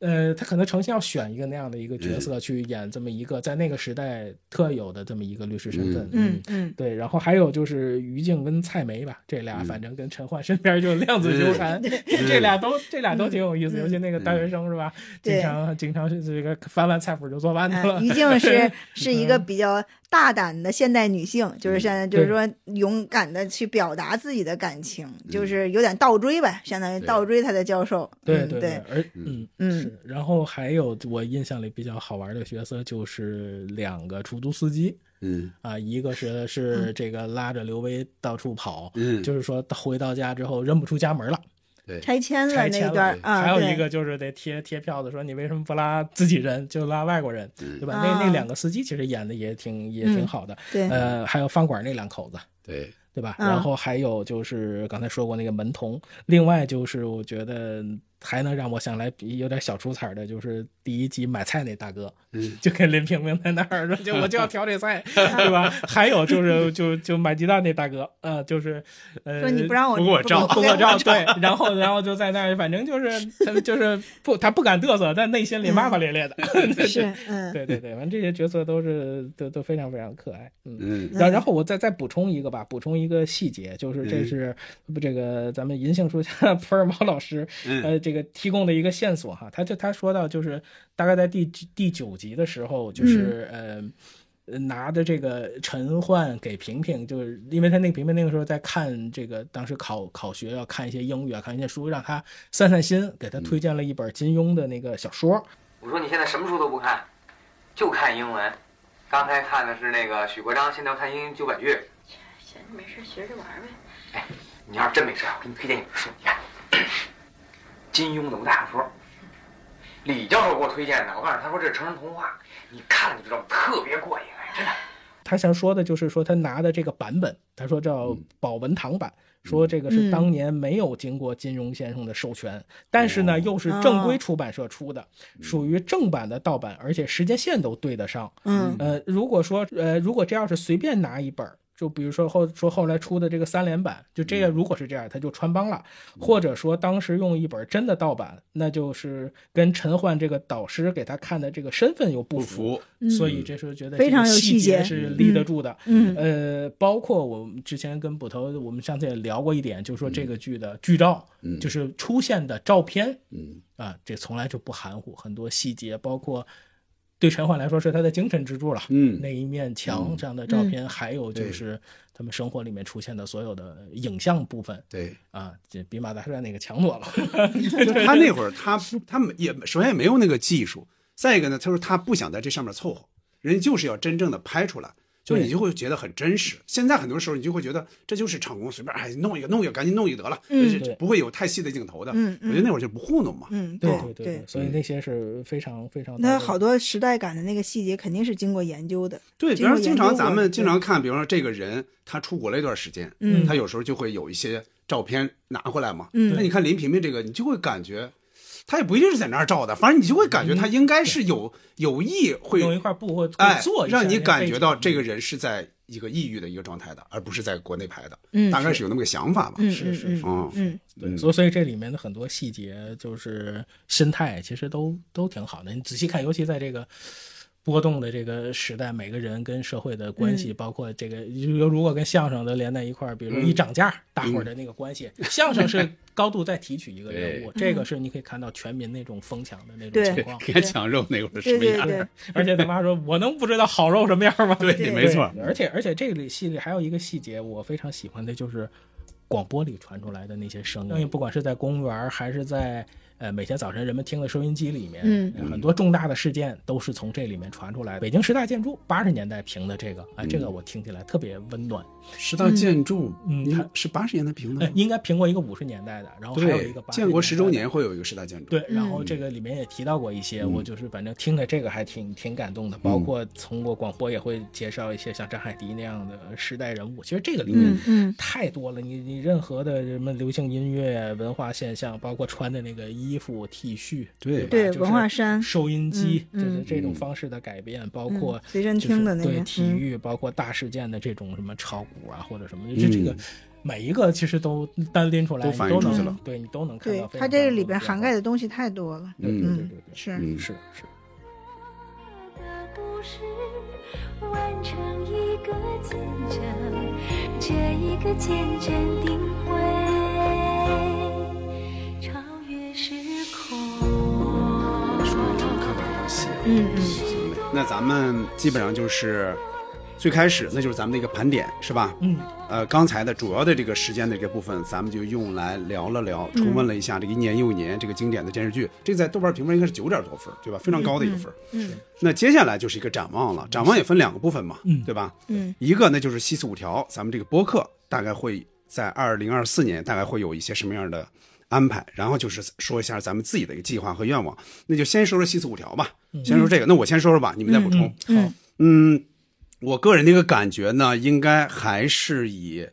呃，他可能诚心要选一个那样的一个角色去演这么一个在那个时代特有的这么一个律师身份。
嗯嗯，
对。然后还有就是于静跟蔡梅吧，这
嗯
俩反正跟陈焕身边就量子纠缠，
嗯
这俩都这俩都挺有意思，尤其那个大学生是吧？
对啊
经常经常是这个翻完菜谱就做饭 去了。
于静嗯是是一个
嗯
比较大胆的现代女性，就是现在就是说勇敢的去表达自己的感情，
嗯
就是有点倒追呗，相当于倒追她的教授。
对
嗯
对
对，
而嗯
嗯
是，然后还有我印象里比较好玩的角色就是两个出租司机。
嗯
啊，一个是是这个拉着刘威到处跑，
嗯
就是说他回到家之后认不出家门了，
对
拆迁了
拆
那
迁
一段儿啊
还有
对
一个就是得贴贴票子，说你为什么不拉自己人，就拉外国人，
嗯
对吧？
啊
那那两个司机其实演的也挺也挺好的，
嗯对
呃，还有饭馆那两口子，
对
对吧？
嗯
然后还有就是刚才说过那个门童，另外就是我觉得还能让我想来比有点小出彩儿的，就是第一集买菜那大哥，
嗯，
就跟林平平在那儿说，就我就要挑这 菜， 对吧？还有就是就就买鸡蛋那大哥，呃，就是呃，
说你不让我
不给我
不
照，
不
不
给
给
我
我照，
照
对，然后然后就在那儿，反正就是他们就是不他不敢嘚瑟，但内心里骂骂咧咧的，
是嗯
对对对，反正这些角色都是都都非常非常可爱，嗯。
嗯
然然后我再再补充一个吧，补充一个细节，就是
嗯
这是不这个咱们银杏树下普尔茅老师，
嗯
呃，这个提供的一个线索哈，他就他说到就是大概在第第九集的时候，就是、呃拿着这个陈焕给萍萍，就是因为他那个萍萍那个时候在看这个当时考考学要看一些英语啊，看一些书，让他散散心，给他
嗯
推荐了一本金庸的那个小说，
我说你现在什么书都不看，就看英文。刚才看的是那个许国璋，现在要看英英九百句。
闲着没事学着玩呗。
你要是真没事儿，我给你推荐一本书，你看，金庸的武侠小说。李教授给我推荐的，我告诉你，他说这是成人童话，你看了你就知道特别过瘾，哎，真的。
他想说的就是说他拿的这个版本，他说叫保文堂版，说这个是当年没有经过金庸先生的授权，但是呢又是正规出版社出的，属于正版的盗版，而且时间线都对得上。
嗯
呃，如果说呃，如果这要是随便拿一本儿。就比如说后说后来出的这个三连版，就这样，如果是这样，他就穿帮了，或者说当时用一本真的盗版，那就是跟陈焕这个导师给他看的这个身份有不符，
嗯
所以这时候觉得
非
这个
常有细
细
节
是
嗯
立得住的。
嗯
呃，包括我们之前跟捕头，我们上次也聊过一点，就是说这个剧的剧照，
嗯
就是出现的照片，
嗯
啊，这从来就不含糊，很多细节，包括对陈焕来说是他的精神支柱了，
嗯
那一面墙这样的照
嗯
片，还有就是他们生活里面出现的所有的影像部分，
对
啊，这比马大帅那个强多了，
就他那会儿他他们也首先也没有那个技术，再一个呢，他说他不想在这上面凑合，人家就是要真正的拍出来。就
对
你就会觉得很真实。现在很多时候你就会觉得这就是场工，随便哎弄一个弄一个，赶紧弄一个得了，
嗯
就是
对
不会有太细的镜头的。
嗯
我
嗯
觉得那会儿就不糊弄嘛。
嗯
对
对
对
对
所以那些是非常非常
那好多时代感的那个细节肯定是经过研究的。
对，比
经过
方说经
研究
常
过
咱们
的
经常看，比方说这个人他出国了一段时间，
嗯
他有时候就会有一些照片拿回来嘛。
嗯
那你看林萍萍这个，你就会感觉他也不一定是在那儿照的，反正你就会
嗯
感觉他应该是有有意会
用一块布或
哎
做一下
让你
那个
感
背
觉
景啊嗯
到这个人是在一个抑郁的一个状态的，而不是在国内拍的，
嗯
大概
是
是有那么个想法吧，
嗯是是是
嗯
嗯对，所以所以这里面的很多细节，就是心态，其实都都挺好的。你仔细看，尤其在这个波动的这个时代，每个人跟社会的关系，
嗯
包括这个如如果跟相声的连在一块儿，比如
嗯
一涨价，大伙儿
嗯
的那个关系，相声是高度在提取一个人物，
对
这个是你可以看到全民那种疯抢的那种
对
情况，
对该抢肉那会儿是什么样对对对
而且他妈说：“我能不知道好肉什么样吗？”
对没错
对而且而且这里戏里还有一个细节，我非常喜欢的就是广播里传出来的那些声
嗯
音，不管是在公园儿还是在呃每天早晨人们听的收音机里面，
嗯
呃很多重大的事件都是从这里面传出来的。北京十大建筑八十年代评的这个，哎，这个我听起来特别温暖。
嗯十大建筑，
嗯，它
是八十年代评
的，应该评过一个五十年代的，然后还有一
对
个八，
建国十周年会有一个十大建筑，
对，然后
嗯
这个里面也提到过一些，
嗯
我就是反正听了这个还挺挺感动的，包括通过广播也会介绍一些像张海迪那样的时代人物。其实这个里面
嗯嗯
太多了，你你任何的什么流行音乐啊文化现象，包括穿的那个衣服、T 恤，
对
吧
对
就是
文化衫
收音机，
嗯
就是
嗯
这种方式的改变，包
嗯
括
随身
就是
听的那
对
个
体
嗯
育，包括大事件的这种什么炒股啊或者什么，就这个。每一个其实都单拎出
嗯
来，
都
你
反
都
映出
能
去了
对你都能看
对
到非常。
它这个里边涵盖的东西太多了。
对对对对
嗯
对，
是
嗯
是是，
不是完成一个见证，这一个见证定会超越时空。
嗯
嗯，那咱们基本上就是最开始，那就是咱们的一个盘点，是吧？
嗯，
呃，刚才的主要的这个时间的这个部分，咱们就用来聊了聊，
嗯
重温了一下这个一年又一年这个经典的电视剧，这在豆瓣评分应该是九点多分，对吧？非常高的一个分。
嗯
那接下来就是一个展望了，展望也分两个部分嘛，对吧？
嗯
一个呢就是西四五条，咱们这个播客大概会在二零二四年大概会有一些什么样的安排，然后就是说一下咱们自己的一个计划和愿望。那就先说说西四五条吧，
嗯
先说这个，那我先说说吧，你们再补充。
嗯
嗯，我个人的一个感觉呢，应该还是以。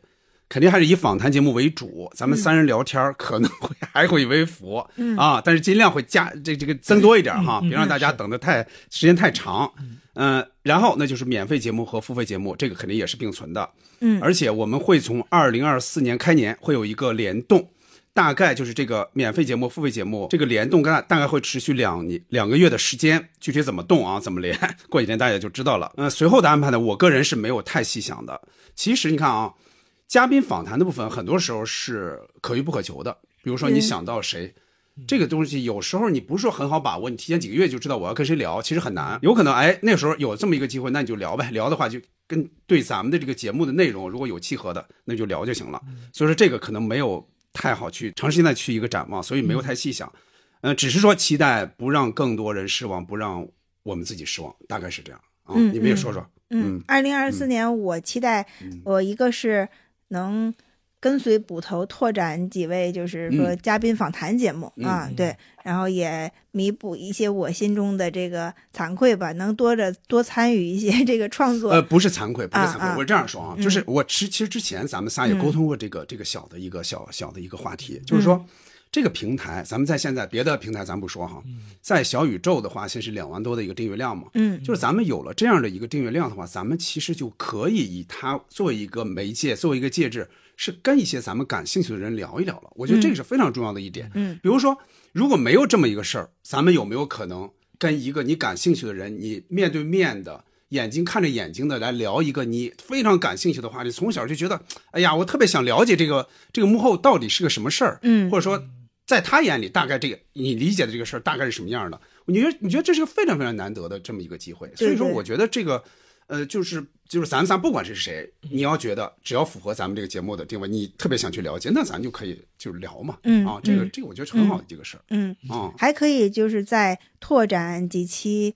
肯定还是以访谈节目为主，咱们
嗯
三人聊天儿可能会 还会微服、
嗯
啊，但是尽量会加这这个增多一点儿哈，
嗯嗯
别让大家等的太时间太长。嗯、然后那就是免费节目和付费节目，这个肯定也是并存的。
嗯
而且我们会从二零二四年开年会有一个联动，大概就是这个免费节目、付费节目这个联动大大概会持续两年两个月的时间，具体怎么动啊，怎么连， 过几天大家就知道了。嗯、随后的安排呢，我个人是没有太细想的。其实你看啊，嘉宾访谈的部分，很多时候是可遇不可求的。比如说你
嗯
想到谁，
嗯
这个东西有时候你不是说很好把握，你提前几个月就知道我要跟谁聊，其实很难。有可能哎，那时候有这么一个机会，那你就聊呗。聊的话就跟对咱们的这个节目的内容如果有契合的，那就聊就行了。
嗯
所以说这个可能没有太好去长时间的去一个展望，所以没有太细想。嗯、只是说期待不让更多人失望，不让我们自己失望，大概是这样啊。
嗯
你们也说说，
嗯，二零二四年我期待，我一个是能跟随捕头拓展几位，就是说
嗯
嘉宾访谈节目、
嗯
啊
嗯，
对，然后也弥补一些我心中的这个惭愧吧，能多着多参与一些这个创作。
呃，不是惭愧，不是
啊
惭愧，
啊
我这样说啊，
嗯
就是我之其实之前咱们仨也沟通过这个、这个小的一个小小的一个话题，就是
嗯
说、这个平台，咱们在现在别的平台咱不说哈，在小宇宙的话，先是两万多的一个订阅量嘛，
嗯
就是咱们有了这样的一个订阅量的话，咱们其实就可以以它作为一个媒介，作为一个介质，是跟一些咱们感兴趣的人聊一聊了。我觉得这个是非常重要的一点。
嗯
比如说，如果没有这么一个事儿，咱们有没有可能跟一个你感兴趣的人，你面对面的，眼睛看着眼睛的来聊一个你非常感兴趣的话题？从小就觉得，哎呀，我特别想了解这个这个幕后到底是个什么事儿，
嗯
或者说。在他眼里，大概这个你理解的这个事儿大概是什么样的？你觉得你觉得这是个非常非常难得的这么一个机会，所以说
对
我觉得这个，呃，就是就是咱们仨不管是谁，你要觉得只要符合咱们这个节目的定位，你特别想去了解，那咱就可以就是聊嘛，
嗯
啊，这个
嗯
这个我觉得是很好的一个事儿，
嗯，
啊，
还可以就是再拓展几期，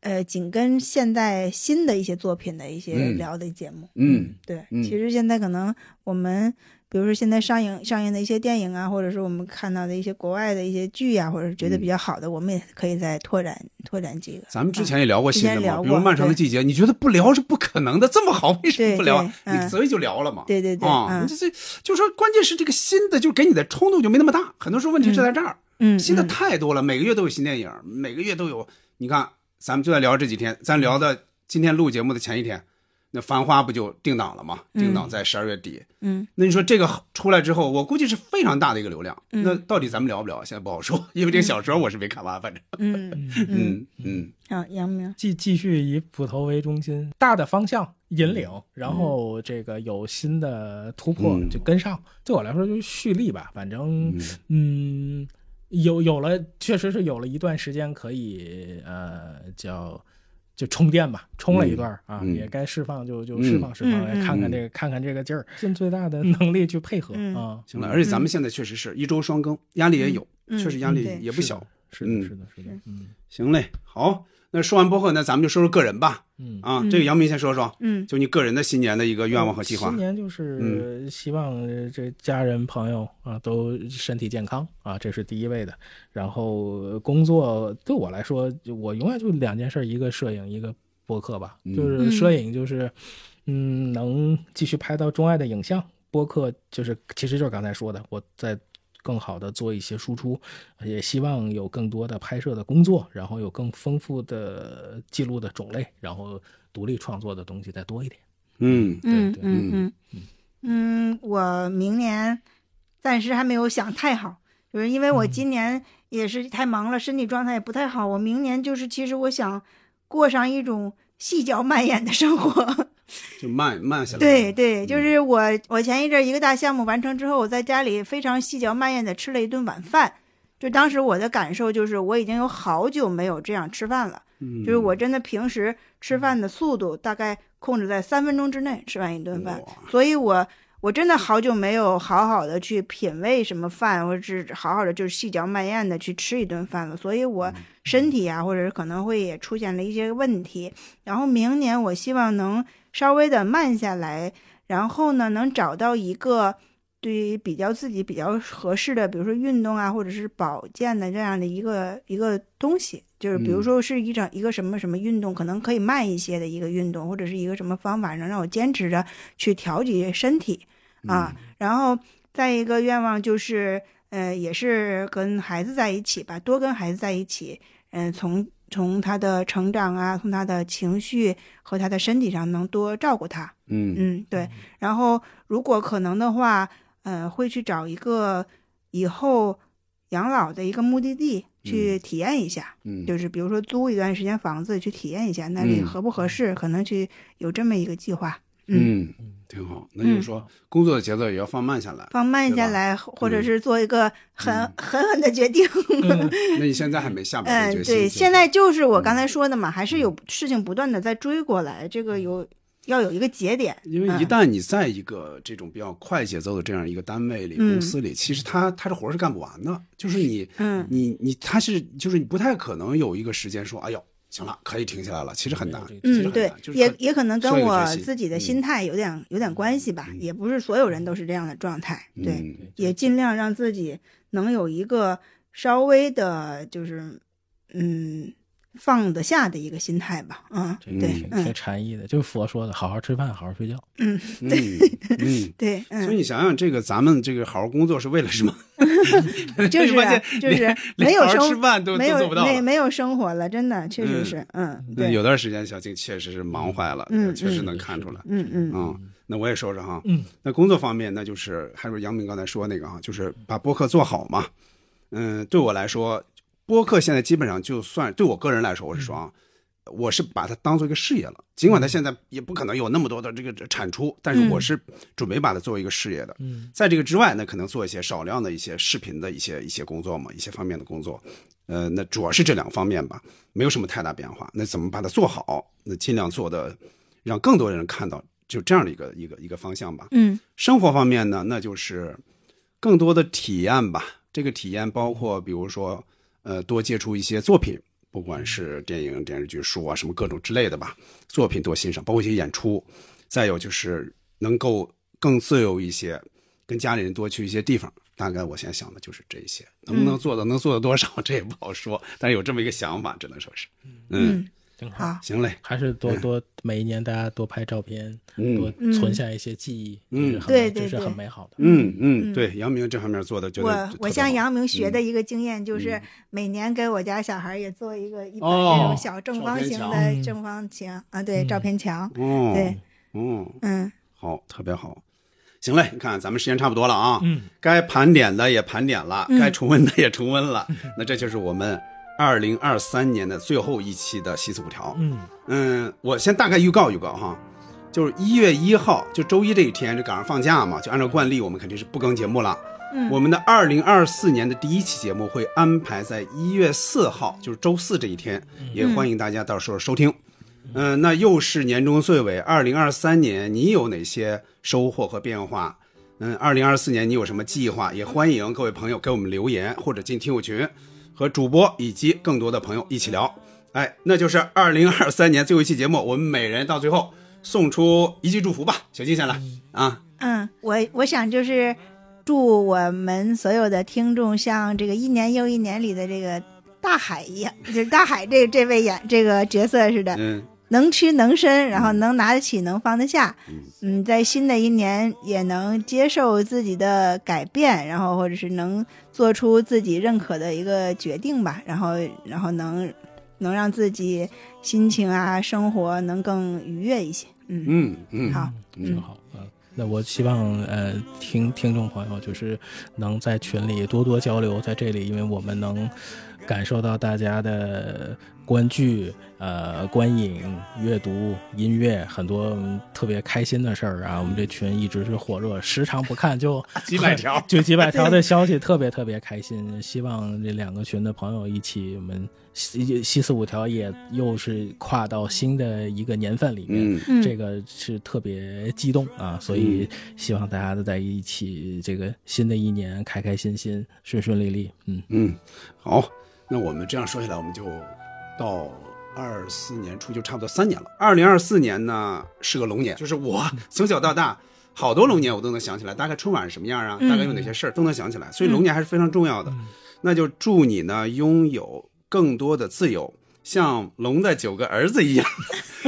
呃，紧跟现在新的一些作品的一些
嗯
聊的节目。
嗯
对，
嗯
其实现在可能我们，比如说现在上映上映的一些电影啊，或者是我们看到的一些国外的一些剧啊，或者是觉得比较好的，我们也可以再拓展拓展几个。
嗯
啊
咱们之前也聊过
嗯之
新
前
的
聊
嘛，
过
比如《漫长的
对
季节》，你觉得不聊是不可能的，这么好为什么
对
不聊？
对嗯
你所以就聊了嘛。
对对对
啊，
嗯
这这就是说，关键是这个新的，就给你的冲动就没那么大。很多时候问题是在这儿，
嗯
新的太多了，每个月都有新电影，每个月都有。你看，咱们就在聊这几天，咱聊的今天录节目的前一天，那《繁花》不就定档了吗？
嗯
定档在十二月底。
嗯
那你说这个出来之后，我估计是非常大的一个流量。
嗯
那到底咱们聊不聊？现在不好说，因为这个小说我是没看完，反正。
嗯嗯，
嗯嗯，
啊，杨明，
继继续以捕头为中心，大的方向引领，然后这个有新的突破
嗯
就跟上。对我来说就是蓄力吧，反正嗯有有了，确实是有了一段时间可以呃叫就充电吧，充了一段儿啊，
嗯嗯
也该释放就就释放释放，
嗯嗯
看看这个看看这个劲儿，尽最大的能力去配合
嗯
啊。
行了，而且咱们现在确实是一周双更，压力也有，
嗯
确实压力
嗯对
也不小。
是
的，
是的，是的。嗯，
行嘞，好，那说完播客呢，咱们就说说个人吧。
嗯
啊，
嗯
这个杨明先说说，
嗯
就你个人的新年的一个愿望和计划。
新年就是希望这家人朋友啊都身体健康啊，这是第一位的。然后工作对我来说，就我永远就两件事儿，一个摄影，一个播客吧。就是摄影就是，嗯，能继续拍到钟爱的影像。播客就是，其实就是刚才说的，我在更好的做一些输出，也希望有更多的拍摄的工作，然后有更丰富的记录的种类，然后独立创作的东西再多一点。
嗯
嗯嗯嗯嗯，我明年暂时还没有想太好，就是因为
嗯
我今年也是太忙了，身体状态也不太好。我明年就是，其实我想过上一种细嚼慢咽的生活。
就嗯慢慢下来。
对对，就是我，我前一阵儿一个大项目完成之后，我在家里非常细嚼慢咽的吃了一顿晚饭。就当时我的感受就是，我已经有好久没有这样吃饭了。
嗯
就是我真的平时吃饭的速度大概控制在三分钟之内吃完一顿饭，所以我我真的好久没有好好的去品味什么饭，或者是好好的就是细嚼慢咽的去吃一顿饭了，所以
嗯
我身体啊，或者是可能会也出现了一些问题。然后明年我希望能稍微的慢下来，然后呢能找到一个。对于比较自己比较合适的，比如说运动啊，或者是保健的这样的一个一个东西，就是比如
嗯
说是一种一个什么什么运动，可能可以慢一些的一个运动，或者是一个什么方法能让我坚持着去调节身体啊。
嗯
然后再一个愿望就是，呃，也是跟孩子在一起吧，多跟孩子在一起，嗯、从从他的成长啊，从他的情绪和他的身体上能多照顾他。
嗯
嗯，对。然后如果可能的话，呃，会去找一个以后养老的一个目的地去体验一下。
嗯
就是比如说租一段时间房子去体验一下那里
嗯
合不合适，可能去有这么一个计划。
嗯，挺好。那就是说，工作的节奏也要放慢下来。
放慢下来，或
嗯
者是做一个狠、狠狠的决定。
嗯
那你现在还没下不来
哎
嗯
决，心？嗯
对，
就
现在就是我刚才说的嘛，还是
嗯
有事情不断的在追过来，这个有要有一个节点，
因为
嗯
一旦你在一个这种比较快节奏的这样一个单位里、
嗯
公司里，其实他他这活儿是干不完的。就是你，
嗯
你你他是就是你不太可能有一个时间说，哎呦，行了，可以停下来了。其实很难，其实
嗯，
很
对
难，就是
也
很
也可能
需要
跟
一个
我
决心嗯
自己的心态有点、有点关系吧，也不是所有人都是这样的状态，对，
嗯
也尽量让自己能有一个稍微的，就是嗯放得下的一个心态吧，嗯，
这个
对
挺，挺
嗯
禅意的，就是佛说的，好好吃饭，好好睡觉。
嗯，
嗯嗯，
对，嗯，
所以你想想，这个咱们这个好好工作是为了什么？
就是啊、
关键
就是
连
没有
连好好
生
吃饭都
没
都
有
做不到
没
了
没有生活了，真的确实是，嗯，
那
对，
有段时间，小静确实是忙坏了，
嗯
确实
嗯
能看出来。
嗯嗯
嗯，那我也说说哈。
嗯，
那工作方面，那就是还是杨明刚才说那个哈，就是把播客做好嘛。嗯，对我来说，播客现在基本上就算对我个人来说，我是说啊，我是把它当做一个事业了。尽管它现在也不可能有那么多的这个产出，但是
嗯
我是准备把它作为一个事业的。
嗯
在这个之外呢，可能做一些少量的一些视频的一些一些工作嘛，一些方面的工作。呃，那主要是这两方面吧，没有什么太大变化。那怎么把它做好？那尽量做的让更多人看到，就这样的一个一个一个方向吧。
嗯
生活方面呢，那就是更多的体验吧。这个体验包括，比如说，呃，多接触一些作品，不管是电影、电视剧、书啊，什么各种之类的吧，作品多欣赏，包括一些演出。再有就是能够更自由一些，跟家里人多去一些地方。大概我现在想的就是这一些，能不能
嗯
做到，能做到多少，这也不好说。但是有这么一个想法，只能说是，嗯，
挺
啊
好，
行嘞，
还是多多每一年大家多拍照片，
嗯
多存下一些记忆，
嗯
对
这
对
是
对
很美好的。
嗯嗯，
嗯
对，杨明这方面做的觉得
我
特
我
别
向
好
杨明学的
嗯
一个经验就是
嗯，
每年给我家小孩也做一个一本
哦
这种小正
照
方
片
形
墙嗯
的正方形啊，对，照片墙，
哦，
对，，
哦，
嗯，
好，特别好。行嘞，你看咱们时间差不多了啊，
嗯，
该盘点的也盘点了，
嗯
该重温的也重温了， 那这就是我们二零二三年的最后一期的西四五条。
嗯
嗯，我先大概预告预告哈，就是一月一号，就周一这一天，就赶上放假嘛，就按照惯例，我们肯定是不更节目了。
嗯
我们的二零二四年的第一期节目会安排在一月四号，就是周四这一天，
嗯
也欢迎大家到时候收听。嗯、那又是年终岁尾，二零二三年你有哪些收获和变化？嗯，二零二四年你有什么计划？也欢迎各位朋友给我们留言，或者进听友群，和主播以及更多的朋友一起聊。哎，那就是二零二三年最后一期节目，我们每人到最后送出一句祝福吧。小金先来啊，
嗯，我我想就是祝我们所有的听众像这个一年又一年里的这个大海一样，就是大海这这位演这个角色似的，
嗯，
能屈能伸，然后能拿得起，能放得下。嗯，在新的一年也能接受自己的改变，然后或者是能做出自己认可的一个决定吧，然后然后能能让自己心情啊、生活能更愉悦一些。嗯
嗯嗯
好，
挺好。嗯，那我希望呃听听众朋友就是能在群里多多交流，在这里，因为我们能感受到大家的观剧、呃观影、阅读、音乐很多嗯特别开心的事儿啊。我们这群一直是火热，时常不看就
几百条
就几百条的消息，特别特别开心。希望这两个群的朋友一起，我们西西四五条也又是跨到新的一个年份里面，
嗯
这个是特别激动啊，所以
嗯
希望大家都在一起，这个新的一年开开心心、顺顺利利。嗯
嗯，好，那我们这样说下来，我们就到二四年初，就差不多三年了。二零二四年呢是个龙年，就是我从小到大。好多龙年我都能想起来，大概春晚是什么样啊，
嗯
大概有哪些事儿都能想起来，所以龙年还是非常重要的。那就祝你呢拥有更多的自由，像龙的九个儿子一样，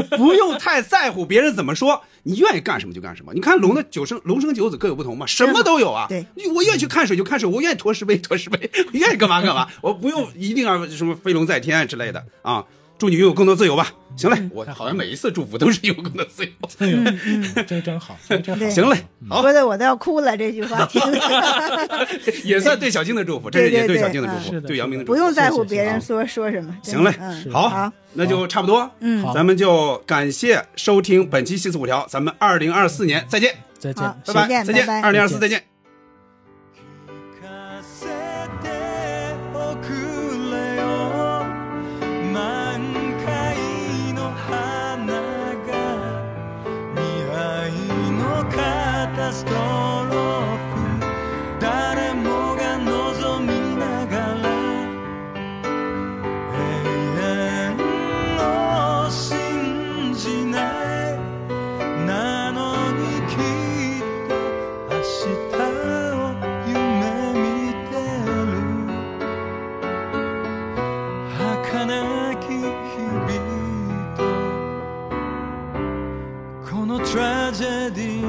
不用太在乎别人怎么说，你愿意干什么就干什么。你看
嗯
龙的九生龙生九子各有不同嘛，什么都有啊。对，我愿意去看水就看水，我愿意驮石碑驮石碑， 我愿意干嘛干嘛，我不用一定要什么飞龙在天之类的啊。祝你拥有更多自由吧。行
嗯
嘞，我好像每一次祝福都是拥有更多自由。
这真好，
对，
啊行 嘞，好
说的我都要哭了。这句 话听的，
也算对小静的祝福，这是
对
也
对
对
对
小静的
嗯
祝
是
福，对杨明的祝
不
福。
用在乎别人说说什么。真的
啊行嘞
嗯，，
好，那就差不多，
嗯好
咱们就感谢收听本期《西四五条》，咱们二零二四年再见，
再
好
拜拜，
再见
再见，
拜
二
拜
零二四再见。
「満開の花が」「未来のカタストローフ」「誰もが望みながら」「永遠を信じない」「なのにきっと明日を夢見てる」儚き日々とこのトラジェディー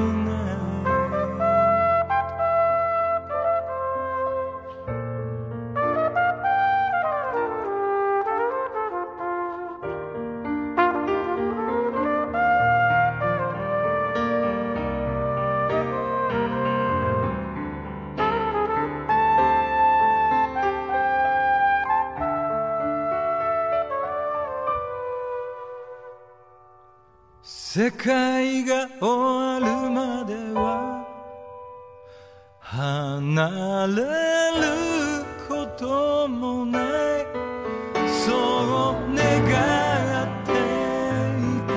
世界が終わるまでは離れることもないそう願っていた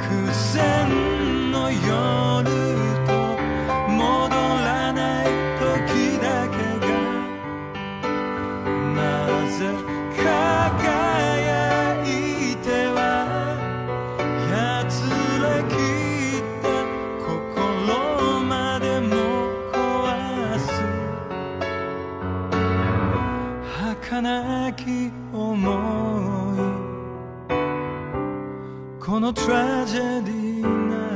幾千の夜と戻らない時だけがなぜ輝いてはやつれきった心までも壊す儚き想いこのトラジェディな